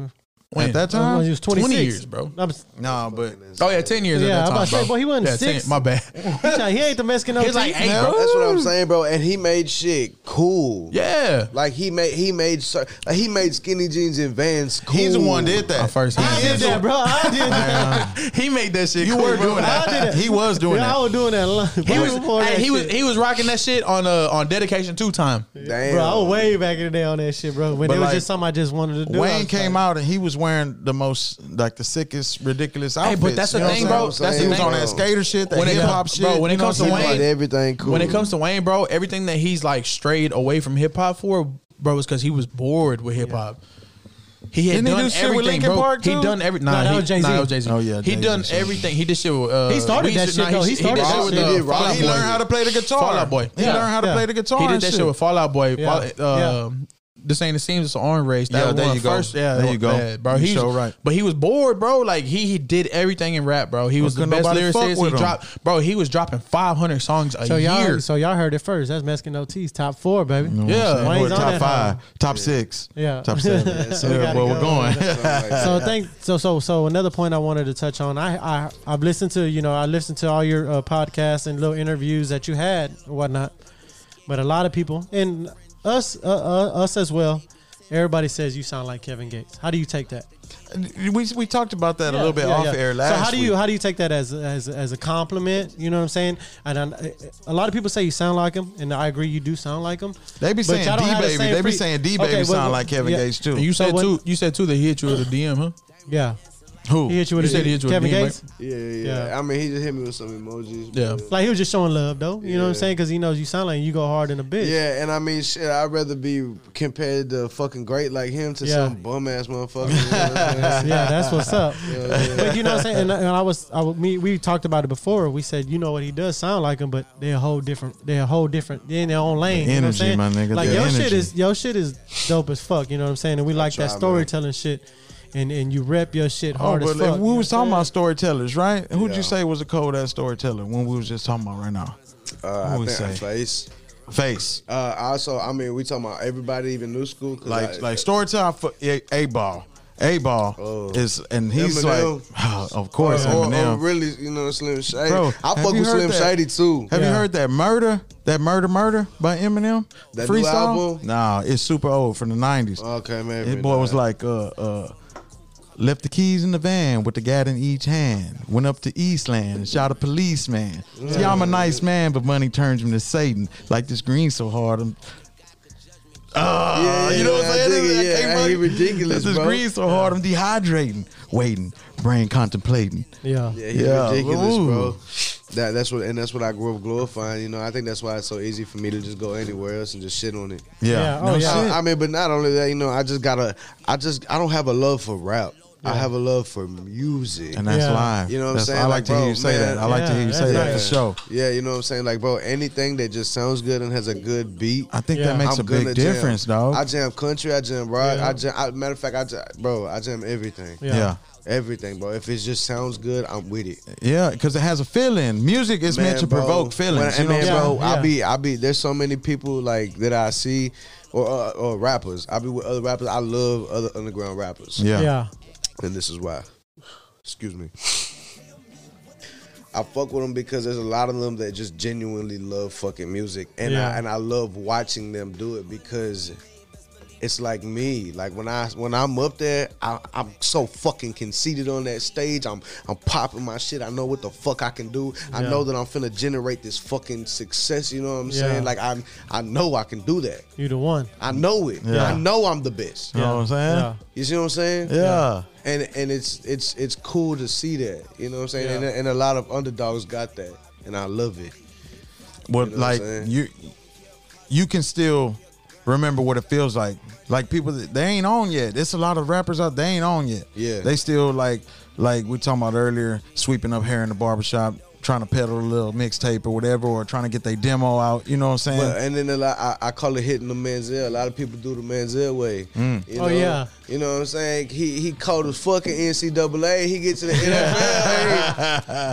When?
At that time,
When he was twenty
20 years, bro.
I'm s-
no, but
Oh yeah, ten years.
Yeah,
at that
I'm
time,
about to say,
bro.
boy, he wasn't
Yeah,
six.
my bad.
He try- he ain't the Mexican.
He's like eight, bro.
That's what I'm saying, bro. And he made shit cool.
Yeah,
Like he made he made so- like he made skinny jeans and Vans cool.
he's the one did that
my first.
I did that, bro. I did that.
he made that shit.
You were doing
I did
that.
that.
He was doing
yeah, I
that.
was doing that. a lot.
He
Way
was,
before
hey,
that
he was
shit.
he was rocking that shit on uh on dedication two time.
Damn.
Bro, I was way back in the day on that shit, bro. When
But
it was
like,
just something I just wanted to do. I
Wayne
was
came
like,
out and he was wearing the most like the sickest, ridiculous
Hey,
outfits.
but that's the
you know
thing,
what I'm
bro.
saying?
That's
he
the
was
thing,
on that
bro.
skater shit, that
When it
hip hop
come-
shit.
bro, when it
you know
comes
what
to
I'm saying?
Wayne-
Like everything cool.
When it comes to Wayne, bro, everything that he's like strayed away from hip hop for, bro, is because he was bored with hip hop. He had
Didn't he
done
do shit with
everything,
Linkin
bro.
Park,
he
too?
done every. Nah,
Nah, that
he-
was Jay-Z.
Nah, that was Jay-Z.
Oh, yeah,
he
Jay-Z,
done
shit.
everything. He did shit. With, uh,
He started
Weezy-
that shit,
nah,
though. He
sh-
started
did
that
shit with
shit.
uh,
He did
Fall
Rock
Out
he
Boy.
learned how to play the guitar.
Fall Out Boy.
He
Yeah.
learned how to
Yeah.
play the guitar.
He did
and
that shit with Fallout Boy. Fall,
Yeah.
uh, This ain't the seems it's an arm race. That
Yeah,
was
there
one
you
of
go.
first- Yeah,
There
that
you
was
go.
bad, bro.
You
He was,
so right.
but he was bored, bro. Like he he did everything in rap, bro. He was the
couldn't
best
nobody fuck
lyricist.
with
He
him.
dropped, bro. He was dropping five hundred songs a
So y'all,
year.
so y'all heard it first. That's Mexican OT's top four, baby.
Yeah.
Wayne's
Or
on
top
that
five,
hoe.
top six,
Yeah.
top seven.
Yeah, so we
yeah,
gotta
where we're
go.
going.
So thank so so so another point I wanted to touch on. I I I've listened to you know I listened to all your uh, podcasts and little interviews that you had and whatnot, but a lot of people and us uh, uh, us as well. Everybody says you sound like Kevin Gates. How do you take that?
we we talked about that a little bit
Yeah,
off
yeah.
air last.
So how do you
week.
how do you take that as as as a compliment? You know what I'm saying? And I, a lot of people say you sound like him, and I agree you do sound like him.
They be
But
saying
y'all
D
don't have the
baby.
same
They be
free-
saying D
Okay,
baby
well,
sound like Kevin
yeah.
Gates too.
And you said
what-
too. You said too. They hit you with a DM, huh?
Yeah,
Who?
he hit you with
You
a
said he hit you with
Kevin
a DM,
Gates.
yeah, yeah,
Yeah.
I mean, he just hit me with some emojis.
Yeah.
but-
Like he was just showing love though. You know what I'm
Yeah.
saying? Because he knows you sound like you go hard in a bitch.
Yeah, and I mean, shit, I'd rather be compared to fucking great like him to
Yeah.
some bum ass motherfucker. you know what I'm saying?
yeah, that's what's up.
yeah.
But you know what I'm saying? And, and I was, I, was- me, we talked about it before. We said, you know what, he does sound like him, but they're a whole different. They're a whole different. They're in their own lane. you know what I'm
Energy,
saying?
my nigga,
Like
the
your shit
energy.
is your shit is dope as fuck. You know what I'm saying? And we like
try,
that
man.
storytelling shit, and and you rep your shit
Oh,
hard
but
as fuck.
if we
you
was
know what
talking
I'm
about storytellers, right? Who'd
Yeah.
you say was a cold ass storyteller when we was just talking about right now?
Uh,
Who
I
would
think our
say?
face.
Face.
Uh, also, I mean, we talking about everybody, even new school. 'cause
Like
I-
like storyteller for a ball. A Ball
Oh.
is, and he's
Eminem.
like, of course,
Or, or
Eminem.
really, you know, Slim Shady.
Bro,
I
have
fuck
you
with
heard
Slim
that?
Shady too.
Have you
Yeah.
heard that murder? That murder, murder by Eminem.
That new album?
Nah, it's super old from the nineties.
Oh, Okay, man.
His boy was like, uh, uh, left the keys in the van with the gat in each hand. Went up to Eastland and shot a policeman. See, I'm a nice man, but money turns him to Satan. Like this green so hard. I'm, Ah,
Yeah,
you know what I'm
yeah, I
saying?
dig it,
I
yeah.
can't
Hey,
fucking-
he ridiculous,
This
bro.
green so hard, I'm dehydrating, waiting, brain contemplating.
Yeah.
Yeah, he's
Yeah.
ridiculous,
Ooh.
bro. That that's what and that's what I grew up glorifying. You know, I think that's why it's so easy for me to just go anywhere else and just shit on it.
Yeah,
Yeah,
oh, yeah.
I, I mean, but not only that, you know, I just gotta, I just, I don't have a love for rap. I have a love for music.
and that's
Yeah.
live.
You know what I'm
That's-
saying?
I like,
Like,
to hear
bro,
you say
man.
that. I like to
Yeah,
hear you say
that's
that for
nice.
sure.
yeah, you know what I'm saying? Like, bro, anything that just sounds good and has a good beat.
I think
Yeah.
that makes
I'm
a big
gonna jam.
difference, dog.
I jam country, I jam rock,
Yeah.
I jam. I, matter of fact, I jam, bro, I jam everything,
Yeah.
yeah.
everything, bro. If it just sounds good, I'm with it.
Yeah, because it has a feeling. Music is meant to
bro.
provoke feelings. you
When-
know
and
what
man,
I'm
bro,
saying?
I be, I be. There's so many people like that I see, or uh, or rappers. I be with other rappers. I love other underground rappers,
saying? Yeah.
Yeah.
and this is why. Excuse me. I fuck with them because there's a lot of them that just genuinely love fucking music, and
Yeah.
I, and I love watching them do it because it's like me. Like when I when I'm up there, I, I'm so fucking conceited on that stage. I'm I'm popping my shit. I know what the fuck I can do. I
Yeah.
know that I'm finna generate this fucking success. You know what I'm
Yeah.
saying? Like I I know I can do that.
You the one.
I know it.
Yeah.
I know I'm the best.
You know what I'm saying?
Yeah.
You see what I'm saying?
Yeah.
And and it's it's it's cool to see that. You know what I'm saying? And,
Yeah.
and a lot of underdogs got that, and I love it.
Well,
You know
like
what I'm saying?
you, you can still remember what it feels like. Like people, that- they ain't on yet. There's a lot of rappers out. They ain't on yet.
Yeah.
They still like, like we talking about earlier, sweeping up hair in the barbershop, trying to peddle a little mixtape or whatever, or trying to get their demo out. You know what I'm saying?
Well, and then a lot, I, I call it hitting the Manziel. A lot of people do the Manziel way. You know?
Oh, yeah.
You know what I'm saying? He he called his fucking NCAA. He gets to the NFL.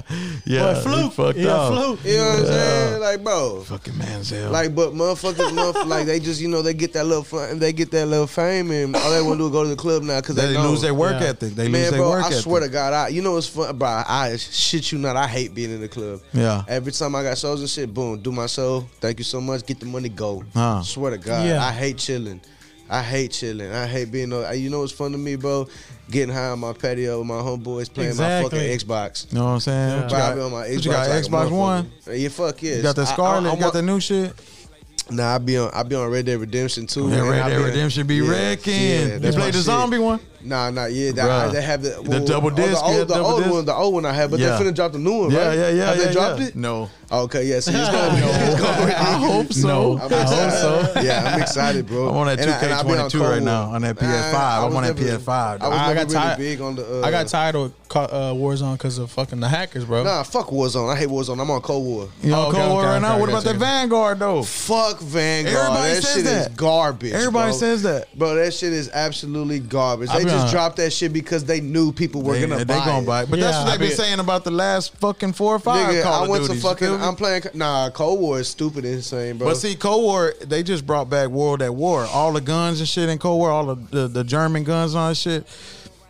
yeah.
Boy,
he
fluke.
fucked
yeah,
up.
fluke.
you know what I'm saying? Like, bro.
Fucking Manziel.
Like, but motherfuckers, motherf- like they just you know they get that little fun, they get that little fame, and all they want to do is go to the club now because
they,
they, know.
lose their work
Yeah.
ethic. They lose
Man,
their
bro,
work
I
ethic.
swear to God, I you know it's fun, bro. I shit you not, I hate being in the club.
Yeah.
Every time I got shows and shit, boom, do my show. Thank you so much. Get the money, go.
Huh.
Swear to God,
Yeah.
I hate chilling. I hate chilling. I hate being. on- You know what's fun to me, bro? Getting high on my patio with my homeboys playing my
Exactly.
fucking Xbox.
You know what I'm saying?
Yeah.
What
Bro,
you
I
got,
be on my
what
Xbox,
you got,
like a
Xbox One?
motherfucker. Yeah, fuck yes.
You got that
I- I-
Scarlet?
I
You got
want-
that new shit?
Nah, I be on. I be on Red Dead Redemption too.
Yeah,
man.
Red
I
Dead
on-
Redemption be
yeah,
wrecking.
yeah,
you
that's my
played the
shit.
zombie one?
Nah, nah, yeah,
Bruh.
that, they have the,
The double disc,
Oh, the
yeah,
old, the
double
old
disc.
one, the old one I have, but
Yeah.
they finna drop the new one,
Yeah,
right?
yeah, yeah.
Have
yeah,
they dropped
yeah.
it? Oh,
No.
Okay, yeah, see, it's gonna be, it's gonna be.
I hope so.
I'm
I hope
excited.
so.
Yeah, I'm excited, bro.
I'm on that
And I- and I be on
2K22 right
Cold
now,
War.
on that
Nah,
PS5.
I
I'm
was
on that
never-
PS5,
I was
I
never
got
really
tired.
big on the. Uh,
I got tired of ca- uh, Warzone because of fucking the hackers, bro.
Nah, fuck Warzone. I hate Warzone. I'm on Cold War.
You know,
Oh, okay,
Cold War
okay,
right
okay,
now. What
okay,
about that
okay.
Vanguard though?
Fuck Vanguard.
Everybody
that
says
shit is
that.
garbage.
Everybody
bro.
says that.
Bro, that shit is absolutely garbage.
I
They
be
just
on-
dropped that shit because they knew people were
They,
gonna
they
buy
gonna
it.
buy it, but
Yeah.
that's what
I
they've been
bet.
saying about the last fucking four or five.
Nigga,
Call
I
of
went
Duties,
to
you
fucking.
feel me?
I'm playing. Nah, Cold War is stupid and insane, bro.
But see, Cold War, they just brought back World at War. All the guns and shit in Cold War, all the, the, the German guns and all that shit.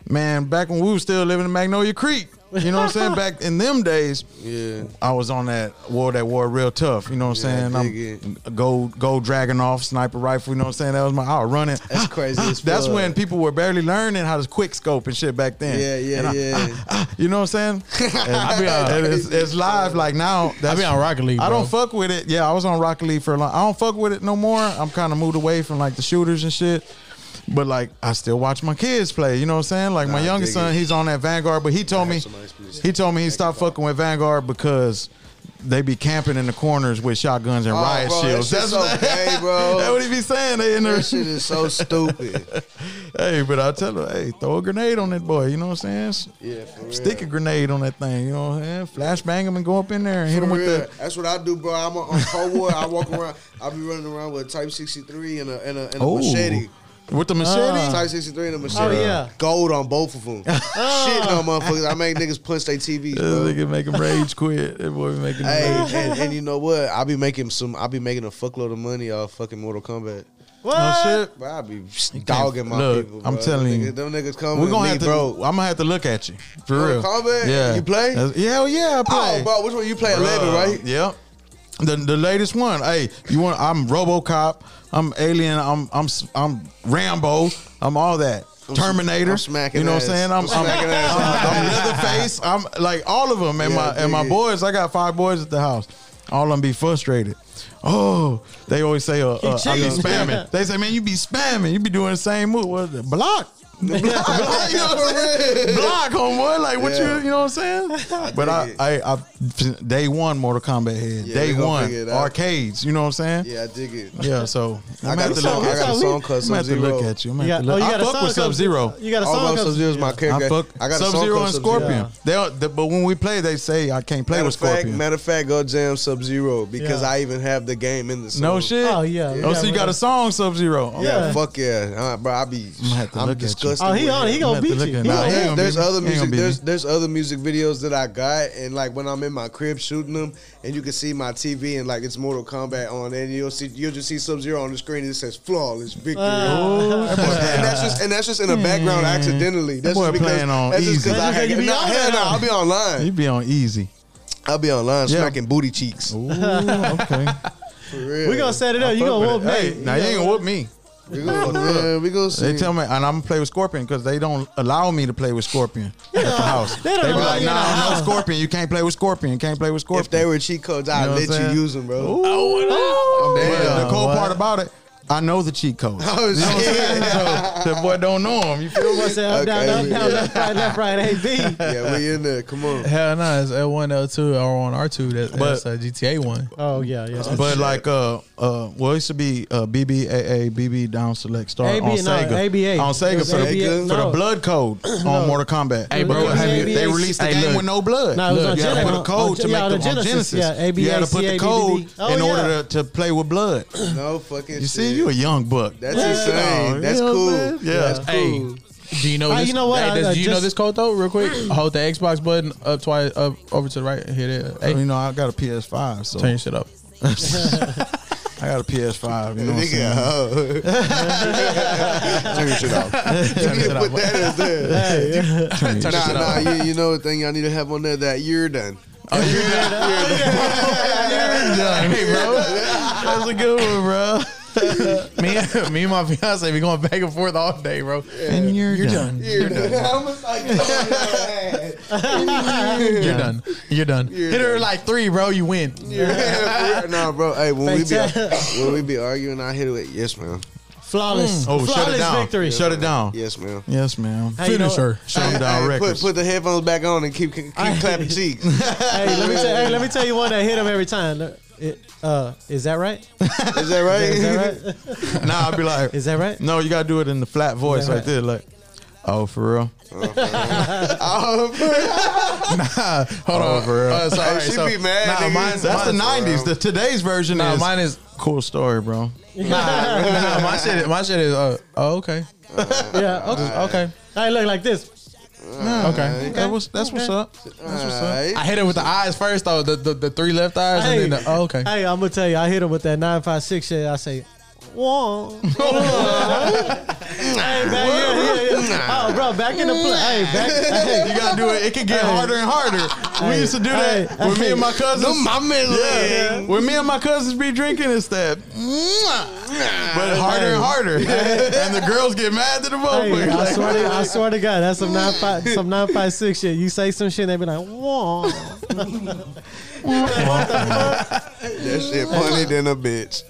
Man, back when we was still living in Magnolia Creek, you know what I'm saying? Back in them days,
Yeah.
I was on that World at War real tough. You know what
Yeah,
I'm
I dig
saying? I'm gold gold dragon off sniper rifle, you know what I'm saying? That was my I was running.
That's crazy as
That's
fuck.
when people were barely learning how to quick scope and shit back then.
Yeah, yeah,
And I-
yeah.
you know what I'm saying? I be
on-
it's, it's live like now. That's,
be on Rocket League,
I
bro.
don't fuck with it. Yeah, I was on Rocket League for a long. I don't fuck with it no more. I'm kind of moved away from like the shooters and shit. But like, I still watch my kids play. You know what I'm saying? Like my
Nah, I
youngest
dig
son,
it.
he's on that Vanguard, but he told me
have some ice, please.
he told me he stopped fucking with Vanguard because. They be camping in the corners with shotguns and
Oh,
riot
bro, that
shields.
shit's
what-
okay, bro.
That's what he be saying. They in there.
That shit is so stupid.
hey, but I tell him, hey, throw a grenade on that boy. You know what I'm saying?
Yeah, for real.
Stick a grenade on that thing. You know what I'm saying? Flashbang him and go up in there and hit him
For
with
real.
the.
That's what I do, bro. I'm on on Cold War. I walk around. I be running around with a Type 63 and a and a, and a
Oh,
machete.
with the machete.
Type 63 and a machete.
Oh, yeah.
Gold on both of them. Shit, no motherfuckers. I make niggas punch their
This
TVs, bro.
nigga make him rage quit. That boy be making him
Hey,
rage.
and, and you know what? I be making some. I be making a fuckload of money off fucking Mortal Kombat.
What?
Oh, shit.
Bro, I be dogging my
Look,
people.
I'm
bro.
telling
Niggas-
you.
them niggas come.
We're
We're
gonna
me,
have to.
bro.
I'm gonna have to look at you for
Oh,
real.
combat? You play?
That's- yeah, oh, yeah, I play.
Oh, bro, which one you play? Eleven,
Bruh,
right?
Yep. The the latest one. Hey, you want? I'm RoboCop. I'm Alien. I'm I'm I'm Rambo. I'm all that. Terminator.
I'm smacking
you know
ass.
what I'm saying? I'm
I'm
I'm,
smacking ass.
I'm, I'm Leatherface. I'm like all of them. And
Yeah,
my and my
dig it.
boys. I got five boys at the house. All of them be frustrated. Oh, they always say, uh, uh, "I be
cheating.
spamming." They say, "Man, you be spamming. You be doing the same move." What is it? block? block, you know what I'm saying? block, homeboy. Like what
Yeah.
you? You know what I'm saying? But I,
dig it.
I, I, day one, Mortal Kombat head.
Yeah,
day
we gonna
one,
figure it out.
arcades. You know what I'm saying?
Yeah, I dig it.
Yeah. So I'm gonna
I got,
have
a
to
song,
look.
I
at-
got a song called
I'm gonna
Sub
have to look
Zero.
at you. I'm
You
gonna have
got,
to
oh,
look.
you
I
got a
fuck
song
with Sub Zero.
You got a
All
song
about Sub
called
Zero is my
I
character.
fuck
I got a
Sub
song
Zero
called
and
Sub-Zero.
Scorpion. They don't- the- but when we play, they say I can't play
Matter
with
of fact,
Scorpion.
matter of fact, go jam Sub Zero because
Yeah.
I even have the game in the song.
No shit.
Oh, yeah.
Oh,
Yeah,
so you
we
got
got-
a song Sub Zero.
Yeah,
Yeah.
fuck yeah, uh, bro. I be
gonna have to
I'm
look at you.
disgusted.
Oh, he
with
on. it. He
him.
gonna
I'm gonna
beat
have to
you.
look
He
at
Nah,
He
gonna
it. ain't
beat you.
gonna
there's
be-
other
he ain't
music.
gonna be
There's there's other music videos that I got, and like when I'm in my crib shooting them, and you can see my TV, and like it's Mortal Kombat on, and you'll see you'll just see Sub Zero on the screen, and it says flawless victory. and that's just and that's just in the background accidentally. That's
Hmm. boy
just because
playing on
that's just
easy.
because I
That's
had,
just 'cause you be
nah,
on
hell
there
no,
now.
I'll be online.
You be on easy.
I'll be online
Yeah.
smacking booty cheeks.
Ooh, okay.
For real.
We gonna set it up. You
Fuck
gonna
with
whoop
it.
me.
Hey, now you ain't gonna whoop me.
We gonna, yeah, we gonna see.
They tell me, and I'm gonna play with Scorpion because they don't allow me to play with Scorpion at the house.
They don't
be
allow
like,
you in the
nah, no
house."
Scorpion. You can't play with Scorpion. You can't play with Scorpion.
if they were cheat codes, I'd
know what
let
I'm saying?
you use them, bro.
Oh,
Ooh.
Damn.
But the cool
What?
part about it, I know the cheat codes.
Oh,
You know what I'm
shit.
saying? So the boy don't know him. You feel
What's
me?
that? Up, down, up,
Okay.
down, left, right, left, right. Hey, B.
Yeah, we in there. Come on.
Hell no, it's L one, L two, R one, R two. That,
But-
that's uh, GTA one.
Oh yeah, yeah.
But like, uh, uh, well, it should be uh, BBAA, BB down select star
AB,
on
no,
Sega,
ABA.
uh, on
It
Sega
was
for, the-
ABA,
for the
no.
blood code on Mortal Kombat.
Hey, bro,
They
have you-
released- they released the
Hey,
game
look.
with no blood.
No, it was
Look,
on
you had to
Gen-
put a
on-
code
on-
to
yeah,
make
on
the
the
on
Genesis,
Genesis.
yeah,
you had to put the
ABACABBD.
code
Oh,
in order to,
yeah.
to play with blood.
No fucking
You see,
shit.
you a young buck.
That's
Yeah.
insane. That's
You know
cool.
what I'm saying? Yeah.
That's
Hey,
cool.
do you know?
Hey,
this,
Ah, you know what?
hey,
I-
does-
I
do you know
just-
this code though? Real quick, hold the Xbox button up twice, up over to the right. Hit it.
You
Hey,
know, I got a PS5, so
turn your shit up.
I got a PS5. You know what I'm
Nigga,
saying?
oh. turn your shit off. You need to put that in there.
Turn your shit
Nah,
off.
nah, you, you know the thing y'all need to have on there that you're done.
hey, bro, that's a good one, bro. me, and- me and my fiance be going back and forth all day, bro.
And you're, done.
You're done. I was like, oh, man.
You're done. You're done.
You're
Hit her
done.
like three, bro. You win.
Yeah, for real. nah, bro. Hey, when we be
Fake
when we be arguing, I hit it with yes, ma'am.
flawless.
Oh, shut it
Flawless
down.
victory.
Shut it down.
Yes, ma'am.
Yes, ma'am.
Hey, you know what?
Shut them down
Hey, put,
records.
put the headphones back on and keep keep clapping cheeks.
Hey, let me tell. Hey, let me tell you one that hit him every time. Look, It, uh, is that right?
Is that right?
Is that right?
nah, I'd be like,
Is that right?
no, you gotta do it in the flat voice
that
right
right?
there, like, oh, for real.
Oh,
Hold
Oh,
on,
for real.
Uh, so,
Hey,
all right,
she
so-
be mad,
Nah,
nigga.
mine's
That's the
Mine's-
'90s. The today's version
nah,
is
mine is
cool story, bro.
nah, nah, my shit. My shit is. Uh, oh, okay,
Yeah. Okay.
okay.
Hey, look like this.
Nah,
Okay.
that was- that's what's up. That's what's up.
Alright.
I hit it with the eyes first though. The the, the three left eyes and then the, oh, okay.
Hey, I'm gonna tell you, I hit him with that nine five six shit. I say, whoa. hey, man, yeah, yeah, yeah. Oh, bro, back in the play. Hey, back.
you gotta do it. It can get harder and harder. we used to do that
Hey.
with me and my
No,
cousins.
my man.
Yeah.
leg.
When me and my cousins be drinking, it's that, "Mwah," but harder and harder, and the girls get mad to the
Hey,
motherfucker.
I
Like,
swear to I swear to God, that's some nine five some nine five six shit. You say some shit, and they be like, whoa.
That shit funny than a bitch.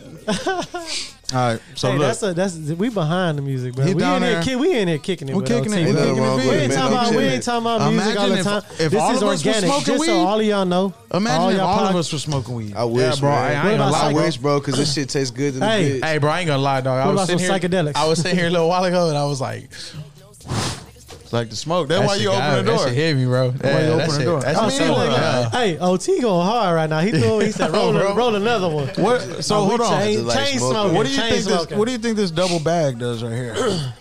All right, so
hey,
look,
that's a that's we behind the music, bro.
He
We
down
in here,
there.
ki- we in here kicking it.
We're
with
kicking
OT,
it.
bro.
We're
Nothing wrong
We
with
ain't
it,
talking
man.
about
I'm
we
chilling.
ain't talking about music all the
Imagine
time.
if- if
this
all
is
of us was
organic.
smoking
Just so
weed.
all of y'all know.
imagine if
y'all
all
pod-
of us were smoking weed.
I wish,
bro, I- I
man.
ain't gonna
lie, bro.
wish, bro, because this shit tastes good than
Hey.
a bitch.
Hey, bro, I ain't gonna lie, dog. I
What
was
about
sitting
some
here,
psychedelics?
I was sitting here a little while ago, and I was like,
like the smoke. That's
that
why
shit
you
got-
open the door.
That shit hit me,
why
bro.
you
Yeah, that
open the
shit-
door.
That
I
shit
mean,
so-
like,
yeah.
Hey, OT going hard right now. He threw. He said, "Roll,
Oh, Bro.
roll another one."
What? So
We
hold on.
Chain,
Just like
chain
smoking.
smoking.
What do you
chain
think? This,
smoking.
what do you think this double bag does right here?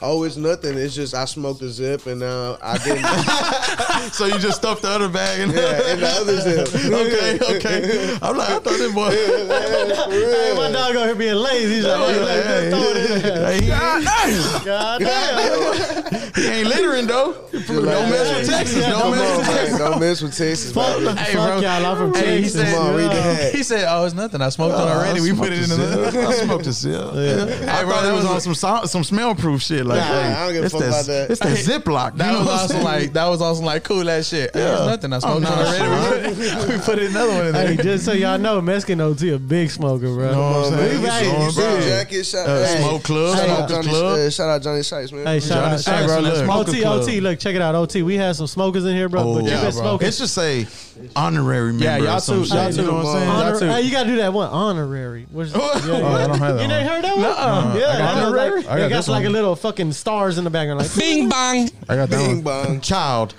Oh, it's nothing. It's just I smoked a zip and uh, I didn't.
So you just stuffed the other bag in there.
yeah, and the other zip.
okay, okay. I'm like, I thought this boy.
Hey, my dog over here being lazy. He's like, "Hey, let me throw it in there."
Hey, he-
God damn.
he ain't littering though. Don't mess with Texas.
Yeah,
Don't
Come
mess
on,
with
man.
Texas.
Don't mess with Texas,
Fuck,
man.
fuck y'all. I'm from
Hey, he
Texas.
said- uh,
Come on, read the hat.
He said, "Oh, it's nothing. I smoked on
Oh, I
already. We put
smoked
it in
a
the."
zip. I smoked a zip. I
bro,
thought
that
it was
was
on
a-
some so- some smell proof shit. Like,
Nah,
hey,
I don't give a
it's
fuck
that-
about that.
It's that Ziploc. you
That
know
was Oh,
what I'm
also
saying? Oh,
like that was also like cool that shit. Yeah,
Yeah.
nothing. I
I'm
smoked on
not
already. We put- We put another one in there.
Hey, just so y'all know, Mexican OT a big smoker, bro.
You know what I'm
Come on,
saying?
We back.
Going
Blue
big.
Jacket, shout-
Uh,
hey,
Smoke Club,
Shout
Smoke
out
the
Johnny,
Club.
uh, shout out Johnny Sykes, man.
Hey, shout out,
Johnny
shout
Sykes
out,
and the
look.
Smoker
OT,
Club. Oh,
OT, look, check it out, OT. We had some smokers in here, bro, but you
yeah,
been
bro.
smoking.
It should say honorary member.
Yeah, y'all
or some
too-
shit,
y'all
You know
too,
what I'm saying?
Y'all
Honor-
too.
hey, you gotta do that one honorary. What's, yeah, yeah.
I don't have that
You
one.
ain't heard that one?
Nuh-uh.
Yeah,
I got
that was
honorary.
Like,
I got
it got
this
like a
one.
little fucking stars in the background, like
Bing bang.
I got that one.
Bing bong.
Child.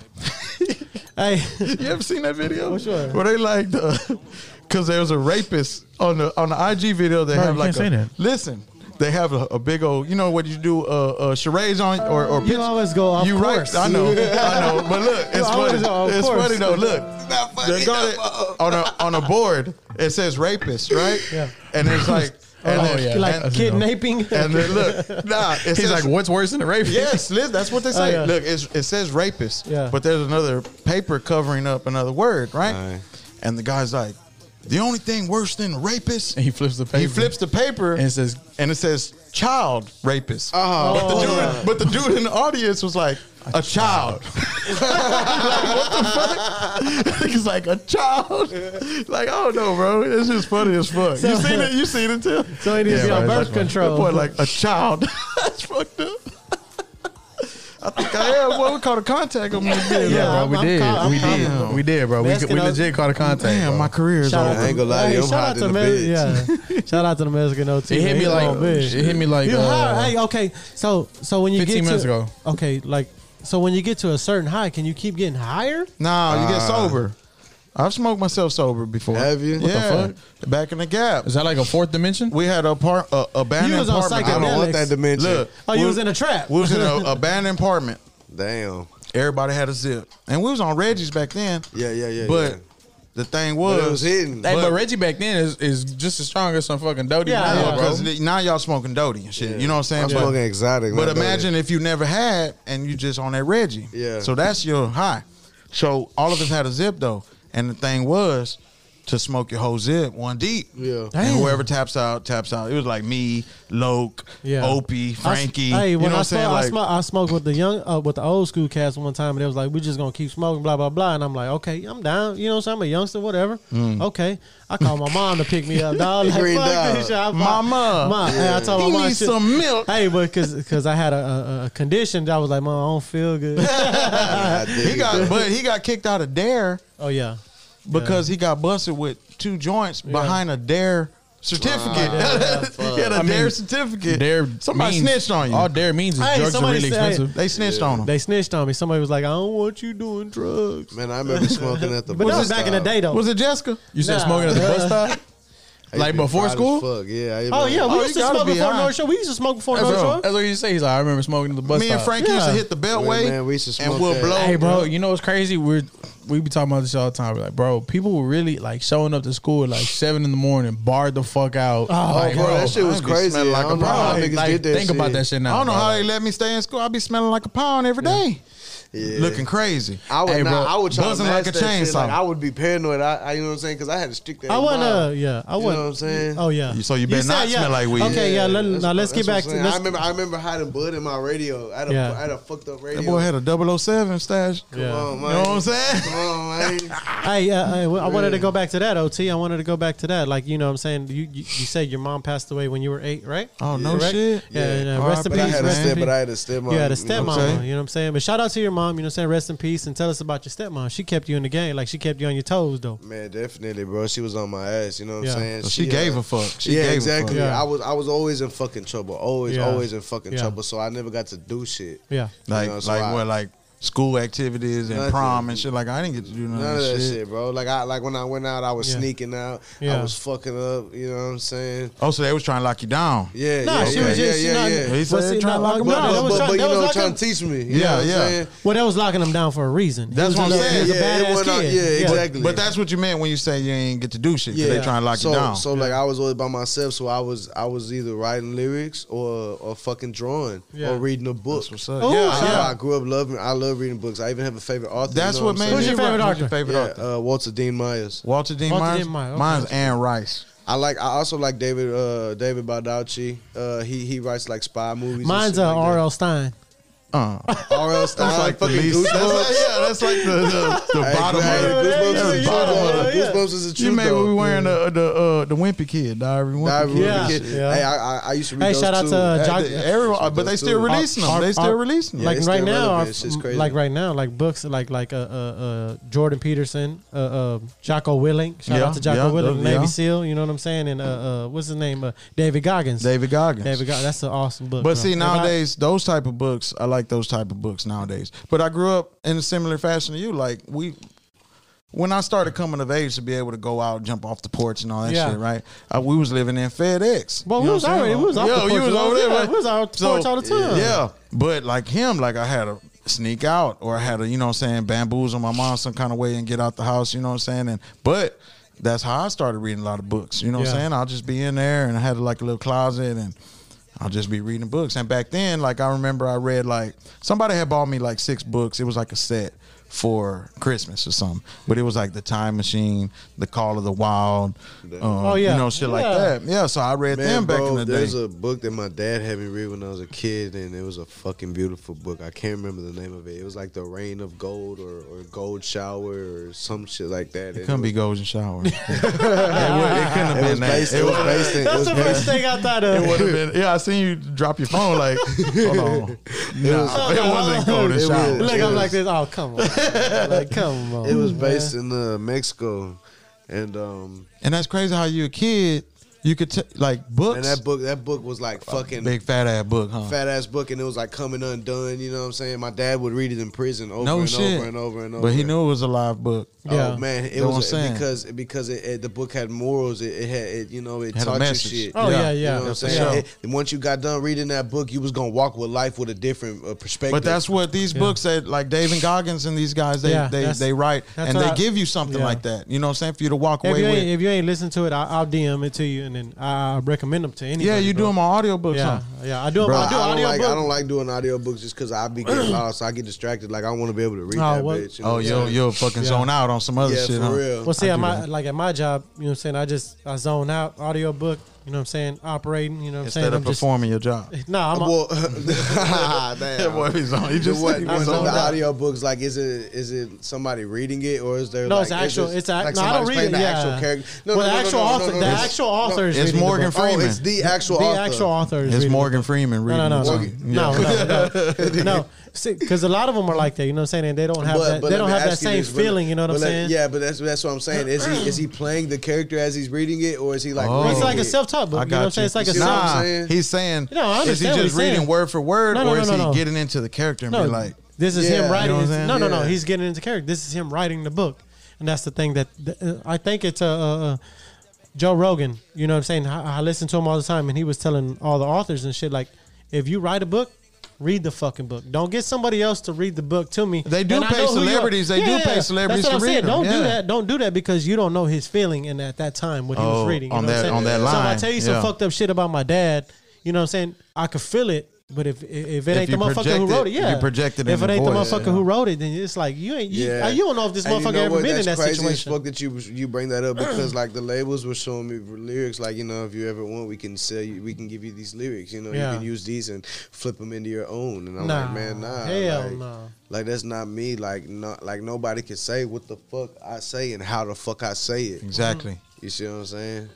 hey,
You ever seen that video?
Which one?
Where they like the because there was a rapist on the on the IG video. They
Bro,
have
you
like
can't
a,
say that.
listen. They have a, a big old, you know what you do, uh, uh, charades on or, or
you always go off
you
course.
right? I know, I know. But look, it's
always
funny.
go off
It's
course.
funny though. Look,
not funny,
They got
no
it
more.
on a on a board. It says rapist, right?
Yeah.
And it's like, and
Oh,
then,
yeah.
like
and,
kidnapping.
and then look, nah. It
He's
says,
like, "What's worse than a rape?"
Yes, Liz, that's what they say.
Oh, yeah.
Look, it's, it says rapist,
Yeah.
but there's another paper covering up another word, right?
Right.
And the guy's like, the only thing worse than a rapist,
And he flips the paper.
he flips the paper
and it says,
and it says child rapist.
Oh,
But, the dude, but the dude in the audience was like, a, child. like, what the fuck? He's like, a child. like, I don't know, bro. It's just funny as fuck. you seen it? You seen it too?
so it needs to be
Yeah,
on
bro,
birth
that's funny.
That boy
control.
like a child. That's fucked up. I think I had what we call a contact on my bed.
Yeah,
"Yeah, bro,
I'm-
we
I'm
did,
caught- I'm
we
caught.
did, we did, bro. We,
Mexican
we
O-
legit caught a contact.
Damn,
bro.
my career is
Shout
over.
out
I ain't gonna lie to
hey,
you, I'm
shout out
hot
to
in the
Mes-
bitch.
yeah. shout out to the Mexican OT.
It hit me
They
like-
on bitch.
it hit me like,
You high-
uh,
hey, okay. So so when you
15
get
minutes
to,
ago.
okay, like so when you get to a certain high, can you keep getting higher?
Nah, you get sober. I've smoked myself sober before.
Have you? What the
yeah. Back in the gap.
Is that like a fourth dimension?
We had a par- a abandoned
You was on
apartment.
I don't want
Alex.
that dimension.
Look,
Oh, you
we-
was in a trap.
we was in an abandoned apartment.
Damn.
Everybody had a zip, and we was on Reggie's back then.
Yeah, yeah, yeah.
but
yeah.
the thing
But
was,
it was hidden.
Hey, but,
But-
Reggie back then is, is just as strong as some fucking Dodie
Yeah,
now,
yeah.
bro.
because now y'all smoking Dodie and shit. You know what I'm saying?
I'm
But-
smoking exotic.
But
man.
imagine if you never had and you just on that Reggie.
Yeah.
So that's your high. So all of us had a zip though, and the thing was to smoke your whole zip one deep.
Yeah.
And
Damn.
whoever taps out, taps out. It was like me, Loke,
Yeah.
Opie, Frankie.
I, s- hey,
you know
when
what
I,
I'm
smoke,
saying?
I,
Like,
smoke, I smoked with the young, uh, with the old school cats one time, and they was like, "We just gonna keep smoking, blah blah blah." And I'm like, "Okay, I'm down." You know, what I'm saying? I'm a youngster, whatever. Okay, I called my mom to pick me up, dog. Like,
Green
fuck
dog.
this shit. I-
Mama.
Ma, hey, I told my
he
mom,
needs
shit.
some milk.
Hey, but cause, 'cause I had a, a, a condition that I was like, Mom, I don't feel good.
I dig
He
it.
got, but he got kicked out of Dare
oh yeah,
because he got busted with two joints behind a Dare certificate. he had a
I mean,
Dare certificate.
Dare
Somebody
means-
snitched on you.
All dare means is
Hey,
drugs are
somebody
really
say-
expensive.
they snitched on him.
they snitched on me. Somebody was like, "I don't want you doing drugs."
man, I remember smoking at the.
But that
bus
was back in the
stop.
day, though.
Was it Jessica?
You said
Nah.
smoking at the
Uh,
bus stop?
I used
Like
to be
before
proud as
school?
Fuck yeah. I
oh yeah, we
Oh, you
used to
gotta
smoke
be
before
high.
North Shore. We used to smoke before
That's,
North
what-
Shore.
that's what you say. He's like, I remember smoking at the bus
Me
stop.
and Frank oh, used to
Yeah.
hit the Beltway,
Man, we used to
and
smoke
we'll
that.
blow.
Hey, bro, you know what's crazy? We're we be talking about this all the time. We're like, bro, people were really like showing up to school at like seven in the morning, barred the fuck out.
Ah.
Oh,
Oh, bro, that shit was
I be
crazy.
smelling like
I
a
don't know how
bride.
niggas did that
think about that
I
shit now.
don't know
bro.
how they let me stay in school. I be smelling like a pound every day,
Yeah.
looking crazy.
I would
Hey,
not.
bro,
I would try to
buzzing
match
like a
that shit.
chainsaw.
Like I would be paranoid. I, I you know what I'm saying? Because I had to stick that.
I wasn't.
mile.
Uh, yeah, I
You
wasn't.
know what I'm saying?
Oh yeah.
So you better
said,
not smell like weed.
Okay, yeah. let,
that's
now
what-
let's get
that's what
back to.
I'm saying.
Let's,
I remember. I remember hiding bud in my radio. I had a,
Yeah.
I had a fucked up radio.
That boy had a 007 stash.
Yeah.
Come
You
on, man.
know what I'm saying?
Come on, man.
hey, uh, hey, well, I wanted to go back to that OT. I wanted to go back to that. Like you know, what I'm saying you, you you said your mom passed away when you were eight, right?
Oh, no
Correct?
shit.
Yeah.
Yeah.
yeah,
All
Rest
right,
in
But I
peace.
had a
Rest in
step.
peace.
But I had a stepmom.
You had a
know what
stepmom,
I'm saying?
you know what I'm saying? But shout out to your mom, you know what I'm saying? Rest in peace and tell us about your stepmom. She kept you in the game. Like, she kept you on your toes, though.
Man, definitely, bro. She was on my ass. You know what
Yeah.
I'm saying?
So she gave
uh,
a fuck. She
yeah,
gave
exactly.
a fuck.
Yeah.
I was I was always in fucking trouble. Always,
Yeah.
always in fucking
Yeah.
trouble. So I never got to do shit.
Yeah.
You
Like,
know, so
like
I-
what? Like school activities and
Nothing.
prom and shit. Like I didn't get to do none,
None
of that Oh, shit.
bro. Like I like when I went out, I was
Yeah.
sneaking out.
Yeah.
I was fucking up. You know what I'm saying?
Oh, so they was trying to lock you down.
Yeah,
Nah,
yeah,
she
yeah,
was just,
yeah, yeah,
she
yeah.
not,
He said
but see,
tryna lock
not lock-
him
no,
down.
that
but,
was
but,
trying-
but you
that was
know,
locking-
trying to teach me. You
Yeah,
know what I'm
yeah.
saying?
Well, that was locking him down for a reason. He
That's
was
what I'm
a- he
saying.
was a
Yeah, it
badass
wasn't-
kid.
yeah, exactly.
But that's what you meant when you say you ain't get to do shit. 'cause They trying to lock
so,
you down.
So like I was always by myself, so I was I was either writing lyrics or or fucking drawing
Yeah.
or reading a book.
That's what's up.
Oh,
yeah,
I, I
yeah.
grew up loving. I love reading books. I even have a favorite author.
That's
you know
what
I'm
made
Who's
me
your favorite
who's
author?
Your favorite
saying?
author?
Yeah, uh, Walter Dean Myers.
Walter Dean
Walter
Myers.
Dean Myers, okay.
Mine's Anne Rice.
I like. I also like David uh, David Baldacci. Uh, he he writes like spy movies.
Mine's a R.L. Stein.
Uh,
R.L. Stein.
that's like
fucking
the least. That's
Goosebumps.
like, yeah, that's like the the, the
Hey,
bottom
hey,
of it.
Goosebumps
That's
is
the
a
bottom
truth,
of
though.
it.
Goosebumps is a truth.
You made
though.
we wearing the the uh, the wimpy kid, diary wimpy
Nah, I
kid.
remember
Yeah.
the kid.
Yeah.
Hey, I, I, I used to read
Hey,
those
shout out
too.
to, uh,
Hey,
Jock-
They- everyone, but they
those
still
too.
releasing them.
Our-
They still
our-
releasing them.
like
it's
right
still
now,
relevant.
our-
It's just crazy.
like right now, like books like like uh, uh, uh, Jordan Peterson, uh, uh, Jocko Willink. Shout
Yeah,
out to Jocko
yeah,
Willink,
yeah.
Navy SEAL. You know what I'm saying? And uh, uh, what's his name? Uh, David Goggins.
David Goggins.
David Goggins. That's an awesome book.
But
bro.
see,
If I-
nowadays those type of books, I like those type of books nowadays. But I grew up in a similar fashion to you. Like we, when I started coming of age to be able to go out, jump off the porch, and all that
Yeah.
shit, right? I, we was living in FedEx.
Well,
You
we
know
was
what I'm saying?
already- we was off
Yo,
the porch
you was
a lot.
over there.
Yeah,
right?
we was out the porch all the time.
Yeah, but like him, like I had to sneak out, or I had to, you know, what I'm saying bamboozle my mom some kind of way and get out the house. You know what I'm saying? And but. That's how I started reading a lot of books. You know what I'm
Yeah.
saying? I'll just be in there and I had like a little closet and I'll just be reading books. And back then, like I remember, I read like somebody had bought me like six books. It was like a set for Christmas or something. But it was like the Time Machine, the Call of the Wild, um,
Oh, yeah.
you know, shit like
Yeah.
that. Yeah, so I read
Man,
them back
bro,
in the
there's
day.
a book that my dad had me read when I was a kid, and it was a fucking beautiful book. I can't remember the name of it. It was like the Rain of Gold or, or Gold Shower or some shit like that.
it couldn't be Golden Shower. it, would, it couldn't
It
have been
was
that.
based.
It
It was
would-
based. in- It
that's
was
the first
based.
thing I thought of.
it would have been. Yeah, I seen you drop your phone. Like, hold on. Nah,
was-
it wasn't Golden
It
Shower.
was-
Look,
it
I'm
was-
like this. Oh, come on. like, come on.
It was
man.
based in uh, Mexico, and um,
And that's crazy how you a kid, you could t- like books.
and that book that book was like fucking
Big fat ass book, huh?
fat ass book, and it was like coming undone. You know what I'm saying? My dad would read it in prison over
no
and
shit.
over and over and over.
But he knew it was a live book.
Yeah.
Oh man, it
Know what I'm
was
saying?
because because it, it, the book had morals. It, it had it, you know it,
Had a
taught you
message.
shit.
Oh, yeah, yeah.
You know what I'm
For
saying?
sure.
It- and once you got done reading that book, you was gonna walk with life with a different uh, perspective.
But that's what these books that like Dave and Goggins and these guys they
Yeah,
they,
that's-
they write
that's
and
what
they
I-
give you something
yeah.
like that. You know what I'm saying? For you to walk
If
away
you, ain't,
with.
if you ain't listen to it, I, I'll DM it to you, and then I, I recommend them to anybody.
Yeah, you do
bro.
them on audiobooks, huh?
Yeah, yeah, I do. 'em-
Bro,
I do
I, don't
audio
like I don't like doing audiobooks just because I be getting lost. I get distracted. Like I want to be able to read
Oh,
that
well-
bitch. You know
Oh,
what I'm
you'll
saying?
you'll fucking
Yeah.
zone out on some other
yeah,
shit,
for
huh?
real.
Well, see,
I
at
do
my
that.
like at my job, you know what I'm saying. I just I zone out audiobook. You know what I'm saying? Operating. You know what I'm
Instead
saying?
of performing your job.
No, nah, I'm.
well, damn.
Boy, he's on- he just
what,
said he
what's
was
on
on
the
that.
audio books like is it is it somebody reading it or is there
No,
like,
it's
is
actual-
it-
it's a- no, I
somebody's
don't read
playing
it,
the
yeah.
actual character
Well,
no, no,
the
no, no,
actual
no, no,
author-
no,
the
no.
actual author is
It's
reading the
Morgan
book.
Freeman.
oh it's the actual
the
author
actual author is
It's
reading the
Morgan Freeman reading.
No, no,
the
no,
book.
no, no, no, no, no. Because a lot of them are like that. You know what I'm saying? And they don't have that. They
let
don't
me
have that
ask you
same
this, but let-
feeling. You know what I'm
but let-
saying?
Yeah, but that's that's what I'm saying. Is he is he playing the character as he's reading it, or is he like?
Oh.
reading
It's like
it?
a self-taught book.
I
You know what I'm
got you.
saying? It's like a
see what I'm
self.
nah,
saying?
he's saying.
No, I
is he
understand what
just
he's saying.
reading word for word,
No, no,
or
no,
is
no,
he
no.
getting into the character and
No,
be like,
this is
Yeah, you
him
know
writing.
what I'm
his-
saying?
no, no, no.
Yeah.
He's getting into character. This is him writing the book, and that's the thing that th- uh, I think it's uh, uh, uh, Joe Rogan. You know what I'm saying? I, I listen to him all the time, and he was telling all the authors and shit like, if you write a book. Read the fucking book. Don't get somebody else to read the book to me.
They do
And I
pay
know who you are.
celebrities- they do pay
that's
celebrities
what
to
I'm saying.
read 'em.
Don't do
Yeah.
that. Don't do that because you don't know his feeling and at that time what he
Oh,
was reading. You
on
know
that-
what I'm
on that
saying? So if I
line.
tell you some
Yeah.
fucked up shit about my dad, you know what I'm saying? I could feel it, but if if, if it
If
ain't
you
the motherfucker
project
who wrote
it,
it,
if
yeah.
you project it in
if it
the
ain't the
voice,
motherfucker who wrote it, then it's like you ain't. You, uh, you don't know if this
And
motherfucker
you know
ever
what?
been in that
That's crazy as
situation.
Fuck that you you bring that up because like the labels were showing me lyrics like you know if you ever want we can sell you we can give you these lyrics you know
Yeah.
you can use these and flip them into your own and I'm
Nah.
like man nah
Hell
like,
nah.
like that's not me like not like nobody can say what the fuck I say and how the fuck I say it
exactly.
you see what I'm saying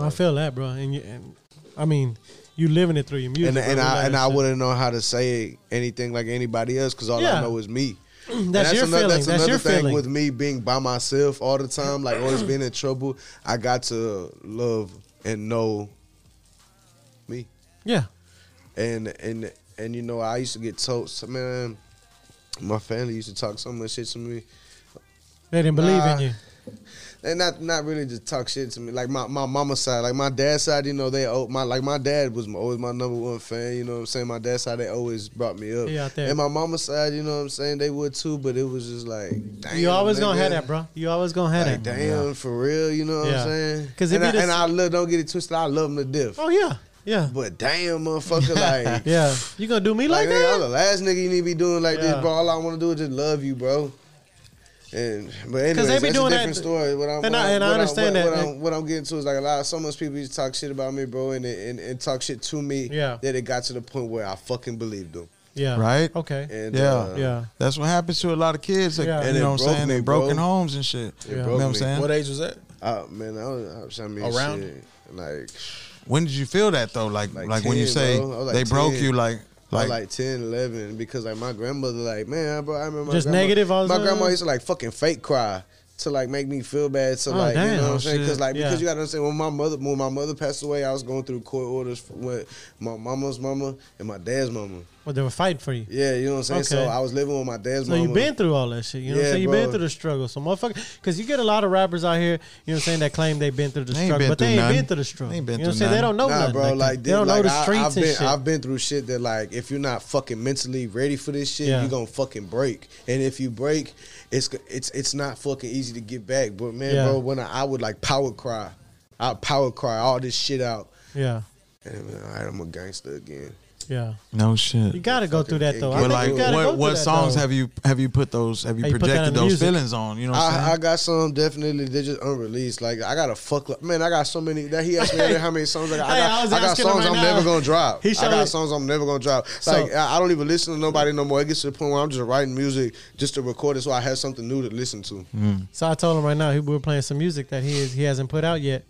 I feel that, bro. And, you, and I mean, you living it through your music.
and
bro. You
and
know
I and
that
I
shit.
wouldn't know how to say anything like anybody else because all
Yeah.
I know is me. And
Mm, That's your
another,
feeling.
That's,
That's
another
your
thing
feeling.
with me being by myself all the time, like always being in trouble. I got to love and know me,
Yeah.
and and and you know I used to get told, so, man. My family used to talk so much shit to me.
They didn't believe
Nah.
in you.
and not not really just talk shit to me. Like my my mama's side, like my dad's side, you know, they oh my like my dad was always my number one fan. You know what I'm saying? My dad's side, they always brought me up.
He out there.
And my mama's side, you know what I'm saying? They would too, but it was just like, damn,
you always gonna
nigga.
have that, bro. You always gonna have
Like,
that.
damn, for real, you know what
Yeah.
I'm saying?
'Cause it
and,
be
I,
the-
and I love, don't get it twisted. I love them to death,
Oh yeah, yeah,
but damn, motherfucker, like,
yeah. You gonna do me like,
nigga,
that?
I'm the last nigga you need to be doing like
Yeah.
this, bro. All I want to do is just love you, bro. And but anyways,
they be
that's a
doing
different
that-
story. What I'm,
and
what
I-
I'm-
and I
what I'm-
understand
what-
that.
What I'm, what I'm getting to is like a lot. Of, so much people used to talk shit about me, bro, and, and and talk shit to me.
Yeah.
That it got to the point where I fucking believed them.
Yeah.
Right?
Okay.
And
Yeah.
uh,
yeah.
That's what happens to a lot of kids. Like,
Yeah. And
You
it
know what I'm
broke
saying?
me,
in broken
bro.
homes and shit.
It
You know
broke
what I'm
me.
saying?
What age was that?
I, man, I was, I mean,
Around?
shit, like
when did you feel that though? Like, like,
Like
when you
10,
say
bro. I was like
they broke
10.
you, like,
like,
like,
like 10, 11, because like my grandmother, like man, bro, I remember my
Just
grandma-
negative all the
My
time?
grandma used to like fucking fake cry to like make me feel bad. So
Oh,
like you
damn.
know what I'm saying?
Shit.
Because like
Yeah.
because you gotta understand when my mother when my mother passed away, I was going through court orders with my mama's mama and my dad's mama.
Well, they were fighting for you.
Yeah, you know what I'm saying. So
Okay.
I was living with my dad's
So
mama.
you've been through all that shit. You know what I'm
Yeah,
saying? You've been
bro.
through the struggle. So motherfucker, because you get a lot of rappers out here, you know what I'm saying, that claim they've been through the
They ain't
struggle,
been
but they
through
ain't
nothing.
been through the struggle.
They ain't been
you know what
through
I'm saying? They don't know
Nah,
nothing.
bro.
like,
Like,
that. they
this-
don't know
like,
the
I-
streets
I've been,
and shit.
I've been through shit that like if you're not fucking mentally ready for this shit,
Yeah.
you're gonna fucking break. And if you break, it's it's it's not fucking easy to get back. But man,
Yeah.
bro, when I, I would like power cry, I power cry all this shit out.
yeah,
And man, all right, I'm a gangster again.
yeah.
no shit.
You gotta go through that though. I
but
think
like,
you gotta go
what
through
what
that,
songs
though.
have you have you put those? Have you
How you put that in
projected
the
those
music?
feelings on? You know what I'm saying?
I, I got some definitely they just unreleased. Like I got a fuck man, I got so many that he asked me earlier how many songs I got. I
Hey,
got,
I was
I got
asking him
songs
right
I'm
now.
never gonna drop.
He
I
showed-
got songs I'm never gonna drop.
So-
like I I don't even listen to nobody no more. It gets to the point where I'm just writing music just to record it so I have something new to listen to.
So I told him right now he, we're playing some music that he is, he hasn't put out yet,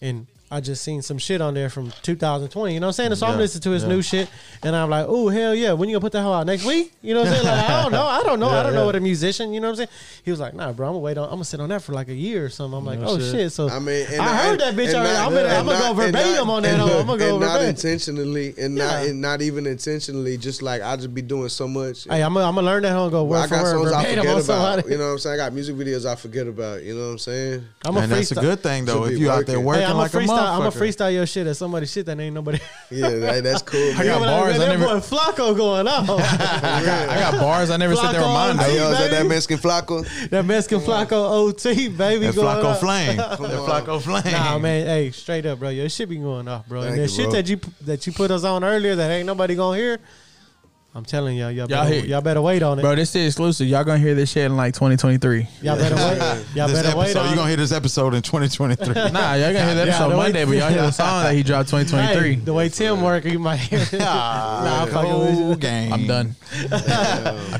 and I just seen some shit on there from 2020. You know what I'm saying? So I'm
Yeah,
listening to his
yeah.
new shit, and I'm like, oh hell yeah! When you gonna put that hoe out next week? You know what I'm saying? Like I don't know, I don't know, I
Yeah,
don't
yeah.
know what a musician. You know what I'm saying? He was like, nah, bro, I'm gonna wait on, I'm gonna sit on that for like a year or something. I'm like,
No
oh
shit.
shit. So
I mean, and
I
not-
heard that bitch
and
already.
not-
I'm gonna, I'm gonna
and
go
not- and
verbatim
not-
on that
and
hoe.
look,
I'm gonna go
and not
verbatim.
intentionally, and not
Yeah.
and not even intentionally. Just like I just be doing so much.
Hey, I'm gonna, I'm gonna learn that hoe and go
Well,
word
I got
for word
songs I
verbatim on
forget about.
somebody.
You know what I'm saying? I got music videos I forget about. You know what I'm saying?
I'm a
and that's a
freestyle-
good thing though.
Should
If
be
you out there
working.
working
Hey, I'm
like
a freestyle.
motherfucker,
I'm a freestyle your shit at somebody's shit that ain't nobody.
Yeah, that, that's cool.
I
That
got bars, I
that
never-
boy Flacco going off.
I got, I got bars. I never said they were
Flacco
mine.
on
though.
T,
Hey, yo, is that
baby.
that Mexican Flaco?
That Mexican Flacco OT, baby.
that
going
Flacco
up.
flame, that Flacco flame.
Nah, man. Hey, straight up, bro. Your shit be going off, bro.
Thank
and the
you,
shit
bro.
that you that you put us on earlier that ain't nobody gonna hear. I'm telling y'all, y'all,
Y'all
better,
hear-
y'all better wait on it.
Bro, this is exclusive. Y'all gonna hear this shit in like 2023.
Y'all better wait. Y'all
this
better wait
episode,
on
you
it.
gonna hear this episode in 2023.
Nah, y'all gonna hear that
Yeah,
episode
the way-
Monday, but y'all hear the song that he dropped
Hey,
2023.
the way Tim work, you might hear it. nah, I'm fucking with
Whole
you.
game.
I'm done.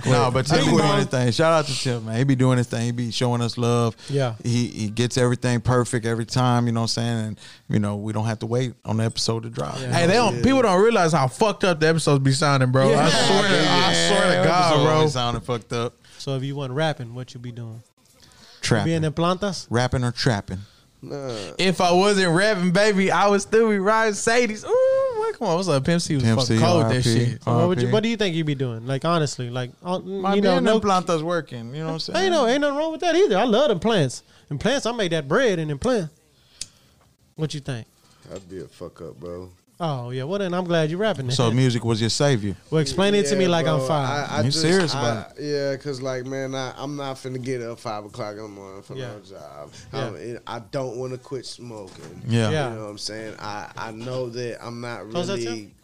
No, but Tim
Big
be doing
Bone.
his thing. Shout out to Tim, man. He be doing his thing. He be showing us love.
Yeah.
He he gets everything perfect every time, you know what I'm saying? And you know, we don't have to wait on the episode to drop.
Yeah.
Hey, they don't. People don't realize how fucked up the episodes be sounding, bro. I
Yeah.
swear to, I swear to God, bro.
Sounding fucked up.
So if you wasn't rapping, what you be doing? Being
Trapping.
in plantas?
Rapping or trapping.
If I wasn't rapping, baby, I would still be riding Sadies. Ooh, what- come on, what's up, Pimp C? Was
Pimp
fucking
C,
cold that
RIP.
shit.
So what, would you,
RIP.
what do you think you be doing? Like honestly, like uh,
My
you know,
being
no
in plantas working, you know what I'm saying?
Ain't no, ain't nothing wrong with that either. I love them plants. And plants, I made that bread and them plants. What you think?
That'd be a fuck up, bro.
Oh yeah, well then I'm glad you're rapping. That.
So music was your savior.
well, explain it to me
Yeah,
like
bro,
I'm five.
You serious about
I, Yeah, cause like man, I, I'm not finna get up five o'clock in the morning for
Yeah.
no job.
Yeah.
I'm- it- I don't want to quit smoking.
Yeah.
Yeah.
you know what I'm saying. I I know that I'm not
Close that
really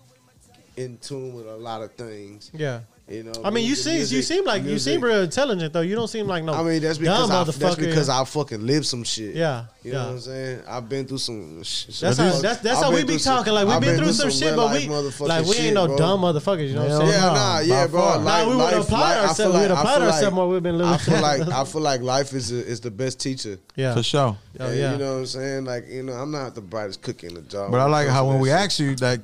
in tune with a lot of things.
yeah.
You know,
I mean, you seem you seem like you seem
real.
real intelligent though. You don't seem like no.
I mean, that's because
dumb
I, that's
motherfucker.
because I fucking live some shit.
Yeah,
you know
yeah.
what I'm saying. I've been through some. Sh-
That's how, that's, that's how we be talking. Like we
have
been through some shit, but we like we ain't no dumb motherfuckers. You know what I'm saying?
yeah,
No.
nah, yeah, bro.
far.
Like,
Nah, we would've
life-
applied
life- I feel
ourselves- we'd
I
applied
feel
ourselves more, we'd been living-
I feel like I feel like life is a, is the best teacher.
yeah.
For sure.
Oh,
And
yeah.
you know what I'm saying. Like you know, I'm not the brightest cookie in the jar.
But I
it
like
comes
how
to
when
that
we
shit.
asked you, like,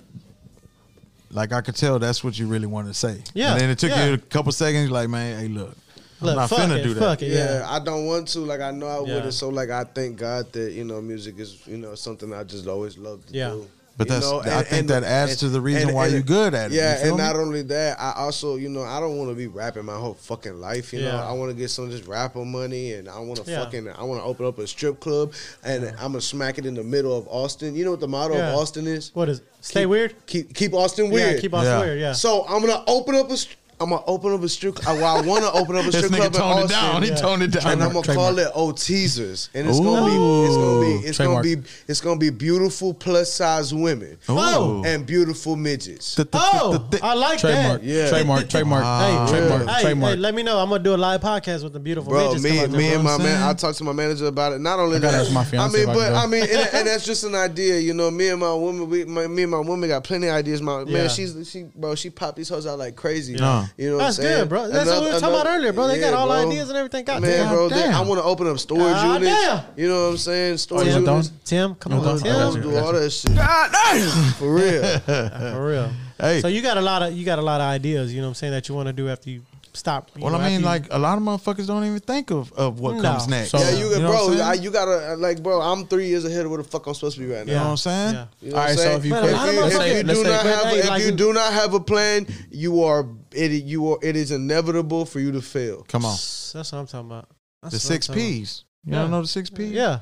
like I could tell that's what you really wanted to say.
Yeah,
And then it took
yeah.
you a couple seconds. You're like, man, hey, look,
Look,
I'm not
fuck
finna
it,
do that.
fuck it.
Yeah,
Yeah.
I don't want to. Like I know I
Yeah.
wouldn't. So like I thank God that you know music is you know something I just always loved to
Yeah.
do.
But
You
that's
know,
I
and-
think
and-
that adds
and-
to the reason
and-
why
and-
you're good at it.
Yeah,
you feel
and
me?
not only that, I also, you know, I don't want to be rapping my whole fucking life. You know,
Yeah.
I want to get some of this rapper money, and I want to
Yeah.
fucking, I want to open up a strip club, and I'm gonna smack it in the middle of Austin. You know what the motto
Yeah.
of Austin is?
What is? Stay
Keep-
weird.
Keep keep Austin weird.
Yeah, keep on
Yeah.
weird. Yeah.
So I'm gonna open up a. St- I'm gonna open up a strip. I, well, I want to open up a
this
strip club
nigga
in
toned
Austin,
it down. He
Yeah.
toned it down.
and I'm gonna
Trademark.
call it O Teasers, and it's gonna be it's gonna be it's
Trademark.
gonna be it's gonna be beautiful plus size women,
Ooh.
and beautiful midgets.
Th- th- th- th-
Oh,
th-
I like
Trademark.
that.
Yeah.
Trademark. Trademark.
Wow.
Hey,
Trademark.
Hey,
Trademark.
hey, let me know. I'm gonna do a live podcast with the beautiful
Bro,
bitches.
me,
Come out there,
me and
bro.
my
I'm
man,
saying?
I talked to my manager about it. Not only
gotta
that,
ask my
I
fiance
mean,
if I
but
can go.
I mean, and, and that's just an idea, you know. Me and my woman, we, my, me and my woman got plenty of ideas. My
Yeah.
man, she's she, bro, she popped these hoes out like crazy.
Yeah.
You know, what
That's
I'm saying?
good, bro. That's what we were talking about earlier, bro. They got all ideas and everything. God
man,
damn.
bro, they-
Goddamn.
I want to open up storage
Goddamn.
units. You know what I'm saying? Storage
you want
units.
Tim, come
No,
on,
don't- Oh, I
Let's
got
Tim,
you.
do all that shit. For real.
for real.
Hey.
so you got a lot of you got a lot of ideas. You know what I'm saying that you want to do after you stop. you
Well,
know,
I
after
mean,
you-
like a lot of motherfuckers don't even think of, of what
No.
comes next.
So-
Yeah, you,
know what I'm
bro.
saying?
I, you gotta uh, like, bro. I'm three years ahead of where the fuck I'm supposed to be right now.
You know what I'm saying?
Yeah.
You know
All
what I'm
right, so
saying?
if you
Man, a lot of
if you,
motherfuckers-
if you
let's
do
say-
not
but
have
they
if
like-
you do not have a plan, you are it you are it is inevitable for you to fail.
Come on.
that's what I'm talking about.
The
That's what I'm
six
talking
P's. You
Yeah.
don't know the six P's?
about. Yeah,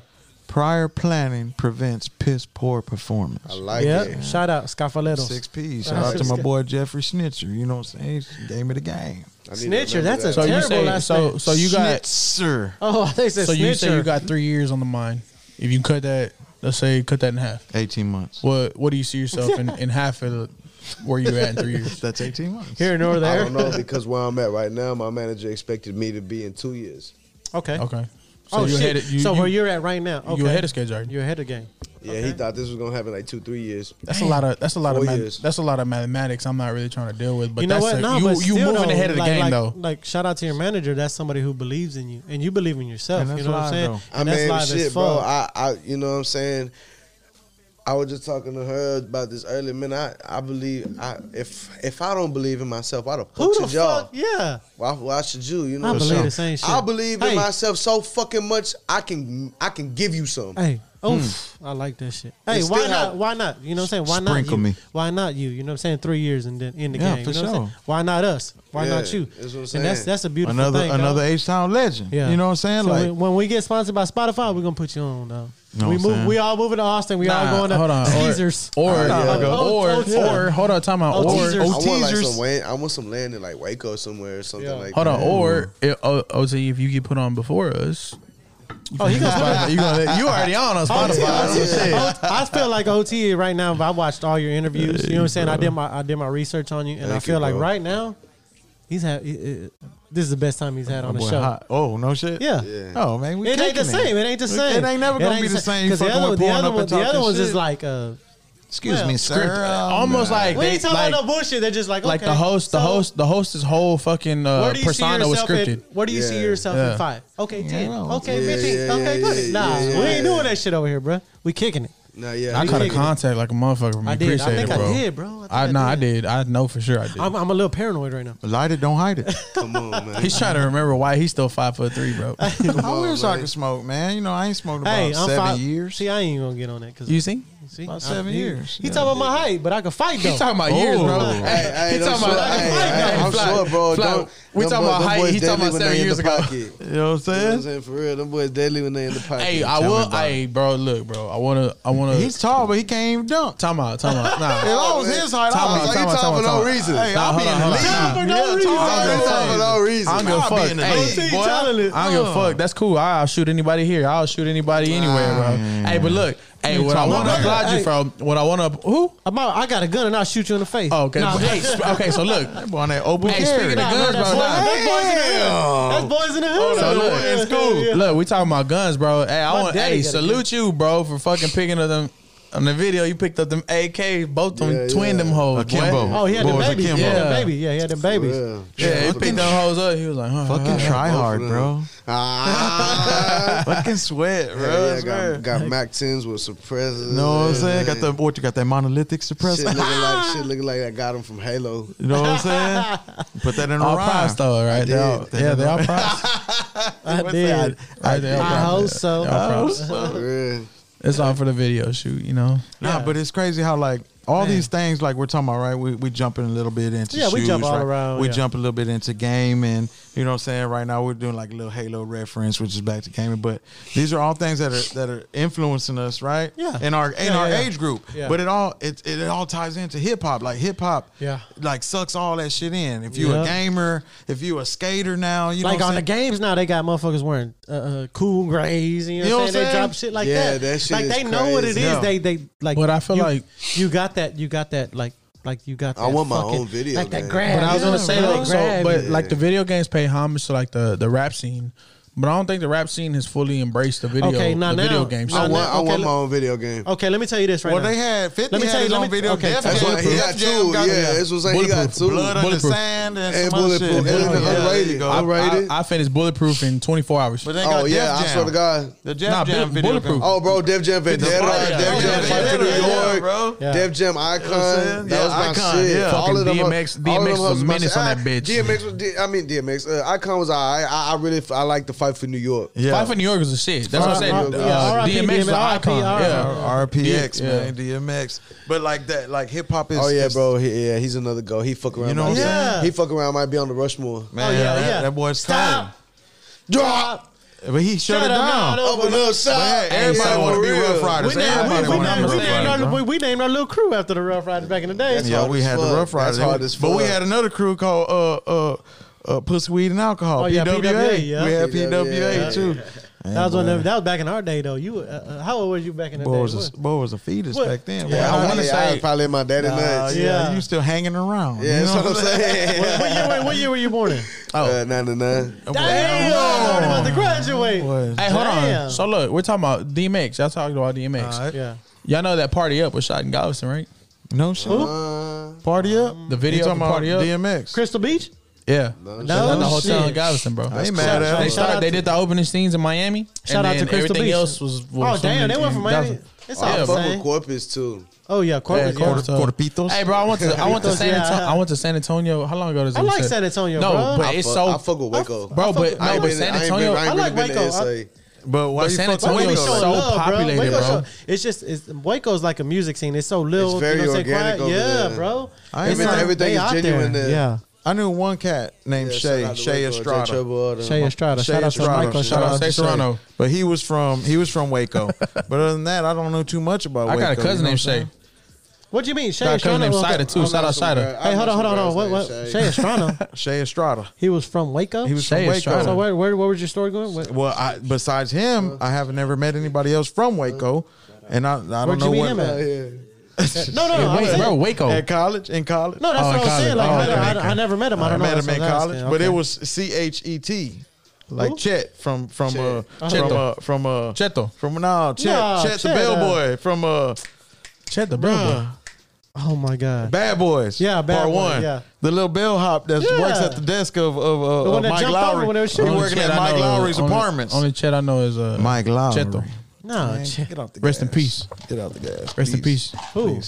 Prior planning prevents piss poor performance.
I like
yeah.
it.
Shout out Scafaletos.
Six P's.
Uh,
Shout out to
six
my
P.
boy Jeffrey Snitzer. You know what I'm saying? He gave me the game.
I need to
Snitcher.
remember
That's a
that.
So you
terrible
say
last
so
name.
so you got
Snitzer.
Oh, they said
so you
snitcher.
say you got three years on the mind. If you cut that, let's say cut that in half.
18 months.
What what do you see yourself in, in half of where you at in three years?
That's 18 months.
here nor
I
there.
don't know because where I'm at right now, my manager expected me to be in two years.
Okay.
Okay. So
oh
you
shit.
ahead of- you-
so
you-
where you're at right now? Okay.
you ahead of schedule already.
You're ahead of game.
Yeah,
Okay.
he thought this was gonna happen like two, three years.
That's a lot of that's a lot of
Four
math,
years.
that's a lot of mathematics. I'm not really trying to deal with, but
you know
that's
what?
A,
No,
you
but
you
still
moving
though,
ahead of the
like-
game
like,
though.
Like shout out to your manager. That's somebody who believes in you, and you believe in yourself.
And that's
You know what I'm
live,
saying?
though.
I
And that's
mean,
live
shit,
as
bro.
fuck.
I, I, you know what I'm saying. I was just talking to her about this earlier. Man, I, I believe I if if I don't believe in myself, why the fuck
Who the
should y'all?
fuck? Yeah.
Why, why should you? You know,
I
what I'm
believe
saying?
the same shit.
I believe
Hey.
in myself so fucking much. I can I can give you some.
Hey, oof, I like that shit. Hey,
Hmm. still
why not?
have-
why not? You know what I'm saying? Why not
Sprinkle
you?
me.
Why not you? You know what I'm saying? Three years and then in the
Yeah,
game.
for
you know what I'm
sure.
saying? Why not us? Why
Yeah,
not you?
that's what I'm
And that's
saying.
that's a beautiful
Another
thing.
another
dog.
H Town legend.
Yeah.
You know what I'm saying?
So
like,
when- when we get sponsored by Spotify, we're gonna put you on though.
Know what
we
I'm
move.
saying?
We all moving to Austin. We all going to
hold on, or-
Caesars.
or or,
yeah,
go.
or,
Oh, oh,
or- hold on, time out.
Oh,
or
teasers.
I want like
teasers.
some land. I want some land in like Waco somewhere or something
Yeah.
like.
hold
that.
on, or it, oh, OZ, if you get put on before us,
oh, he gonna Oh, put
Spotify, you, gonna, you already on on
OT,
Spotify.
OT.
Shit.
O- I feel like OT right now. If I watched all your interviews, you know what I'm saying. I did my I did my research on you, and I
Thank you,
feel like
bro.
right now, he's had. he- he- This is the best time he's had on
My
the
boy
show.
hot. Oh, no shit?
Yeah.
Yeah.
Oh, man. We
It ain't the
kicking
same. It ain't the
It
same.
ain't never gonna be the same. You
Because the
fucking
other,
with
the
pulling
other,
up
one,
and
the other
talking
one's just
shit.
like, uh,
Excuse
Well,
me,
Script-
sir. Um,
almost like
we
they
ain't talking
like,
about no bullshit. They're just like,
like
okay,
the host, the
so
host, the host's whole fucking uh,
where do you see
persona was
yourself in-
scripted.
where do you see
Yeah.
yourself in
Yeah.
five? Okay, ten.
well,
Okay,
yeah,
fifteen.
yeah,
okay,
yeah,
twenty.
yeah,
nah,
yeah,
we ain't
yeah.
doing that shit over here, bruh. We kicking it.
Nah, yeah.
I
we
caught a
can-
contact like a motherfucker from you.
I did. I
Appreciate
think
it,
I
bro.
did, bro. I think
I,
I
nah, I
did.
did. I know for sure I did.
I'm, I'm a little paranoid right now.
Light it, don't hide it.
Come on, man.
He's trying to remember why he's still five foot three, bro.
I wish I
man.
could smoke, man. You know, I ain't smoked about
Hey, I'm
seven
five
years.
See, I ain't gonna get on that because
you see?
see,
about
I-
seven
he-
years.
He
Yeah.
talking about my height, but I can fight though.
He talking about years, bro.
Oh.
Hey, hey,
he
them
talking about.
short- hey, hey,
hey,
I'm
fly-
sure, bro.
fly-
Don't-
we
them
talking
boys-
about
them
height.
boys
He talking
deadly
about
when
seven
they in
years
the
ago.
pocket. You
You know what
know what
I'm
I'm
saying?
saying? For real, them boys deadly when they in the pocket.
Hey, I
Tell me
will.
about it.
Hey, bro, look, bro. I wanna. I wanna.
He's tall, but he can't even dunk.
time out. Time out.
If
Nah.
I was his height,
Time
I
out,
was
time
like,
out, time out,
for
time
no
out.
reason.
hey,
Nah,
I'll be in
hold on,
the
hold
league.
on. Nah.
for no reason.
tall,
I'll
but
be
tall
in
for
the
no
league.
reason.
I don't give a
I'll be
fuck.
in the
Hey,
league,
boy,
boy.
I don't give a fuck. That's cool. I'll shoot anybody here. I'll shoot anybody anywhere, bro. Hey, but look. Hey, what I
talking
want to
about?
applaud you
Hey.
from. What I want to. Who?
I'm out- I got a gun and I'll shoot you in the face.
Oh, okay.
Nah,
But,
that-
hey, sp- okay. So look.
That boy on that open
Hey, speaking of
nah,
guns,
that's
bro.
boys-
nah.
that's boys in the hood. That's boys in the hood.
So Oh, look,
Yeah, yeah.
Look, we talking about guns, bro. Hey, I
My
want.
daddy
Hey,
got a
salute you, bro, for fucking picking up them. On the video, you picked up them AKs, both them
Yeah,
twin
yeah.
them hoes, boy.
Akimbo.
Oh, he had the
Boys
babies. Yeah,
Akimbo.
he had the
Yeah.
baby. Yeah, he had the babies.
Yeah.
Yeah, he
Fucking-
picked them hoes up. He was like, huh,
Fucking try hard,
them.
bro.
Ah,
Fucking sweat,
yeah,
bro.
yeah, got, got Mac 10s with suppressors.
You know what I'm saying?
man.
Got the what you got that monolithic
Shit
suppressor.
looking like shit looking like I got him from Halo.
You know what I'm saying? Put that in a
all
rhyme.
props though, right? They all-
did.
Yeah, they all props.
I
What's
did.
that?
Right, they all
I
props.
hope so.
They all props.
For real.
It's all for the video shoot, you know.
Nah,
Yeah.
but it's crazy how like all
Man.
these things like we're talking about, right? We we jumping a little bit into
Yeah, we
shoes,
jump all
right?
around,
We
yeah.
jump a little bit into game, and you know what I'm saying. Right now, we're doing like a little Halo reference, which is back to gaming. But these are all things that are that are influencing us, right?
Yeah.
in our in
Yeah,
our
yeah, yeah.
age group.
Yeah.
But it all it, it all ties into hip hop. Like hip hop,
Yeah.
like sucks all that shit in. If you a
Yeah.
gamer, if you a skater now, you
like
know what
on the
I'm saying?
games now, they got motherfuckers wearing uh, uh, cool grays. You know, what I'm saying? They drop shit like
Yeah,
that.
that shit
like
is
they know what it is.
crazy.
Yeah.
They they like.
But I feel
you-
like-
you got that. You got that. Like like you got. That
I want my
fucking-
own video,
Like that
man.
grab.
But I was
yeah,
gonna say
bro.
like, so,
Grab
but
you.
like the video games pay homage to like the the rap scene, but I don't think the rap scene has fully embraced the video
Okay, now-
the video
now-
game.
now-
I
Scene.
want, I
okay,
want
look-
my own video game.
okay, let me tell you this right
Well,
now.
they had 50
Let me
had
tell you-
his
let
own
me-
video.
okay,
Def
That's
tell
Jam-
what he
Def
got
Jam
two.
got it.
Yeah, that's what I'm saying. He got two.
Blood on the
Bulletproof.
sand and,
And
some other
bulletproof.
shit.
And
Yeah, yeah, there you
unrated.
go.
Unrated.
I, I finished Bulletproof in 24 hours.
But they got
Oh yeah,
Def
I
Jam.
swear to God.
The Def
Nah,
Jam
bu-
video.
bulletproof.
come-
Oh, bro, Def Jam Vendetta,
Fight, yeah,
Def Jam
yeah,
Fight for New
yeah, yeah,
York,
bro.
Yeah.
Def Jam
You know what I'm
Icon.
saying?
That was
Yeah,
my
Icon,
shit.
yeah.
All of them,
Fucking
all
DMX
of them
was
was my
minutes
shit.
on that
Ah,
bitch.
DMX was, D- I mean DMX. Uh, Icon was all right. I, I really, I like the fight for New York.
Yeah.
Fight for New York was a shit. That's what I'm saying.
Yeah,
Uh,
RIP,
DMX is an
RIP,
icon. Yeah.
R- RPX,
Yeah.
man, DMX. But like that, like hip hop is.
Oh yeah,
is-
bro. He, yeah, he's another go. He fuck around.
You know
might
what I'm
be-
saying?
He fuck around. Might be on the Rushmore.
Man,
Oh, yeah,
that,
yeah.
that boy's
Stop.
time. But he shut, it down.
Up a little
But
shot.
hey, everybody
Yeah,
want to
for
be
real.
Rough
We
Riders.
named,
Everybody
we, we,
want to be
named,
Rough
we, named our,
Riders.
we,
bro.
we named our little crew after the Rough Riders back in the day.
That's
Yeah,
hard
we
as
had the
fuck.
Rough Riders.
That's hard as
But we
fuck.
had another crew called uh uh uh Pussy Weed and Alcohol.
Oh, yeah, PWA, yeah.
We had
PWA, yeah.
PWA too.
That was one. Of, that was back in our day, though. You, uh, uh, how old were you back in the
Boy
day?
was a,
What?
boy was a fetus
What?
back then.
Yeah,
bro.
I
I
want
wanna
to say I
say-
was probably in my daddy
Uh,
nuts.
yeah,
Yeah,
Yeah.
you still hanging around. you
that's
know
what I'm saying.
what, year, were- what year were you born in?
Uh, nine to nine.
Damn, I'm about to graduate.
Boy.
Hey, hold
Damn.
on. So look, we're talking about DMX. Y'all talking about DMX.
All right.
Yeah,
Y'all know that party up was shot in Galveston, right?
No shit.
Uh,
Party up. You
The video
talking
for
about
party up.
DMX?
Crystal Beach.
yeah.
No
At the hotel
shit.
in Galveston, bro.
I ain't mad at
They
him.
Shout out
started. They
to-
did the opening scenes in Miami.
Shout
and
out to
then
Crystal
everything
Beach.
else was.
Oh
was
damn,
filmed
they
in-
went
in
from Miami.
Galveston.
It's
I
all the
fuck with
same.
Corpus too.
Oh yeah,
Yeah,
corporate.
yeah.
corporate.
So-
Cortipitos?
Hey, bro, I went to I went to San
Yeah.
Antonio. I went to San Antonio. How long ago does it?
I like
was
San Antonio,
No,
bro.
but
I
it's
fuck,
so
I fuck with Waco.
bro, but
I
no,
ain't
but
been-
San
I ain't been-
Antonio.
I ain't
I like
really been to
Waco. I-
SA.
But why
But
you
San
fuck with
Antonio
Waco
is
Waco?
so populated,
Waco
bro.
show- it's just it's, Waco's like a music scene. It's so little.
It's very
you know what I'm saying?
organic
Quiet.
over
yeah,
there.
bro.
I
It's
mean,
like,
everything
they
is
out
genuine
there.
there.
Yeah,
I knew one cat named Shay, Shay Estrada.
Shay Estrada. Shout out to Michael. Shout out
Shay
to Shay.
Serrano.
But he was from he was from Waco. but other than that, I don't know too much about
I
Waco.
got a
you know
cousin named
what I'm
Shay.
saying?
What do you mean? Shay
Got a cousin
Estrada.
named
Okay.
Shida too. Shout out Shida.
Hey, hold on, hold on, hold on. What, what? Shay Estrada.
Shay Estrada.
He was from Waco.
He was
Shay
from
Estrada.
Waco.
So where, where, where was your story going? What,
Well, I, besides him, I have never met anybody else from Waco, and I, I don't
where'd
know
you meet
what
him at? No, no, no. I'm
Wait,
saying-
bro, Waco.
At college, in college,
No, that's
Oh,
what
in
I was saying. Like,
college.
I,
Oh,
I-
okay, okay.
I never met him. I
I
don't know.
met
that's
him in
what I was
college,
asking.
but it
Okay.
was C H E T, like
Who?
Chet from from uh from uh
Cheto.
from uh
Cheto.
from no Chet
Nah,
Chet the
Chet,
bellboy from uh
Check the bro.
Oh my god.
Bad Boys
Yeah, Bad
part
Boys,
one
yeah.
the little bellhop that
Yeah.
works at the desk of of, uh,
The one
of
that
Mike
jumped over
Lowry
when they were
He
shooting.
working at Mike Lowry's apartments
Only Chet I know is uh
Mike Lowry
Cheto.
No,
Man,
Chet.
get out the
Rest in
gas.
peace.
get out the gas
Rest in peace.
Who?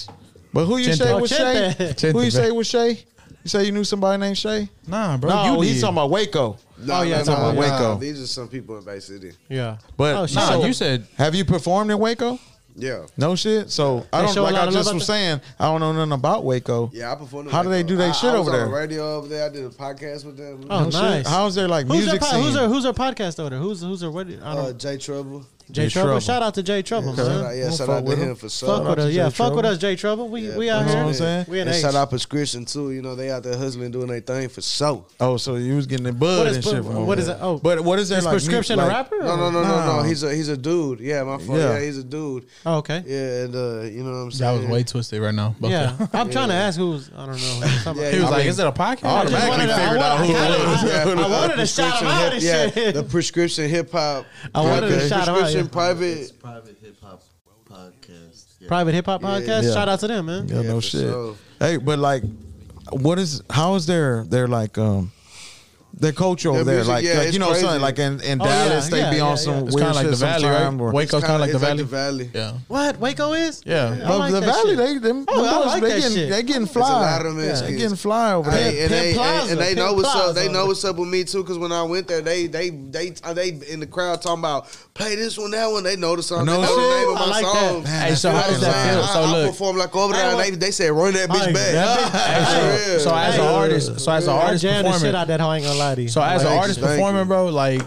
but who you
Chente.
say
Oh,
was Shay
Chente.
who you
Chente,
say was Shay you say you knew somebody named Shay
Nah, bro.
no
you
he's
did.
talking about Waco
No,
yeah,
yeah,
talking
no,
about Waco.
Waco. These are some people in Bay City.
Yeah.
but
Oh,
Nah,
So-
you said
have you performed in Waco
Yeah.
No shit. So I
They
don't
show a
like
lot
I
of
just
love
was
out
saying I don't know nothing about Waco.
Yeah, I performed. in
How do they
Waco.
do they
I-
shit
I was
over there?
On the radio over there, I did a podcast with them.
Oh,
No shit.
nice.
How's their like
Who's their,
music
po-
scene?
who's their who's their podcast over there? Who's who's their what? I don't,
uh, Jay Trouble.
Jay,
Jay
Trouble.
Trouble.
Shout out to Jay Trouble,
Shout
man.
out, yeah,
Don't
shout
fuck
out to
with
him
him.
for
Fuck
subbing.
with
to
us, yeah.
Jay
Fuck
Trouble.
with us, Jay Trouble. We
Yeah,
we
you
out
know
here.
what I'm saying?
We in
And
H.
shout out prescription too. You know they out there hustling, doing their thing for so.
oh, so you was getting the bud
What is
and
pu-
shit. From
what
over
is
there.
it? Oh.
but what is their
Is
like
prescription
mu-
a
like-
rapper? or-
No, no, no, no,
Nah.
no. He's a he's a dude. Yeah, my fault.
Yeah.
Yeah, he's a dude.
Oh, okay. Yeah.
Yeah, and uh, you know what I'm
that
saying.
was way twisted right now. But
I'm trying to ask who's I don't know. who's talking
Yeah,
about.
He was
I
like,
mean,
"Is it a podcast?"
I just
automatically
wanted to- I
figured out
wanted-
who it was.
I kinda- I wanted to shout him out and
yeah,
shit.
the prescription hip hop.
I wanted to
podcast.
shout him out,
Prescription
yeah.
private.
Private hip hop podcast. Yeah.
Private hip hop podcast.
Yeah.
Shout out to them, man.
Yeah, no
for
shit.
sure.
Hey, but like, what is how is their their like um their culture over
Their
there,
music,
like,
yeah,
like,
it's
you know, what I'm saying?
crazy.
like in, in
Oh, yeah,
Dallas, they
yeah,
be
yeah,
on
yeah.
some
It's
weird
kind of like
shit
the valley,
sometime,
right?
or-
Waco's kind of like
it's
the
like
valley.
the Valley.
Yeah.
What Waco is?
Yeah.
I
But
like
the
that
valley,
shit.
they them,
Oh, I
them boys,
like
they
that
getting
shit.
they getting
a
fly.
lot of them
yeah, they
Mexicans.
getting fly over
Hey,
there.
Pimp
and, they,
Plaza,
and, and they
Pimp
know what's
Plaza.
up. They know what's up with me too. Cause when I went there, they they they uh, they in the crowd talking about play this one, that one. They know the song.
No
they know
shit.
the name of
I
my
like that.
songs.
Man,
Hey, so
You know
how does
what I'm
that
saying?
feel? So
I, I
look,
perform like over
I
there. and
want-
They they said run that
I
bitch
ain't that
back.
bitch-
Hey, so,
Yeah.
so as an
Hey.
artist, so as an
I
artist
jammed the shit
performing,
out that. I ain't gonna lie to you.
so as an
Thank you,
artist
thank
performing,
you.
bro, like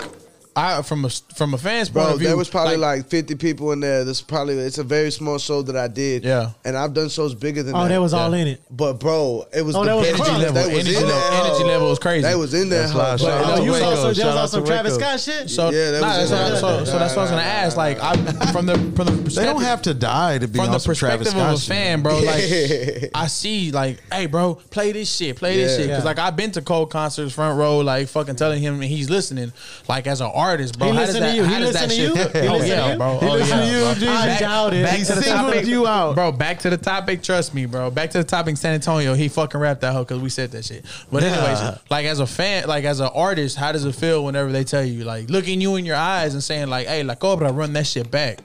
I from a from a fan's point
Bro,
of view,
there was probably like, 50 people in there. This probably it's a very small show that I did.
Yeah.
and I've done shows bigger than
oh,
that.
that was all
Yeah.
in it.
But bro, it was
Oh,
the
that was
energy
fun.
level.
That was energy level- energy level was crazy.
That was in there.
That's live.
But-
Shout out
Oh,
to
you was
Waco.
on some, that
Shout
was
out
on
to
some Travis
Waco.
Scott shit.
so
Yeah, that
nah,
was
that's
in
what I-
there.
so, so that's what I was gonna
Nah, nah,
ask. Like I from the from the
They don't
perspective-
have to die to be
from
on
the
some Travis
perspective
Scott
of a
shit.
fan, bro. Like I see, like, hey, bro, play this shit, play this
Yeah.
shit, because
Yeah.
like I've been to Cole concerts, front row, like fucking telling him, and he's listening. Like as an artist, bro,
He
how does
listen
that?
to you.
How
He
does
listen to
that shit?
you. He
Oh
listen to
yeah,
you.
bro.
He
oh
listen
yeah,
to you,
bro.
G. I
Back-
doubt it.
Back
He
to the
singled
topic,
you out.
bro. Back to the topic. Trust me, bro. Back to the topic. San Antonio, he fucking rapped that hoe because we said that shit. But anyways, like as a fan, like as an artist, how does it feel whenever they tell you, like, looking you in your eyes and saying, like, hey, La Cobra, run that shit back.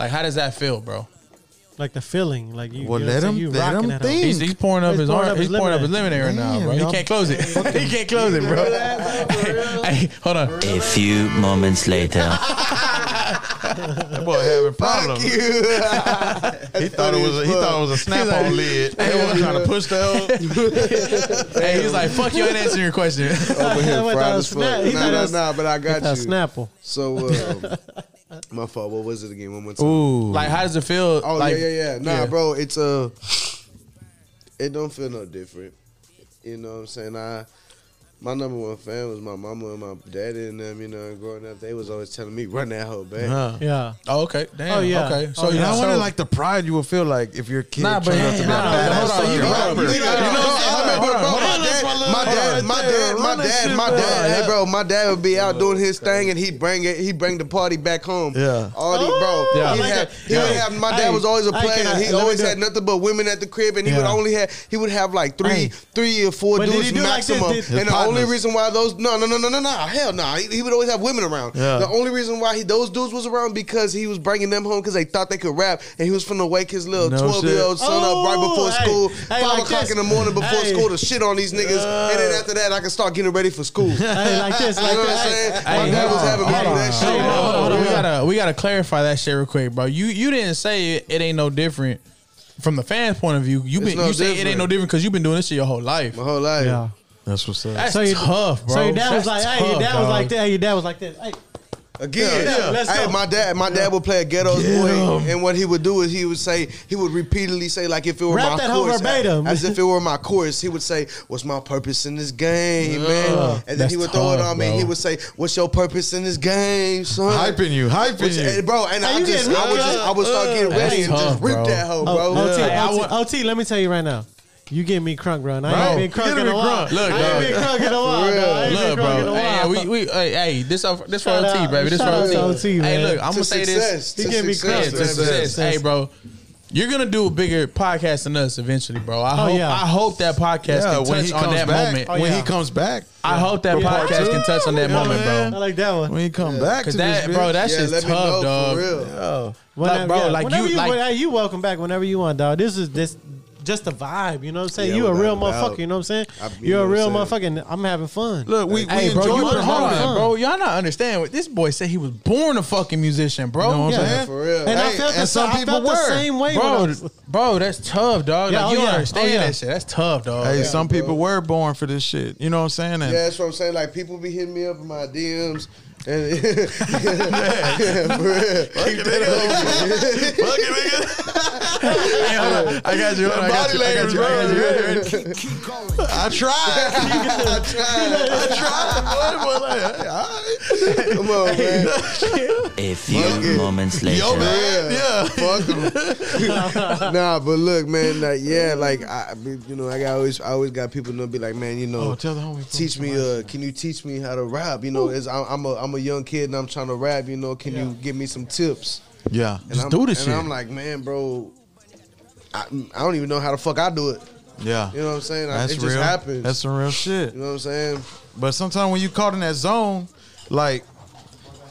Like, how does that feel, bro?
Like the feeling, like you.
Well,
you
let
so
him-
you
let him
rocking at home.
think.
He's, he's pouring up
He's
his
pouring
orange.
up
He's
his
pouring up his
lemonade.
lemonade right now,
Damn,
bro. He
y'all
can't close it. he can't close it, bro. hey, hold on.
A few moments later.
That boy having
Fuck
problems.
you.
He thought it was a, he thought it was a snap on lid. They were trying to push the.
Hey, he's like, "Fuck you, ain't answering your question."
over
He
here
thought
fried
it
as
was Snap-
fuck.
he
Nah,
thought it
nah,
was-
nah, but I got
That's
you.
Snapple.
So, um, my fault. What was it again? One more time.
Ooh,
like, how does it feel?
Oh
like,
yeah, yeah, yeah. Nah, bro, it's uh, it don't feel no different. You know what I'm saying? I my number one fan was my mama and my daddy and them. You know, and growing up, they was always telling me run that hoe back.
Huh.
Yeah.
Oh, okay. Damn.
Oh, yeah.
Okay. So
Oh,
you
And
yeah.
know,
I wonder
so-
like the pride you would feel like if your kid
Nah, but-
turned out to be a
nah, nah,
badass
hold on,
fucking
you gotta-
rapper.
you
You know,
gotta-
I remember, bro, my dad, my dad, my dad, my dad, my dad, hey bro, my dad would be out doing his thing and he bring it, he bring the party back home.
Yeah.
all these bro,
Yeah.
he
I Oh, like
had,
that.
he would
Yeah.
have. My dad
Hey,
was always a
hey,
player.
can I-
and
let
he
me
always
do-
had nothing but women at the crib, and he would
Yeah.
only have, he would have like three,
Hey.
three or four
But did
dudes
he do like this?
maximum.
Did-
and the
partners.
only reason why those, no, no, no, no, no, no, hell no, he, he would always have women around.
Yeah.
The only reason why he those dudes was around because he was bringing them home because they thought they could rap, and he was finna wake his little
No
twelve year old
shit.
son up right before
Oh, hey.
school,
Hey,
five
like
o'clock
this.
in the morning before
Hey.
school to shit on these niggas, and then after that I can start getting ready for school.
Hey, like this, like
you know what I'm
that.
saying?
Hey,
My
Hey,
dad
hold
was
on,
having me
hold
do
on.
that
Hey,
shit.
hold on, hold on. We
Yeah.
gotta we gotta clarify that shit real quick, bro. You you didn't say it, it ain't no different from the fans' point of view. You
It's
been
no
you say it ain't
different.
no different because you've been doing this shit your whole life.
My whole life.
Yeah.
That's what's up.
That's
So your-
tough, bro.
So your dad was
That's
like, hey, your
tough,
dad was like
dog.
that. Hey, your dad was like this. Hey,
Again,
Yeah, yeah, let's
hey,
go.
my dad, my dad would play a ghetto's
Get
boy,
'em.
and what he would do is he would say, he would repeatedly say, like if it were
Rap
my
that hoe
chorus,
verbatim.
as if it were my chorus, he would say, "What's my purpose in this game, man?" And then
That's
he would throw it
tough,
on me.
bro.
He would say, "What's your purpose in this game, son?"
Hyping you,
Which,
hyping
eh,
you.
bro, and I
you
just,
getting
I would
hyped
just,
up?
I would start getting
That's
ready and
tough,
just rip
bro.
that hoe,
Oh,
bro.
OT,
Hey, I
OT,
want-
OT, let me tell you right now. You getting me crunk, bro. And I
Bro,
ain't been crunk
you
in a
done
while.
crunk. Look,
I ain't
dog.
been crunk in a while,
For
bro. I ain't
Look,
been crunk in a
bro. Hey,
while.
we, we, hey, hey, this off, this for
Shout
OT,
out-
baby. This for
shout out
OT.
to OT,
Hey,
man.
look, I'm
To
gonna say
success,
this.
to
He gave me
success,
Yeah,
credit.
to
man.
success.
success. Hey, bro. You're gonna do a bigger podcast than us eventually, bro. I
Oh,
hope
yeah.
I hope that podcast
Yeah,
can
when he
touch on
comes
that
back,
moment.
Oh,
when
yeah.
he comes back,
I hope that
Yeah.
podcast can touch on that
Yeah,
moment,
man.
I
bro.
like that one.
when he come back to
Cause
this
that, bro,
bitch.
that
Yeah,
shit's
let
tough,
me know
dog.
for real.
Whenever,
bro,
yeah,
like,
whenever
you-
you,
like-
hey, you welcome back whenever you want, dog. This is this just the vibe, you know what I'm saying?
Yeah,
you a
without
real
a doubt.
motherfucker, you know what I'm saying?
I- you
You're a
know what
real
I'm
motherfucker, and I'm having fun.
Look, we,
Hey,
we
bro,
enjoy
you
the
been hold
moment.
on, bro. Y'all not understand what this boy said. He was born a fucking musician, bro.
You know what I'm
Yeah.
saying?
For real.
and
Hey,
I felt, the,
and some
some I
people
felt the
were.
same way.
Bro,
when I was-
bro, that's tough, dog.
Yeah,
like
oh,
you don't
yeah. Oh,
understand
yeah.
that shit. That's tough, dog.
Hey,
Yeah.
some people were born for this shit. You know what I'm saying? And
Yeah, that's what I'm saying. Like people be hitting me up in my DMs. And yeah, for real. Keep that up.
Hey, hold on. I got you. Hold on. I got
Body
you. I got
language,
you. I got you. I got you.
I tried.
I tried.
I tried. Boy, boy, like, hey, all right.
Come on, man.
A few
it.
moments later.
Yo, man.
Yeah.
Yeah.
Fuck 'em. nah, but look, man. Like, yeah, like I, I mean, you know, like I always, I always got people to be like, man, you know,
Oh, tell the homie.
teach me. Uh, can you teach me how to rap? You know, as I'm, I'm a, I'm a young kid and I'm trying to rap. You know, can you give me some tips?
Yeah.
And I'm,
do this
and
shit.
I'm like, man, bro, I, I don't even know how the fuck I do it.
Yeah.
You know what I'm saying? I-
That's
it
real.
just happens.
That's some real shit.
you know what I'm saying?
But sometimes when you caught in that zone, like,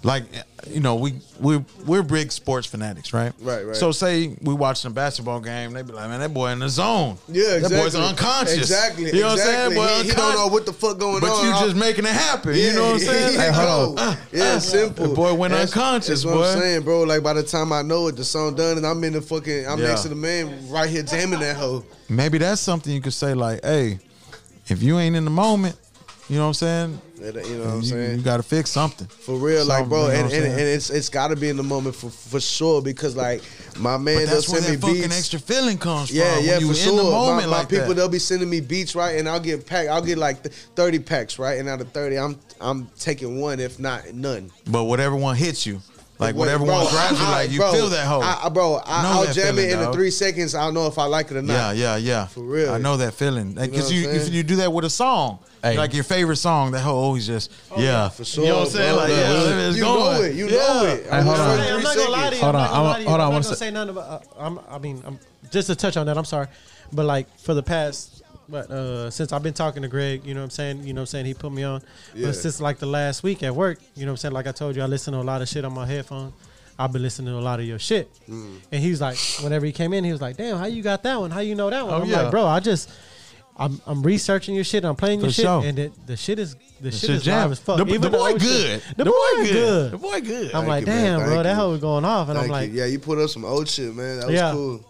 like you know, we we we're big sports fanatics, right?
Right, right.
So say we watching a basketball game, they be like, man, that boy in the zone.
Yeah, exactly.
That boy's unconscious.
Exactly.
You know
exactly.
what I'm saying? Boy,
He, he don't
unconscious.
know what the fuck going
But
on.
you
I-
just making it happen.
uh, Yeah,
you know what I'm saying?
Here you
hold
go.
on. Ah,
yeah, simple.
The boy went
That's-
unconscious,
that's what
boy.
I'm saying, bro. Like by the time I know it, the song done, and I'm in the fucking, I'm
Yeah.
next to the man right here jamming that hoe.
Maybe that's something you could say like, hey, if you ain't in the moment, you know what I'm saying?
That- You know what I'm
you,
saying?
got to fix something.
For real, like
Something, you know
bro,
what
and,
I'm
and,
saying?
and it's it's got to be in the moment for for sure because like my man
But
does
that's where
send me
that fucking
beats.
extra feeling comes
yeah,
from.
yeah,
when you
for
in
sure.
the
my
moment
my
like
people,
that.
they'll be sending me beats right, and I'll get pack. I'll get like th- thirty packs right, and out of thirty, I'm I'm taking one, if not none.
But whatever one hits you, like
Wait,
whatever
bro,
one grabs you,
I-
like you
bro,
feel that hoe.
I, I- bro, I,
Know
I'll
that
jam
feeling,
it in the
dog.
three seconds. I'll know if I like it or not.
yeah, yeah, yeah. For
real.
I know that feeling. Because
know
you,
what I'm
if
saying?
you do that with a song,
Hey.
like your favorite song, that hoe always just yeah.
For sure,
you know what I'm saying?
bro.
Like
Look,
yeah,
look,
it's
you
going.
know it. You
yeah.
know it.
Hey, hold on.
I'm just
Hey, I'm
three
not gonna lie to you.
seconds.
Hold
I'm
on,
not gonna
I'm-
lie to you.
hold
I'm not
on, one
gonna
sec.
say nothing about. Uh, I'm, I mean, I'm just to touch on that. I'm sorry, but like for the past, but uh, since I've been talking to Greg, you know what I'm saying. You know what I'm saying. He put me on,
Yeah.
but since like the last week at work, you know what I'm saying. Like I told you, I listen to a lot of shit on my headphone. I've been listening to a lot of your shit,
Mm.
and he was like, whenever he came in, he was like, "Damn, how you got that one? How you know that one?"
Oh,
I'm
yeah.
like, "Bro, I just." I'm, I'm researching your shit. I'm playing your
For
shit,
sure.
and it, the shit is the, shit,
Shit
is
jam.
live as fuck.
The,
Even
the boy
old shit-
good.
The boy good.
The boy good.
I'm
Thank
like,
you, man.
damn, bro,
Thank
that
you.
hoe was going off, and
Thank
I'm like,
you. yeah, you pulled up some old shit, man. That was
Yeah.
cool.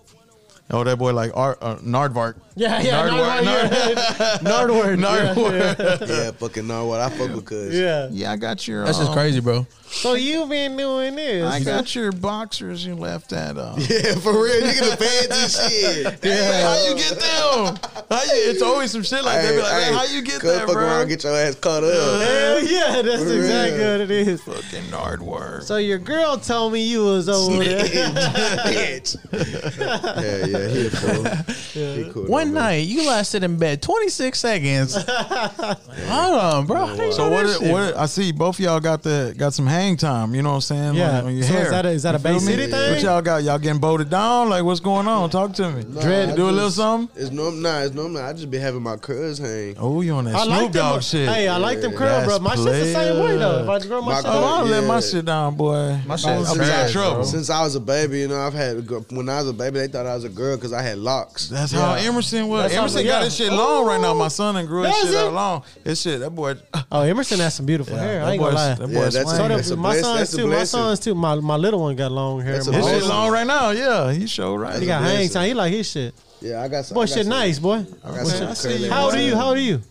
Oh, that boy like Ar- uh, Nardvark.
Yeah, yeah, Nardwar, Nardwar,
Nardvark. Yeah,
Yeah, fucking know what I fuck with, cuz.
Yeah.
I got your.
That's just
um,
crazy, bro.
So you've been doing this.
I got your boxers you left at. Uh,
Yeah, for real, nigga, the fancy shit.
How you get them? How you, it's always some shit like that. Be like,
Hey,
man,
hey,
how you get
cuz
that,
fuck
bro?
around, get your ass caught up.
Hell yeah, that's
For
exactly
real.
what it is.
Fucking Nardwar.
So your girl told me you was over there.
Bitch. yeah, yeah, he a fool. He cool, though, man.
you lasted in bed 26 seconds. Hold on, bro. How do you
So
know
what?
that
Is,
shit?
what? I see both y'all got the got some hang time. You know what I'm saying?
Yeah.
On, on your
So is
hair.
that a- is that
You
a
feel
Bay
me?
City thing?
What y'all got? Y'all getting bolted down? Like what's going on? Talk to me. Dread,
I
do a
just-
little something.
It's normal. Nah, it's normal. I just be having my cuz hang.
Oh, you on that
I
Snoop
like them.
Dogg shit?
Hey, I like them curl,
That's
bro. My shit's the same way though. If I grow my,
My
shit,
oh, I
out,
don't let my
Yeah.
shit down, boy.
My shit
I'm
is
in
trash,
trouble.
bro.
Since I was a baby, you know, I've had when I was a baby, they thought I was a girl because I had locks.
That's how Emerson was.
That's how-
Emerson got
yeah.
his shit long right now. My son and grew his
Does
shit
it?
out long. His shit, that boy.
oh, Emerson has some beautiful hair.
that
I ain't gonna
boy's-
lie.
that
Yeah,
boy's
that's
So
swinging.
do-
That's a
my
bless-
sons
that's a
too. My
blessing.
sons too. My my little one got long hair.
That's a
My
His
boy-
shit
blessing.
long right now. Yeah, he show right.
He got
That's a
hang
blessing.
time. He like his shit.
Yeah, I got some. I
Boy,
got
shit
some-
nice, boy.
I got some
see
curly
you.
How old
ones.
are you? How old are you?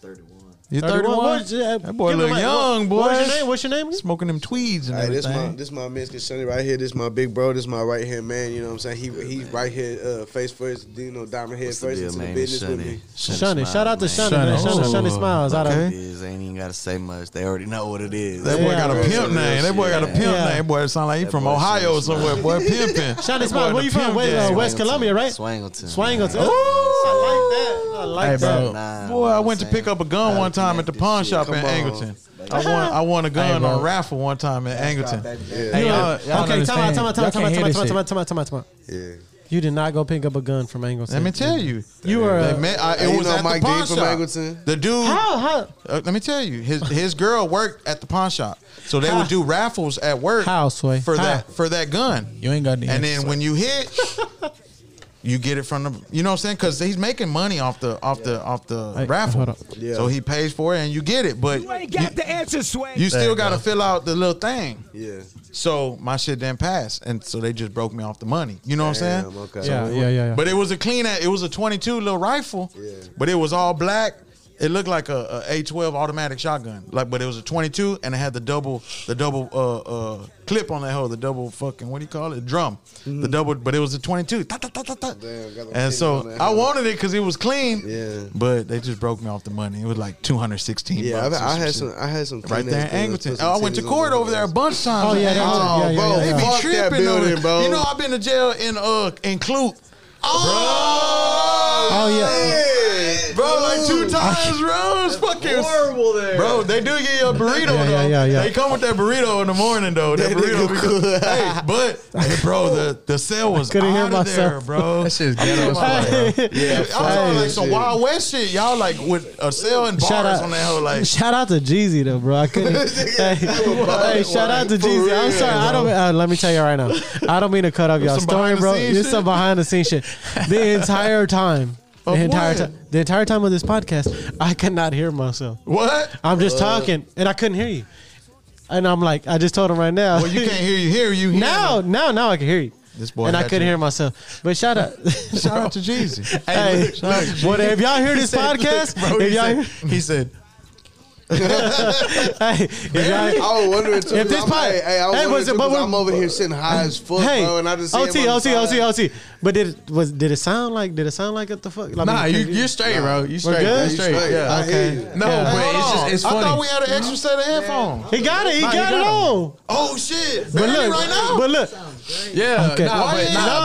31.
You
31?
31?
What's- uh,
That boy
give
look
him a-
young, boy.
What's your name? What's your name? again?
Smoking them tweeds and
Hey, this my
everything.
this my Mexican Sonny right here. This my big bro. This my right hand man. You know what I'm saying? He he's right here, uh, face first. You know, diamond head
What's the
first
deal,
into the
man?
business
It's
with me.
Shunny. Shout out to
Smiles,
Shunny. man.
Shunny.
Shunny. Shunny
Oh,
smiles. Out
okay.
of
man. It is. Ain't even got to say much. They already know what it is.
That boy
Yeah,
got a
bro.
pimp name. That boy got a pimp
Yeah.
name. Boy, it sound like he from
boy
Ohio
Shonda
somewhere. Boy, pimping.
Shonda
That
Smile,
boy
where
the
you from?
pimp
Wait, uh,
gang.
where- West Columbia, right?
Swangleton.
Swangleton. Oh, I like
Hey,
that. I like
bro.
that.
Nah,
Boy, I went to pick up a gun
Gotta
one time
connect
at the
this
pawn
shit.
shop in
Come on.
Angleton. I won. I won a
Hey,
gun
bro.
on raffle one time in Angleton.
Yeah,
Hey, y'all- y'all
Okay, time out,
understand.
time out, time
Y'all
out, time out,
can't hear
time out,
this
time out,
shit.
time out, time out, time out, time out.
yeah.
You did not go pick up a gun from Angleton.
Let me tell you,
You were.
they
Uh,
met. I, it
Hey, you
was
know
at
Mike
the
D
pawn
from
shop.
Angleton?
The dude.
how? How?
Uh, let me tell you, his his girl worked at the pawn shop, so they would do raffles at work
How, Sway?
for
How?
that for that gun.
You ain't got the
and
answer,
then
Sway.
when you hit, you get it from the. You know what I'm saying? Because he's making money off the off the off the
Hey, hold
raffle,
up.
Yeah.
so he pays for it and you get it. But
You ain't got the answer, Sway.
you
There
still
you
got to
go.
fill out the little thing.
Yeah.
So my shit didn't pass, and so they just broke me off the money. You know what I'm
Damn,
saying?
okay.
Yeah, yeah, yeah, yeah.
But it was a clean. It was a 22 little rifle,
Yeah.
but it was all black. It looked like a, a A12 automatic shotgun, like, but it was a 22, and it had the double, the double uh, uh, clip on that hole, the double fucking what do you call it, drum, the double. But it was a 22. Ta, ta, ta, ta, ta.
Mm-hmm. Damn, got them
and
titties on
so
that
I
hoe.
wanted it because it was clean.
Yeah.
But they just broke me off the money. It was like 216.
Yeah,
bucks or
I, I had
shit.
some. I had some
Right there in Angleton. Oh, I
Angleton.
went to court over there a bunch of times.
Oh, yeah,
in
that was-
Angleton.
yeah, yeah,
bro,
yeah,
They
yeah.
be
fuck that
tripping
building,
over it.
bro.
You know, I've been to jail in uh in Clute. Oh,
Oh yeah.
yeah,
bro, like two
Ooh.
times, bro. was fucking
horrible there.
Bro, they do get you a burrito
Yeah,
though.
yeah, yeah, yeah.
They come with that burrito in the morning though. That burrito, be good. hey, but hey, bro, the the cell was
couldn't hear
out of there,
myself.
bro.
That shit's ghetto as fuck.
Yeah, I'm talking like some
shit.
Wild West shit. Y'all like with a cell and
Shout
bars
out,
on that hoe, like
shout out to Jeezy though, bro. I couldn't. hey, hey, shout out to
For
Jeezy. I'm
real,
sorry. I don't. Uh, let me tell you right now. I don't mean to cut off y'all
some
story,
behind the
bro.
scenes
This is some
shit?
behind the scenes shit. The entire time. The
Of
entire
what?
time. The entire time of this podcast, I could not hear myself.
what? Uh.
I'm just talking, and I couldn't hear you. And I'm like, I just told him right now.
Well, you can't hear you hear you. Hear
now, now, now I can hear you.
This boy
and I
got
couldn't
you.
hear myself. But shout out.
me. shout out to Jeezy.
Hey,
look, shout out to
what- if y'all hear
He
this
said,
podcast,
look, bro,
if
he,
y'all
said,
hear-
he said,
hey, if y'all,
I was wondering too.
If this
I'm,
pod-
hey, hey, I was
Hey,
wondering
was it-
too,
but
'cause
what-
I'm over here sitting high as fuck,
hey,
bro, and I just see
OT,
him on the
OT, OT,
side.
OT. But did it was did it sound like did it sound like what the fuck? Like,
Nah,
I mean,
you,
can-
you're straight, bro. You straight.
good?
You straight. Yeah.
I hear you.
No,
Yeah.
but
Hold
it's just
on.
it's
I
funny.
thought we had an extra set of headphones.
he got it, he
Nah,
got,
you
it
got
on.
Oh shit!
But look,
right now.
but look,
yeah.
okay,
Nah,
no,
but, nah, but
no,
you know
no,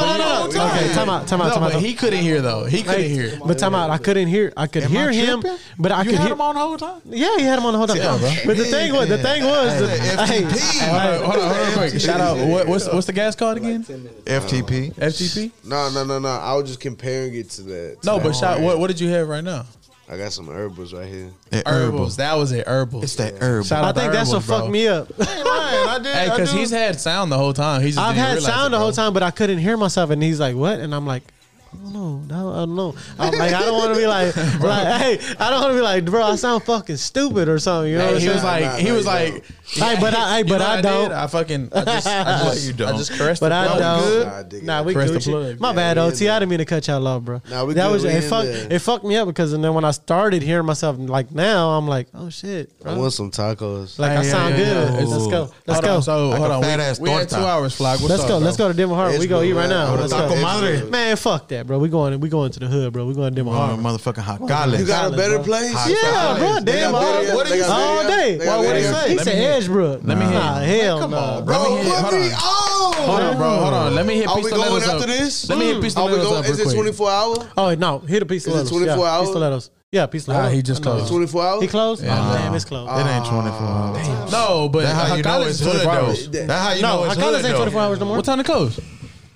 what
no,
I'm
okay,
saying.
time out, time out,
No,
time out.
but he couldn't hear though. He couldn't
Hey,
hear.
But time out, I couldn't hear. I could hear him, but I
you
could
had
hear.
him on the whole time.
Yeah, he had him on the whole time.
bro.
but the thing was, the thing was, the, hey,
Hey, hold on, hold on, hold on, quick. Shout out. What, what's what's the gas called again?
FTP.
FTP.
No, no, no, no. I was just comparing it to that. to
No,
that
but shout.
wine.
What what did you have right now?
I got some herbals right here.
Herbals. That was it. Herbals.
It's that herb.
Shout
I
out to
think that's what
Herbals, bro.
fucked me up.
I did.
Hey, because he's had sound the whole time. He just
I've
didn't
had
realize
sound
it,
the whole
bro.
time, but I couldn't hear myself, and he's like, "What?" And I'm like. I don't know. No, I don't know. I'm like, I don't want to be like, like, hey, I don't want to be like, bro, I sound fucking stupid or something. You know what
Hey,
I'm
he
saying?
was like,
Nah,
he
nah,
was
you
like,
Hey, but I- hey,
You
but
know
I
what
don't.
did? I fucking, I just, I just,
You
you
don't.
I just caressed.
But
the
I
plug.
don't.
Nah, I dig it.
Nah, we
Press the
Gucci.
plug.
My
Yeah,
bad,
we in
OT. I
there.
didn't mean to cut y'all off, bro.
Nah, we
that
good,
was
we
it.
in
Fuck,
there.
it fucked me up because and then when I started hearing myself, like now I'm like, oh shit,
I
bro.
want some tacos.
like I
Yeah,
sound
yeah,
good.
yeah.
Let's go. Let's
Hold
go.
on, so
Like
hold
a
on,
fat
we,
ass
we had
torta.
two hours, Flock. What's
Let's
up,
go.
bro?
Let's go to Denver Harbor.
It's
We go
good,
eat right
man.
now.
Hold
Let's
on.
go.
Taco
madre.
Man, fuck that, bro. We going. We going to the hood, bro. We going to Denver Harbor.
motherfucking hot
You got a
Solid,
better
bro.
place?
Yeah, bro.
They
Damn,
got
all,
video-
what
they
is,
got
all
video-
day.
they got
Why would he
video.
say? He
Let me
said
hear it.
Edgebrook. Let me
hear
Nah, hell no.
Bro,
Let me hit-
put
hold
me
on. Hold
on.
on, bro. Hold on. Let me hit.
Are we
Pistoleros
going
up.
after this?
Let me hit
Are we
pistoleros
going?
up
Is
real
it
quick.
24 hour?
Oh no, hit a piece of
Is it
lettuce.
24
yeah,
hours?
Pistoletos. Yeah, pistoletos.
Nah, he just
I know.
closed.
24 hour?
He closed.
Yeah.
oh, damn, it's closed.
It ain't 24 hours.
No, but
That's how you know
Hacalas
it's
is
hood,
24
though.
hours.
That's how you know
No,
it's
I
hood,
can't say
though.
24 hours no more.
What time to close?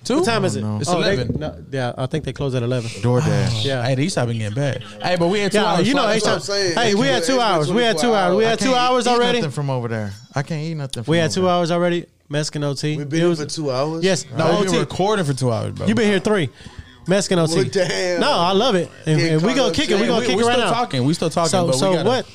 Two.
What time is it?
no.
It's
they-
11.
no, yeah, I think they closed at 11.
DoorDash.
Yeah.
Hey, these have been getting bad. Hey, but we had two
Yeah,
hours.
you know,
Flock.
H-
what I'm
hey,
saying. They
we
keep
had
it-
two
it's
hours. We had
24
two hours. We
hours.
had two hours already.
Nothing from over there. I can't eat nothing. From
We had
over
two
there.
hours already. Mexican OT.
We've been
It
here
was-
for two hours.
Yes.
No,
No,
we've
OT.
been recording for two hours, bro.
You've been here three. Mexican OT.
Well, damn.
No, I love it. And,
Getting
and we
caught
gonna
up
kick it. We
saying-
gonna
we,
kick
we're
it right
still
now.
talking. We still talking.
so
but
so
we gotta,
what?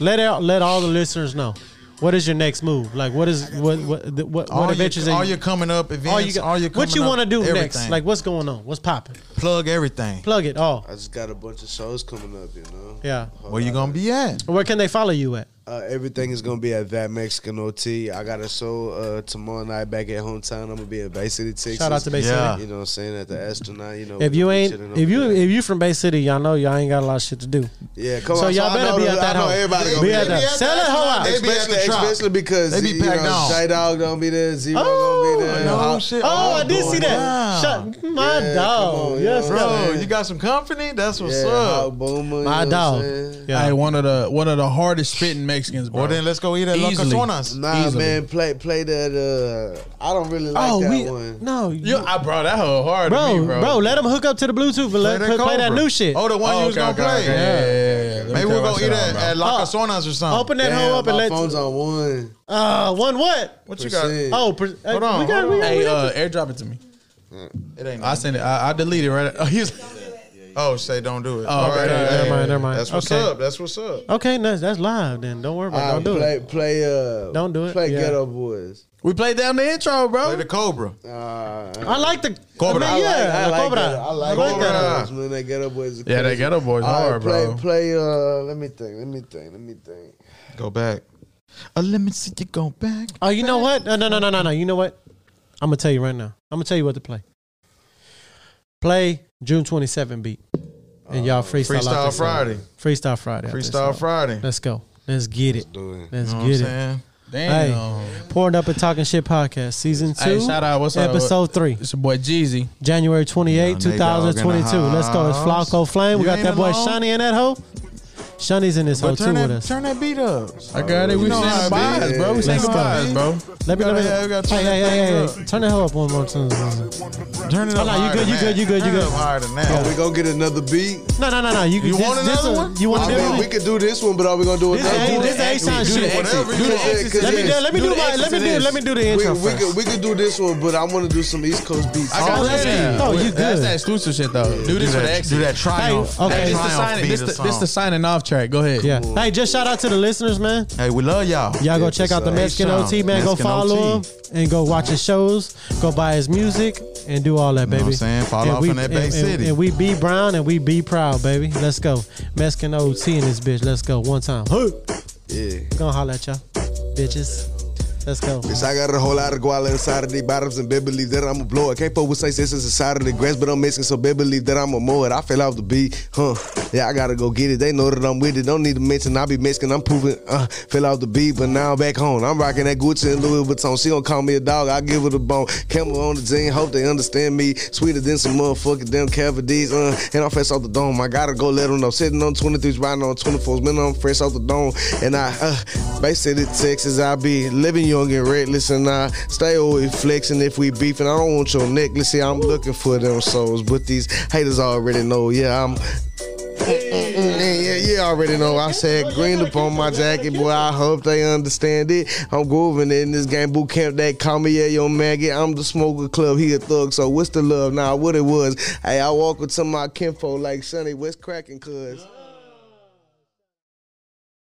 Let out. Let all the listeners know. What is your next move? Like, what is what what the- what,
All
what
your-
adventures?
all
are
your coming up events, all you,
got-
coming
what you
up,
want to do next?
everything.
Like, what's going on? What's popping?
plug everything.
Plug it all.
I just got a bunch of shows coming up, you know?
Yeah.
Where you gonna be at?
Where can they follow you at?
Uh, everything is gonna be at That Mexican OT. I got a show uh, tomorrow night back at hometown. I'm gonna be at Bay City, Texas.
Shout out to Bay
Yeah.
City.
You know what I'm saying? At the astronaut, you know.
If
we
you
gonna be
ain't,
chilling
if
over
you
there.
if you from Bay City, y'all know y'all ain't got a lot of shit to do.
Yeah, come
So
on.
y'all
Oh, I
better
know
be at
the-
that
I know
home.
everybody
Be
gonna be
at
there.
that- Sell it, hoe out.
They be at the
trap.
Especially because
They be
you
packed
know,
on.
J Dog don't be there. Zero
Oh,
gonna be there.
no
I-
shit.
Oh, I
Oh,
did see that.
wow.
Shut my
Yeah,
dog.
come on, you
yes,
know.
sir.
Bro,
Yeah.
you got some company? That's what's
Yeah, Hot
up.
Boomer, you
My
know
dog.
What I'm saying?
Yeah.
Hey, one of the one of the hardest spitting Mexicans, bro.
Well, then let's go eat at Las
Easily.
Catonas.
Nah,
Easily.
man, play play that. Uh, I don't really like
oh,
that
we
one.
no, you,
You, I brought that hoe hard
bro,
to me,
bro,
bro.
let them hook up to the Bluetooth and let, play, that
Cobra.
new shit.
Oh, the one you was
okay,
gonna
okay,
play.
okay, yeah, yeah, yeah, yeah. Let
Maybe
me
we'll go
turn my
eat
shit on,
at,
bro.
at La Casonas or something.
Open that
Damn,
hoe up and
my
let
phone's on one.
uh one what?
What you got?
Percent.
Oh, per, uh,
Hold on,
we got,
hold
we
on.
got, we
Hey,
got
uh, airdrop it to me.
Mm, It ain't.
I sent it. I, I deleted it right. Oh, he was,
Oh, say don't do it.
Oh, okay.
hey,
Never
hey,
mind, never mind.
That's what's
Okay.
up. That's what's up.
uh,
Okay, no, that's live. Then don't worry about.
Alright,
it. Don't do
play,
it.
Play, uh,
Don't do it.
Play
Yeah.
Ghetto Boys.
we played down the intro,
Play
bro.
the Cobra.
Uh,
I like the
Cobra.
I mean, yeah,
I
the
like,
Cobra.
that. I like
Cobra.
that. Man, that Ghetto Boys. is
Yeah, that
crazy.
Ghetto Boys
Alright,
hard,
play,
bro.
Play. Uh, let me think. Let me think. Let me think.
Go back. Uh, let me see you go back.
Oh, you know what? No, no, no, no, no. You know what? I'm gonna tell you right now. I'm gonna tell you what to play. Play June 27 beat, and y'all freestyle.
Oh. Freestyle
out this song.
Friday.
Freestyle Friday. out this
Freestyle
song.
Friday.
Let's go. Let's get it.
Do it.
Let's
You know
get
what
it.
I'm
Damn.
Pouring up and talking shit podcast season two.
Hey, shout out. What's up?
episode three,
It's your boy Jeezy.
January 28,
Nah, Nate Dogg in the
2022. Let's go. It's
house.
Flacco Flame. We
You
got
ain't
that boy
alone.
Shiny in that hoe. Shunny's in this hoe
But
too
turn
with
that,
us.
turn that beat up.
I got it. We
know how
saying
it
goodbyes,
is.
bro. We saying
Let's go.
goodbyes, bro.
Let me, let me,
Yeah, we gotta turn
hey, hey,
that
hey,
thing
hey, turn the hell up one more time.
Turn it up.
Oh, no, you
higher
good, you
than
good,
that.
you good, you
Turn it
good.
up higher than that.
We gonna get another beat.
No, no, no, no. You,
You
this,
want
this
another
a-
one?
You want
I
to do
mean, we could do this one, but are we gonna do
This
another
ain't-
one?
this ain't time
Do the
shit.
exit.
Whatever
Do
you
the
want.
exit.
Let me do,
Yes.
let me do, my,
the exit
let me
to
do,
this.
let me do the
We,
intro
we
first.
could we could do this one, but I want to do some East Coast beats.
I
Oh,
got you.
that's it. Oh, you
That's
good.
that exclusive shit though. Do
Do
this for the
that,
exit.
do that triumph.
Hey, okay.
that
This
Hey, this
the
the
triumph
signing.
beat
This
of
the, this
song.
the signing off track. Go ahead.
Yeah. Hey, just shout out to the listeners, man.
Hey, we love y'all.
Y'all go
Yes,
check out the
sir.
Mexican
Hey, Sean,
OT, man.
Mexican
go follow
OT.
him and go watch his shows. Go buy his music and do all that,
know
baby.
what I'm saying? Follow off in that Bay
and-
City.
And we be brown and we be proud, baby. Let's go. Mexican OT in this bitch. Let's go. One time. Who?
Yeah.
Gonna holler at y'all. Bitches. Let's go.
Bitch, I got a whole lot of guala inside of the bottoms, and baby, believe that I'm a blow it. Can't put what say this is inside of the grass, but I'm mixing, so baby, believe that I'm a mow it. I fell off the beat, huh? Yeah, I gotta go get it. They know that I'm with it. Don't need to mention, I be mixing, I'm proving, uh, fell off the beat, but now I'm back home. I'm rocking that Gucci and Louis Vuitton. She gon' call me a dog, I give her a bone. Camera on the jean, hope they understand me. Sweeter than some motherfucking damn cavities, uh, and I'm fresh off the dome. I gotta go let them know. Sitting on 23s, riding on 24s, man, I'm fresh off the dome. And I, uh, based in Texas, I be living young and reckless, and I stay always flexing if we beefing. I don't want your necklace. See, I'm looking for them souls, but these haters already know. Yeah, I'm. Yeah, yeah, yeah, already know. I said green up on my jacket, boy. I hope they understand it. I'm grooving in this game, boot camp. That call me yeah, yo maggot. I'm the smoker club. He a thug, so what's the love? Nah, what it was? Hey, I walk with some of my kinfolk like Sonny. What's cracking, cuz?